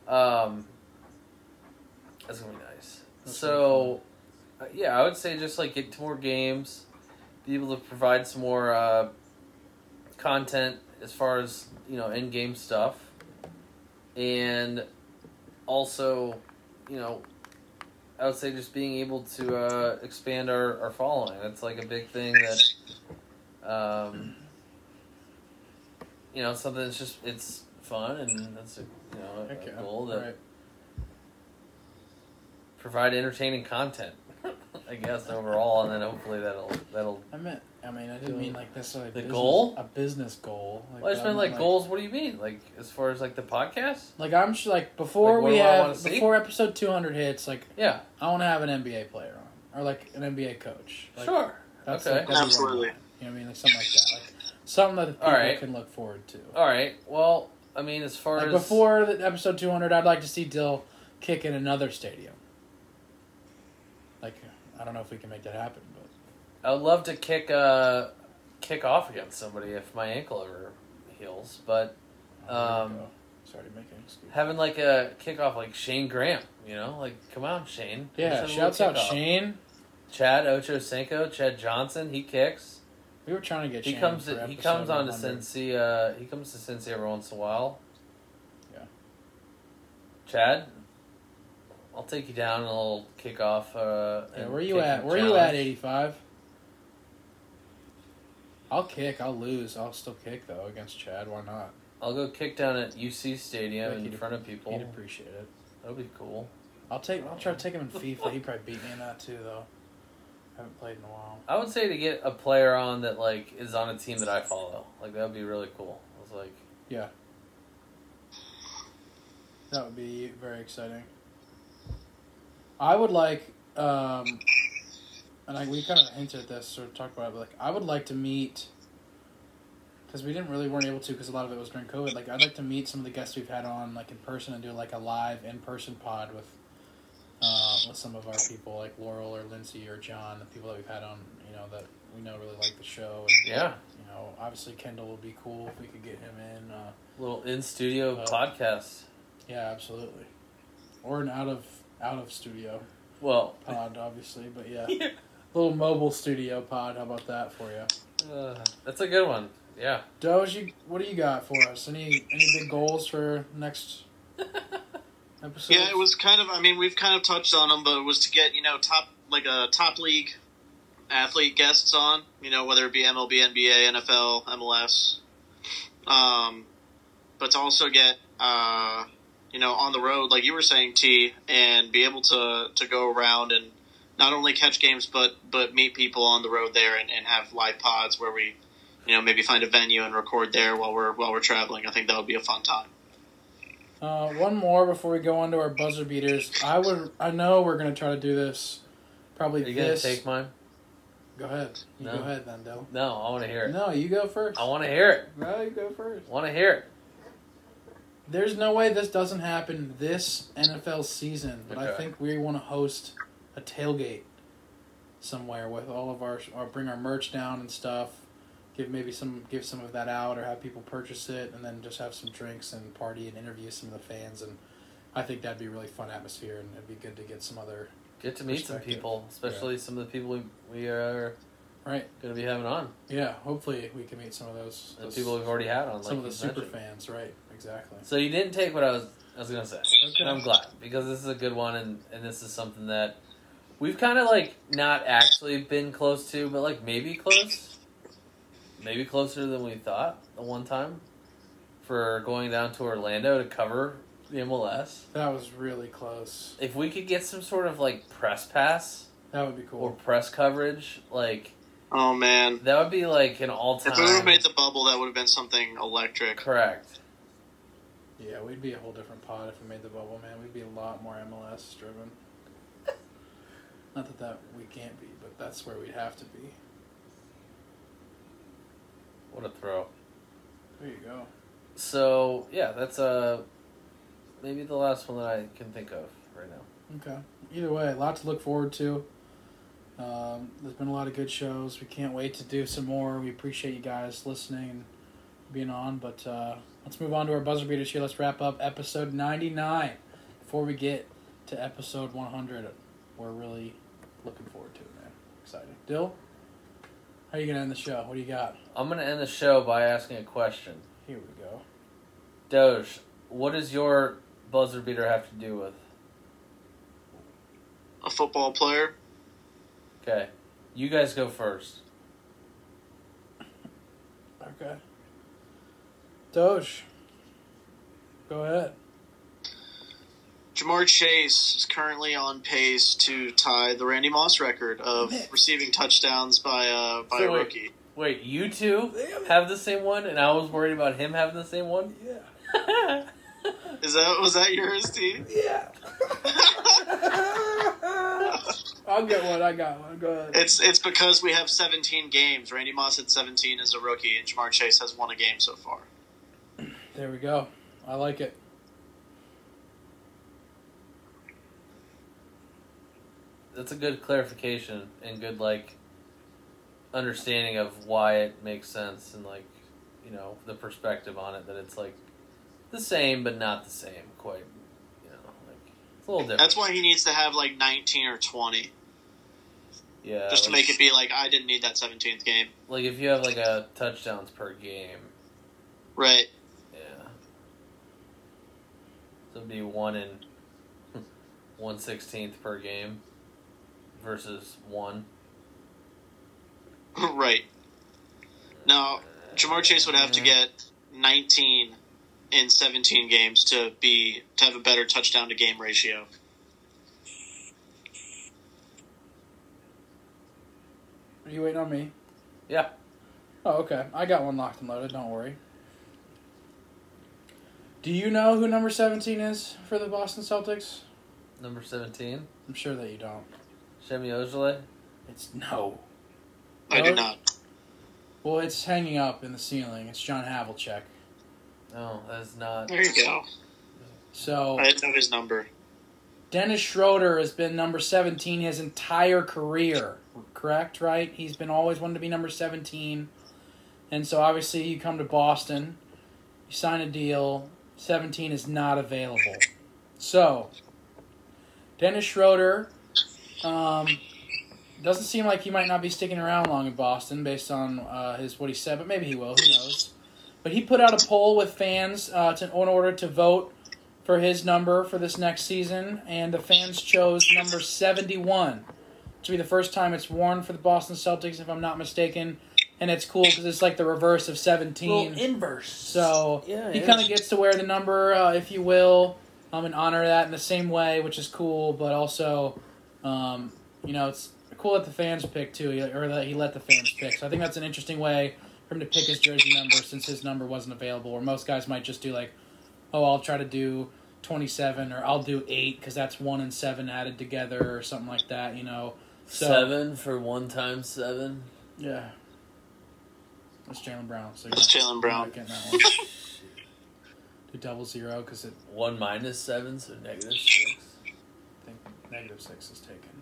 Speaker 2: Jeez. Um, that's gonna be nice.
Speaker 1: That's
Speaker 2: so, uh, yeah, I would say just like get to more games, be able to provide some more uh, content as far as you know in game stuff, and also, you know, I would say just being able to uh, expand our our following. That's like a big thing that. Um, you know something that's just it's fun and that's a you know a,
Speaker 1: Heck yeah.
Speaker 2: goal that
Speaker 1: Right.
Speaker 2: provide entertaining content i I guess overall, and then hopefully that'll that'll.
Speaker 1: I meant. I mean, I didn't mean like necessarily
Speaker 2: The
Speaker 1: business-
Speaker 2: goal?
Speaker 1: a business goal. Like,
Speaker 2: Well, I just
Speaker 1: but I
Speaker 2: meant
Speaker 1: meant,
Speaker 2: like goals. What do you mean? Like as far as like the podcast?
Speaker 1: Like I'm sh- like before
Speaker 2: Like, what
Speaker 1: we
Speaker 2: do I wanna
Speaker 1: have
Speaker 2: see?
Speaker 1: before episode 200 hits, like
Speaker 2: Yeah,
Speaker 1: I want to have an NBA player on or like an NBA coach. Like,
Speaker 2: sure.
Speaker 1: That's
Speaker 2: Okay.
Speaker 1: like, that's what I
Speaker 3: Absolutely.
Speaker 1: want. You know what I mean? Like something like that. Like something that people
Speaker 2: All right.
Speaker 1: can look forward to.
Speaker 2: All right. Well, I mean, as far
Speaker 1: Like
Speaker 2: as
Speaker 1: before the episode 200, I'd like to see Dill kick in another stadium. Like I don't know if we can make that happen, but
Speaker 2: I'd love to kick uh kick off against somebody if my ankle ever heals, but
Speaker 1: Oh, there we
Speaker 2: Um,
Speaker 1: go. sorry to make an excuse.
Speaker 2: having like a kickoff like Shane Graham, you know, like come on Shane.
Speaker 1: Yeah,
Speaker 2: Let's have a
Speaker 1: shouts out
Speaker 2: little kickoff.
Speaker 1: Shane.
Speaker 2: Chad Ocho Senko, Chad Johnson, he kicks.
Speaker 1: We were trying to get
Speaker 2: He
Speaker 1: Shane
Speaker 2: comes.
Speaker 1: for
Speaker 2: He
Speaker 1: episode
Speaker 2: comes on to
Speaker 1: 100.
Speaker 2: Cincy. Uh, he comes to Cincy every once in a while.
Speaker 1: Yeah.
Speaker 2: Chad, I'll take you down and I'll kick off. Uh,
Speaker 1: Yeah,
Speaker 2: and
Speaker 1: where you
Speaker 2: kick
Speaker 1: at?
Speaker 2: and
Speaker 1: Where you at?
Speaker 2: challenge.
Speaker 1: Eighty-five. I'll kick. I'll lose. I'll still kick though against Chad. Why not?
Speaker 2: I'll go kick down at UC Stadium
Speaker 1: Like
Speaker 2: in
Speaker 1: he'd-
Speaker 2: front of
Speaker 1: He'd
Speaker 2: people.
Speaker 1: appreciate it.
Speaker 2: That'll be cool.
Speaker 1: I'll take. I'll try to take him in FIFA. He'd probably beat me in that too, though. I haven't played in a while.
Speaker 2: I would say to get a player on that like is on a team that I follow. Like that would be really cool. I was like,
Speaker 1: That would be very exciting. I would like, um, and I, we kind of hinted at this or talked about it, but like I would like to meet, because we didn't really weren't able to because a lot of it was during COVID. Like I'd like to meet some of the guests we've had on like in person and do like a live in person pod with, uh, with some of our people like Laurel or Lindsay or John, the people that we've had on, you know that we know really like the show. And,
Speaker 2: yeah,
Speaker 1: You know, obviously Kendall would be cool if we could get him in. Uh,
Speaker 2: little in studio
Speaker 1: Uh,
Speaker 2: podcast.
Speaker 1: yeah, absolutely. Or an out of out of studio
Speaker 2: Well,
Speaker 1: pod, obviously, but yeah,
Speaker 2: Yeah.
Speaker 1: little mobile studio pod. How about that for you,
Speaker 2: uh, that's a good one. Yeah.
Speaker 1: Doge? You, what do you got for us? Any any big goals for next episode?
Speaker 3: Yeah, it was kind of. I mean, we've kind of touched on them, but it was to get you know top like a top league athlete guests on. You know, whether it be MLB, NBA, NFL, MLS. Um, but to also get uh, you know on the road, like you were saying, T, and be able to to go around and not only catch games, but but meet people on the road there and, and have live pods where we. You know, maybe find a venue and record there while we're while we're traveling. I think that would be a fun time.
Speaker 1: Uh, one more before we go on to our buzzer beaters. I would. I know we're gonna try to do this.
Speaker 2: Are
Speaker 1: Probably
Speaker 2: you gonna
Speaker 1: this.
Speaker 2: take mine?
Speaker 1: Go ahead. You
Speaker 2: No.
Speaker 1: go ahead then, Del.
Speaker 2: No, I want to hear it.
Speaker 1: No, you go first.
Speaker 2: I want to hear it.
Speaker 1: No, you go first.
Speaker 2: Want to hear it?
Speaker 1: There's no way this doesn't happen this NFL season, but I
Speaker 2: Okay.
Speaker 1: think we want to host a tailgate somewhere with all of our or bring our merch down and stuff. Give maybe some give some of that out or have people purchase it and then just have some drinks and party and interview some of the fans and I think that'd be a really fun atmosphere and it'd be good to get some other
Speaker 2: Get to meet some
Speaker 1: Perspective.
Speaker 2: people, especially some of the people we, we are
Speaker 1: right
Speaker 2: going to be having on.
Speaker 1: yeah hopefully we can meet some of those,
Speaker 2: The
Speaker 1: those-
Speaker 2: people we've already had on. Like
Speaker 1: some of the
Speaker 2: you
Speaker 1: super
Speaker 2: mentioned.
Speaker 1: fans right exactly
Speaker 2: So you didn't take what I was I was gonna say.
Speaker 1: Okay.
Speaker 2: And I'm glad because this is a good one and, and this is something that we've kind of like not actually been close to, but like maybe close, maybe closer than we thought the one time for going down to Orlando to cover the MLS.
Speaker 1: that was really close
Speaker 2: If we could get some sort of like press pass
Speaker 1: that would be
Speaker 2: or
Speaker 1: cool
Speaker 2: press coverage, like
Speaker 3: Oh man,
Speaker 2: that would be like an all
Speaker 3: If we would have
Speaker 2: time
Speaker 3: made the bubble, that would have been something electric.
Speaker 2: correct.
Speaker 1: yeah we'd be a whole different pod if we made the bubble man we'd be a lot more MLS driven not that that we can't be but that's where we'd have to be
Speaker 2: What a throw!
Speaker 1: there you go
Speaker 2: So yeah, that's uh maybe the last one that I can think of right now.
Speaker 1: okay either way a lot to look forward to um, there's been a lot of good shows we can't wait to do some more we appreciate you guys listening and being on but uh, let's move on to our buzzer beaters here let's wrap up episode 99 before we get to episode 100 we're really looking forward to it man excited dill how you gonna end the show what do you got
Speaker 2: I'm gonna end the show by asking a question.
Speaker 1: here we go
Speaker 2: Doge, what does your buzzer beater have to do with?
Speaker 3: A football player.
Speaker 2: Okay, you guys go first.
Speaker 1: okay doge go ahead
Speaker 3: Jamar Chase is currently on pace to tie the Randy Moss record of
Speaker 1: Nick.
Speaker 3: receiving touchdowns by uh, by
Speaker 2: So
Speaker 3: a
Speaker 2: wait.
Speaker 3: rookie.
Speaker 2: Wait, you two
Speaker 1: Damn it.
Speaker 2: have the same one, and I was worried about him having the same one.
Speaker 1: Yeah.
Speaker 3: Is that was that yours, T?
Speaker 1: Yeah. I'll get one. I got one. Go ahead.
Speaker 3: It's it's because we have 17 games. Randy Moss had 17 as a rookie, and Jamar Chase has won a game so far.
Speaker 1: There we go. I like it.
Speaker 2: That's a good clarification and good like understanding of why it makes sense and like you know the perspective on it that it's like the same but not the same quite. You know, like it's a little different.
Speaker 3: That's why he needs to have like 19 or 20,
Speaker 2: yeah,
Speaker 3: just to
Speaker 2: like-
Speaker 3: make it be like I didn't need that 17th game,
Speaker 2: like if you have like a touchdowns per game,
Speaker 3: right?
Speaker 2: yeah, so it'd be one and one sixteenth per game versus one.
Speaker 3: right. No, Jamar Chase would have to get 19 in 17 games to be to have a better touchdown to game ratio.
Speaker 1: Are you waiting on me?
Speaker 2: Yeah.
Speaker 1: Oh, okay. I got one locked and loaded. Don't worry. Do you know who number 17 is for the Boston Celtics?
Speaker 2: number seventeen.
Speaker 1: I'm sure that you don't.
Speaker 2: Shemi Ojale.
Speaker 1: It's no.
Speaker 3: I do
Speaker 2: Oh.
Speaker 1: Really?
Speaker 3: not.
Speaker 1: Well, it's hanging up in the ceiling. It's John Havlicek.
Speaker 2: No, that's not.
Speaker 3: There you go.
Speaker 1: So
Speaker 3: I didn't know his number.
Speaker 1: Dennis Schroeder has been number 17 his entire career. Correct, right? He's been always wanted to be number 17. And so obviously you come to Boston, you sign a deal, 17 is not available. So Dennis Schroeder um, doesn't seem like he might not be sticking around long in Boston based on uh, his what he said, but maybe he will. Who knows? But he put out a poll with fans uh, to, in order to vote for his number for this next season, and the fans chose number 71 to be the first time it's worn for the Boston Celtics, if I'm not mistaken. And it's cool because it's like the reverse of 17.
Speaker 2: inverse.
Speaker 1: So
Speaker 2: Yeah,
Speaker 1: he
Speaker 2: yeah.
Speaker 1: kind of gets to wear the number, uh, if you will, um, and honor that in the same way, which is cool. But also, um, you know, it's cool that the fans pick too, or that he let the fans pick. So I think that's an interesting way for him to pick his jersey number since his number wasn't available. Or most guys might just do like, oh, I'll try to do twenty-seven, or I'll do eight because that's one and seven added together, or something like that. You know, so
Speaker 2: seven for one times seven.
Speaker 1: yeah. That's Jalen Brown. So
Speaker 3: That's
Speaker 1: you're not-
Speaker 3: Jalen Brown.
Speaker 1: you're not getting that one. Do double zero because it
Speaker 2: One minus seven, so negative six.
Speaker 1: I think negative six is taken.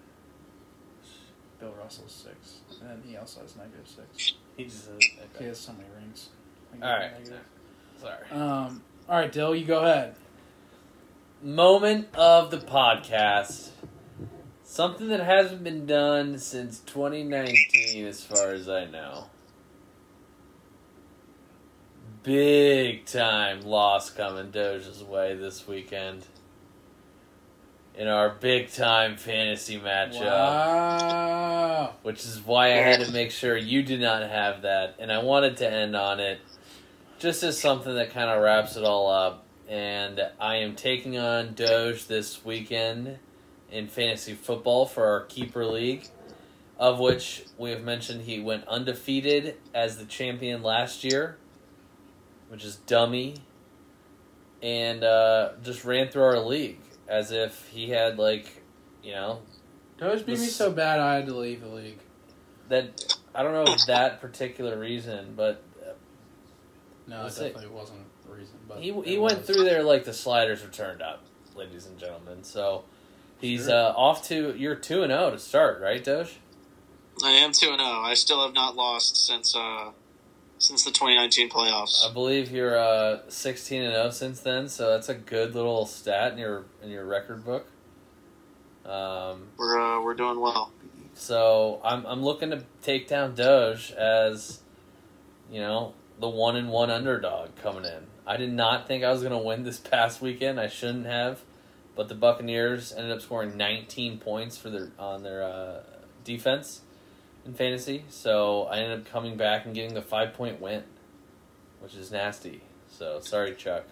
Speaker 1: Bill Russell's six, and then he also has negative six.
Speaker 2: He just says,
Speaker 1: He
Speaker 2: okay.
Speaker 1: has so many rings.
Speaker 2: All right.
Speaker 1: Negative.
Speaker 2: Sorry.
Speaker 1: Um. All right, Dill, you go ahead.
Speaker 2: Moment of the podcast. Something that hasn't been done since 2019, as far as I know. Big time loss coming Doja's way this weekend. In our big time fantasy matchup.
Speaker 1: Wow.
Speaker 2: which is why I had to make sure you do not have that. And I wanted to end on it just as something that kind of wraps it all up. And I am taking on Doge this weekend in fantasy football for our keeper league, of which we have mentioned he went undefeated as the champion last year, which is dummy, and uh, just ran through our league as if he had like, you know,
Speaker 1: Doge beat me
Speaker 2: This-
Speaker 1: so bad I had to leave the league.
Speaker 2: that I don't know if that particular reason, but
Speaker 1: No, it
Speaker 2: Let's see.
Speaker 1: definitely wasn't the reason. But
Speaker 2: he he
Speaker 1: it
Speaker 2: went
Speaker 1: was.
Speaker 2: through there like the sliders were turned up, ladies and gentlemen. So he's
Speaker 1: Sure.
Speaker 2: uh, off to you're two and zero to start, right, Doge?
Speaker 3: I am two and zero. I still have not lost since uh since the 2019 playoffs.
Speaker 2: I believe you're uh, sixteen and zero since then, so that's a good little stat in your in your record book. Um,
Speaker 3: We're uh, we're doing well.
Speaker 2: So I'm I'm looking to take down Doge as, you know, the one and one underdog coming in. I did not think I was gonna win this past weekend. I shouldn't have, but the Buccaneers ended up scoring 19 points for their on their uh, defense in fantasy. So I ended up coming back and getting the five point win, which is nasty. So sorry, Chuck.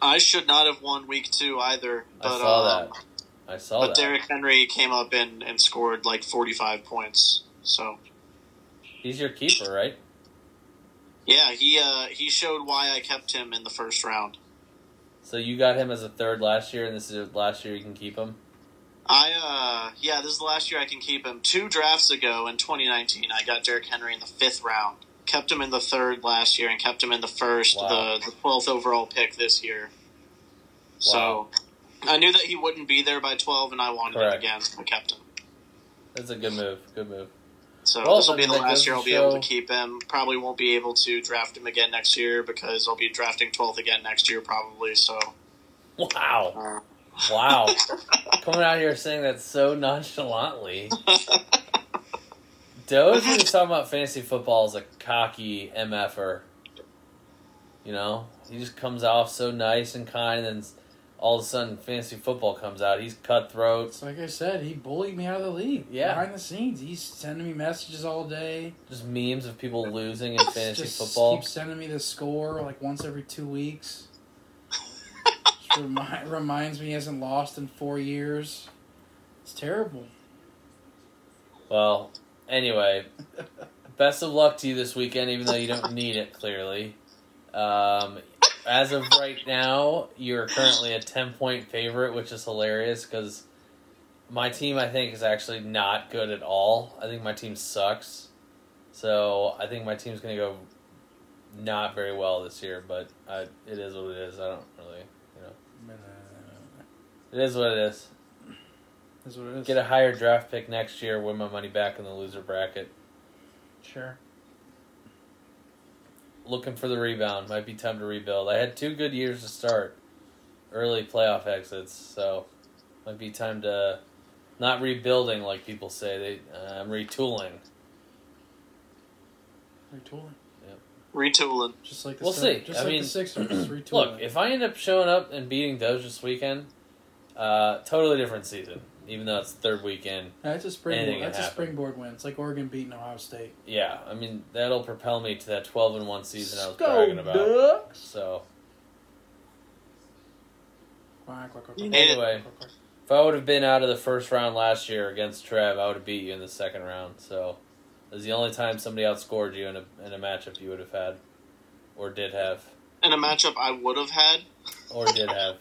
Speaker 3: I should not have won week two either. But,
Speaker 2: I saw
Speaker 3: um,
Speaker 2: that. I saw
Speaker 3: but
Speaker 2: that.
Speaker 3: Derrick Henry came up and, and scored like 45 points. So,
Speaker 2: He's your keeper, right?
Speaker 3: yeah, he uh, he showed why I kept him in the first round.
Speaker 2: So you got him as a third last year, and this is the last year you can keep him.
Speaker 3: I uh, yeah, this is the last year I can keep him. Two drafts ago in 2019, I got Derrick Henry in the fifth round. Kept him in the third last year and kept him in the first,
Speaker 2: Wow.
Speaker 3: the, the 12th overall pick this year.
Speaker 2: Wow.
Speaker 3: So I knew that he wouldn't be there by 12, and I wanted
Speaker 2: Correct.
Speaker 3: him again, so I kept him.
Speaker 2: That's a good move. Good move.
Speaker 3: So
Speaker 2: Well,
Speaker 3: this will be
Speaker 2: then
Speaker 3: the
Speaker 2: that
Speaker 3: last year I'll
Speaker 2: doesn't
Speaker 3: be able to
Speaker 2: show-
Speaker 3: keep him. Probably won't be able to draft him again next year because I'll be drafting 12th again next year probably. So
Speaker 2: Wow.
Speaker 3: uh,
Speaker 2: Wow. Coming out here saying that so nonchalantly. Doge is talking about fantasy football as a cocky MFer. You know? He just comes off so nice and kind, and s- all of a sudden fantasy football comes out. He's cutthroat.
Speaker 1: It's like I said, he bullied me out of the league.
Speaker 2: Yeah.
Speaker 1: Behind the scenes. He's sending me messages all day.
Speaker 2: Just memes of people losing in fantasy
Speaker 1: just
Speaker 2: football.
Speaker 1: keeps sending me the score like once every two weeks. Just remi- reminds me he hasn't lost in four years. It's terrible.
Speaker 2: Well, anyway,
Speaker 1: uh,
Speaker 2: best of luck to you this weekend, even though you don't need it, clearly. Um, as of right now, you're currently a 10 point favorite, which is hilarious because my team, I think, is actually not good at all. I think my team sucks. So I think my team's going to go not very well this year, but I, it is what it is. I don't really. It is what it is.
Speaker 1: Is what it is.
Speaker 2: Get a higher draft pick next year, win my money back in the loser bracket.
Speaker 1: Sure.
Speaker 2: looking for the rebound. Might be time to rebuild. I had two good years to start, early playoff exits, so might be time to not rebuilding like people say. They uh, I'm retooling.
Speaker 1: Retooling.
Speaker 3: retooling.
Speaker 1: Just like the
Speaker 2: We'll
Speaker 1: Six-
Speaker 2: see.
Speaker 1: Just
Speaker 2: I
Speaker 1: like
Speaker 2: mean,
Speaker 1: the Sixers. Retooling.
Speaker 2: Look, if I end up showing up and beating Doge this weekend, uh, totally different season. Even though it's third weekend,
Speaker 1: that's a
Speaker 2: anything
Speaker 1: springboard.
Speaker 2: can
Speaker 1: That's a
Speaker 2: happen.
Speaker 1: springboard win. It's like Oregon beating Ohio State.
Speaker 2: yeah, I mean that'll propel me to that twelve and one season I was
Speaker 1: Go
Speaker 2: bragging about.
Speaker 1: Ducks!
Speaker 2: So
Speaker 1: Quack, quack, quack,
Speaker 3: You
Speaker 1: quack,
Speaker 3: need
Speaker 1: quack,
Speaker 2: it.
Speaker 1: quack, quack.
Speaker 2: If I would have been out of the first round last year against Trev, I would have beat you in the second round. So it was the only time somebody outscored you in a in a matchup you would have had, or did have,
Speaker 3: In a matchup I would have had.
Speaker 2: or did have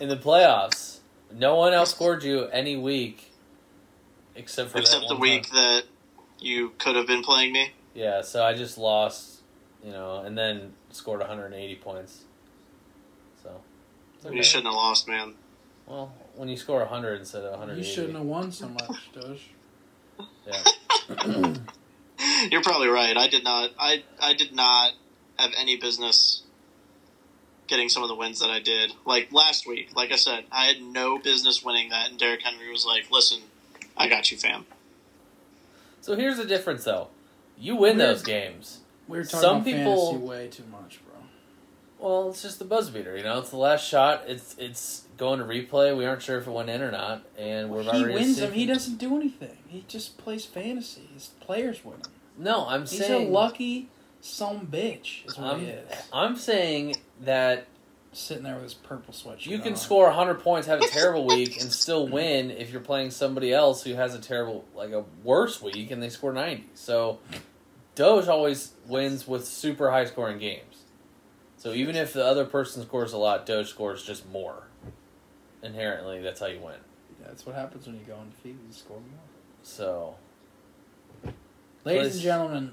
Speaker 2: in the playoffs. No one outscored you any week, except for that
Speaker 3: except the
Speaker 2: one
Speaker 3: week
Speaker 2: time.
Speaker 3: that you could have been playing me.
Speaker 2: Yeah, so I just lost, you know, and then scored 180 points. So it's okay.
Speaker 3: You shouldn't have lost, man.
Speaker 2: Well, when you score 100 instead of 180,
Speaker 1: You shouldn't have won so much, Doge.
Speaker 3: You're probably right. I did not. I I did not have any business getting some of the wins that I did. Like last week, like I said, I had no business winning that, and Derrick Henry was like, "Listen, I got you, fam."
Speaker 2: So here's the difference, though. You win
Speaker 1: Weird.
Speaker 2: those games.
Speaker 1: We were talking
Speaker 2: Some
Speaker 1: about
Speaker 2: people-
Speaker 1: fantasy way too much, bro.
Speaker 2: Well, it's just the buzz beater. You know, it's the last shot. It's it's going to replay. We aren't sure if it went in or not, and we're about
Speaker 1: he
Speaker 2: ready
Speaker 1: wins
Speaker 2: to see
Speaker 1: them.
Speaker 2: if-
Speaker 1: He doesn't do anything. He just plays fantasy. His players win him.
Speaker 2: No, I'm
Speaker 1: He's
Speaker 2: saying
Speaker 1: a lucky some bitch. Is what
Speaker 2: I'm,
Speaker 1: he is.
Speaker 2: I'm saying that
Speaker 1: Sitting there with his purple sweatshirt.
Speaker 2: you can
Speaker 1: on.
Speaker 2: score 100 points, have a terrible week, and still win if you're playing somebody else who has a terrible, like a worse week, and they score 90. So Doge always wins with super high scoring games. So even if the other person scores a lot, Doge scores just more. Inherently, that's how you win.
Speaker 1: That's what happens when you go undefeated. You score more.
Speaker 2: So
Speaker 1: Ladies
Speaker 2: Please.
Speaker 1: and gentlemen,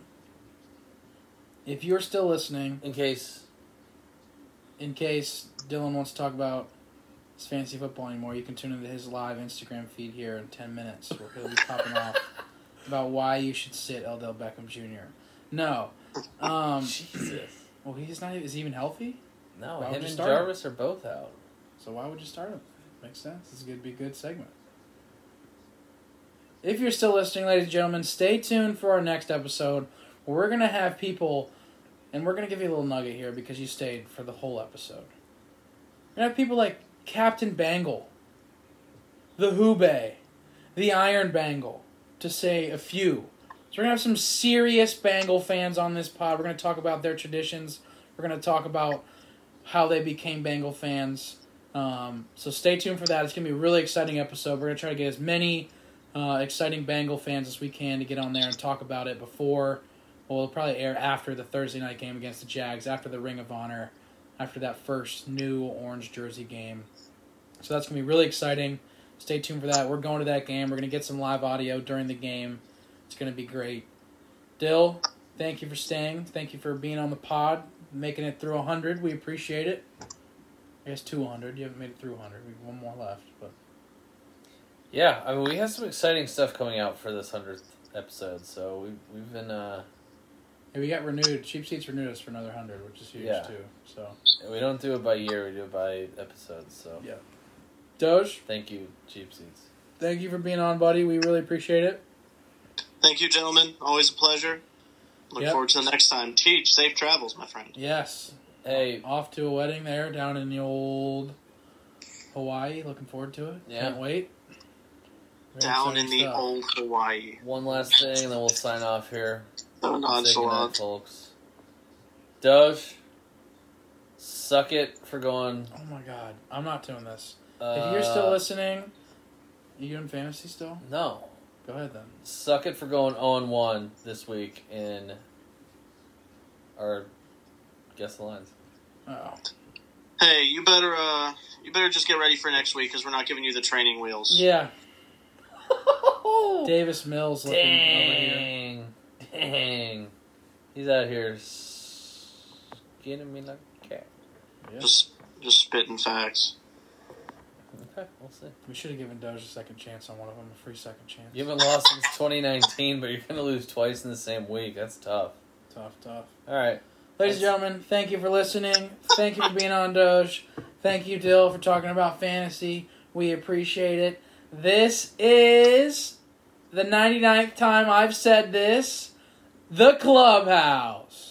Speaker 1: if you're still listening,
Speaker 2: in case
Speaker 1: in case Dylan wants to talk about his fantasy football anymore, you can tune into his live Instagram feed here in 10 minutes where he'll be popping off about why you should sit Odell Beckham Jr. No. Um,
Speaker 2: Jesus,
Speaker 1: well, he's not is he even healthy?
Speaker 2: no,
Speaker 1: Why would
Speaker 2: him
Speaker 1: you
Speaker 2: and
Speaker 1: start him?
Speaker 2: Jarvis are both out.
Speaker 1: So why would you start him? Makes sense. This is going to be a good segment. If you're still listening, ladies and gentlemen, stay tuned for our next episode. Where we're going to have people, and we're going to give you a little nugget here because you stayed for the whole episode. We're going to have people like Captain Bangle, the Hubei, the Iron Bangle, to say a few. So we're going to have some serious Bangle fans on this pod. We're going to talk about their traditions. We're going to talk about how they became Bengal fans. Um, so stay tuned for that. It's going to be a really exciting episode. We're going to try to get as many uh, exciting Bengal fans as we can to get on there and talk about it before. Well, it'll probably air after the Thursday night game against the Jags, after the Ring of Honor, after that first new orange jersey game. So that's going to be really exciting. Stay tuned for that. We're going to that game. We're going to get some live audio during the game. It's going to be great. Dill, thank you for staying. Thank you for being on the pod, making it through 100. We appreciate it. I guess 200. You haven't made it through 100. We have one more left, but
Speaker 2: Yeah, I mean, we have some exciting stuff coming out for this hundredth episode. So we've we've been uh,
Speaker 1: Hey, we got renewed. Cheap seats renewed us for another 100, which is huge
Speaker 2: Yeah.
Speaker 1: too. So
Speaker 2: we don't do it by year, we do it by episode. So
Speaker 1: Yeah. Doge,
Speaker 2: thank you, cheap seats.
Speaker 1: thank you for being on, buddy. We really appreciate it.
Speaker 3: Thank you, gentlemen. Always a pleasure. Look
Speaker 1: Yep.
Speaker 3: forward to the next time. Teach safe travels, my friend.
Speaker 1: Yes,
Speaker 2: Hey,
Speaker 1: off to a wedding there down in the old Hawaii. Looking forward to it.
Speaker 2: Yeah.
Speaker 1: Can't wait. Very
Speaker 3: Down
Speaker 1: exciting
Speaker 3: in the
Speaker 1: stuff.
Speaker 3: old Hawaii.
Speaker 2: one last thing, and then we'll sign off here.
Speaker 3: So
Speaker 2: Say goodnight,
Speaker 3: nonchalant.
Speaker 2: folks. Doge, suck it for going.
Speaker 1: Oh my god, I'm not doing this.
Speaker 2: Uh,
Speaker 1: if you're still listening, are you in fantasy still?
Speaker 2: no,
Speaker 1: Go ahead then.
Speaker 2: suck it for going 0 1 this week in our guess the lines.
Speaker 1: Oh,
Speaker 3: Hey, you better uh, you better just get ready for next week because we're not giving you the training wheels.
Speaker 1: yeah. Davis Mills looking over here.
Speaker 2: Dang. Dang. He's out here skinning me like a cat.
Speaker 1: Yeah.
Speaker 3: Just just spitting facts.
Speaker 2: Okay, we'll see.
Speaker 1: We should have given Doge a second chance on one of them, a free second chance.
Speaker 2: You haven't lost since 2019, but you're going to lose twice in the same week. That's tough.
Speaker 1: Tough, tough.
Speaker 2: All right.
Speaker 1: Ladies and gentlemen, thank you for listening. Thank you for being on Doge. Thank you, Dill, for talking about fantasy. We appreciate it. This is the 99th time I've said this The Clubhouse.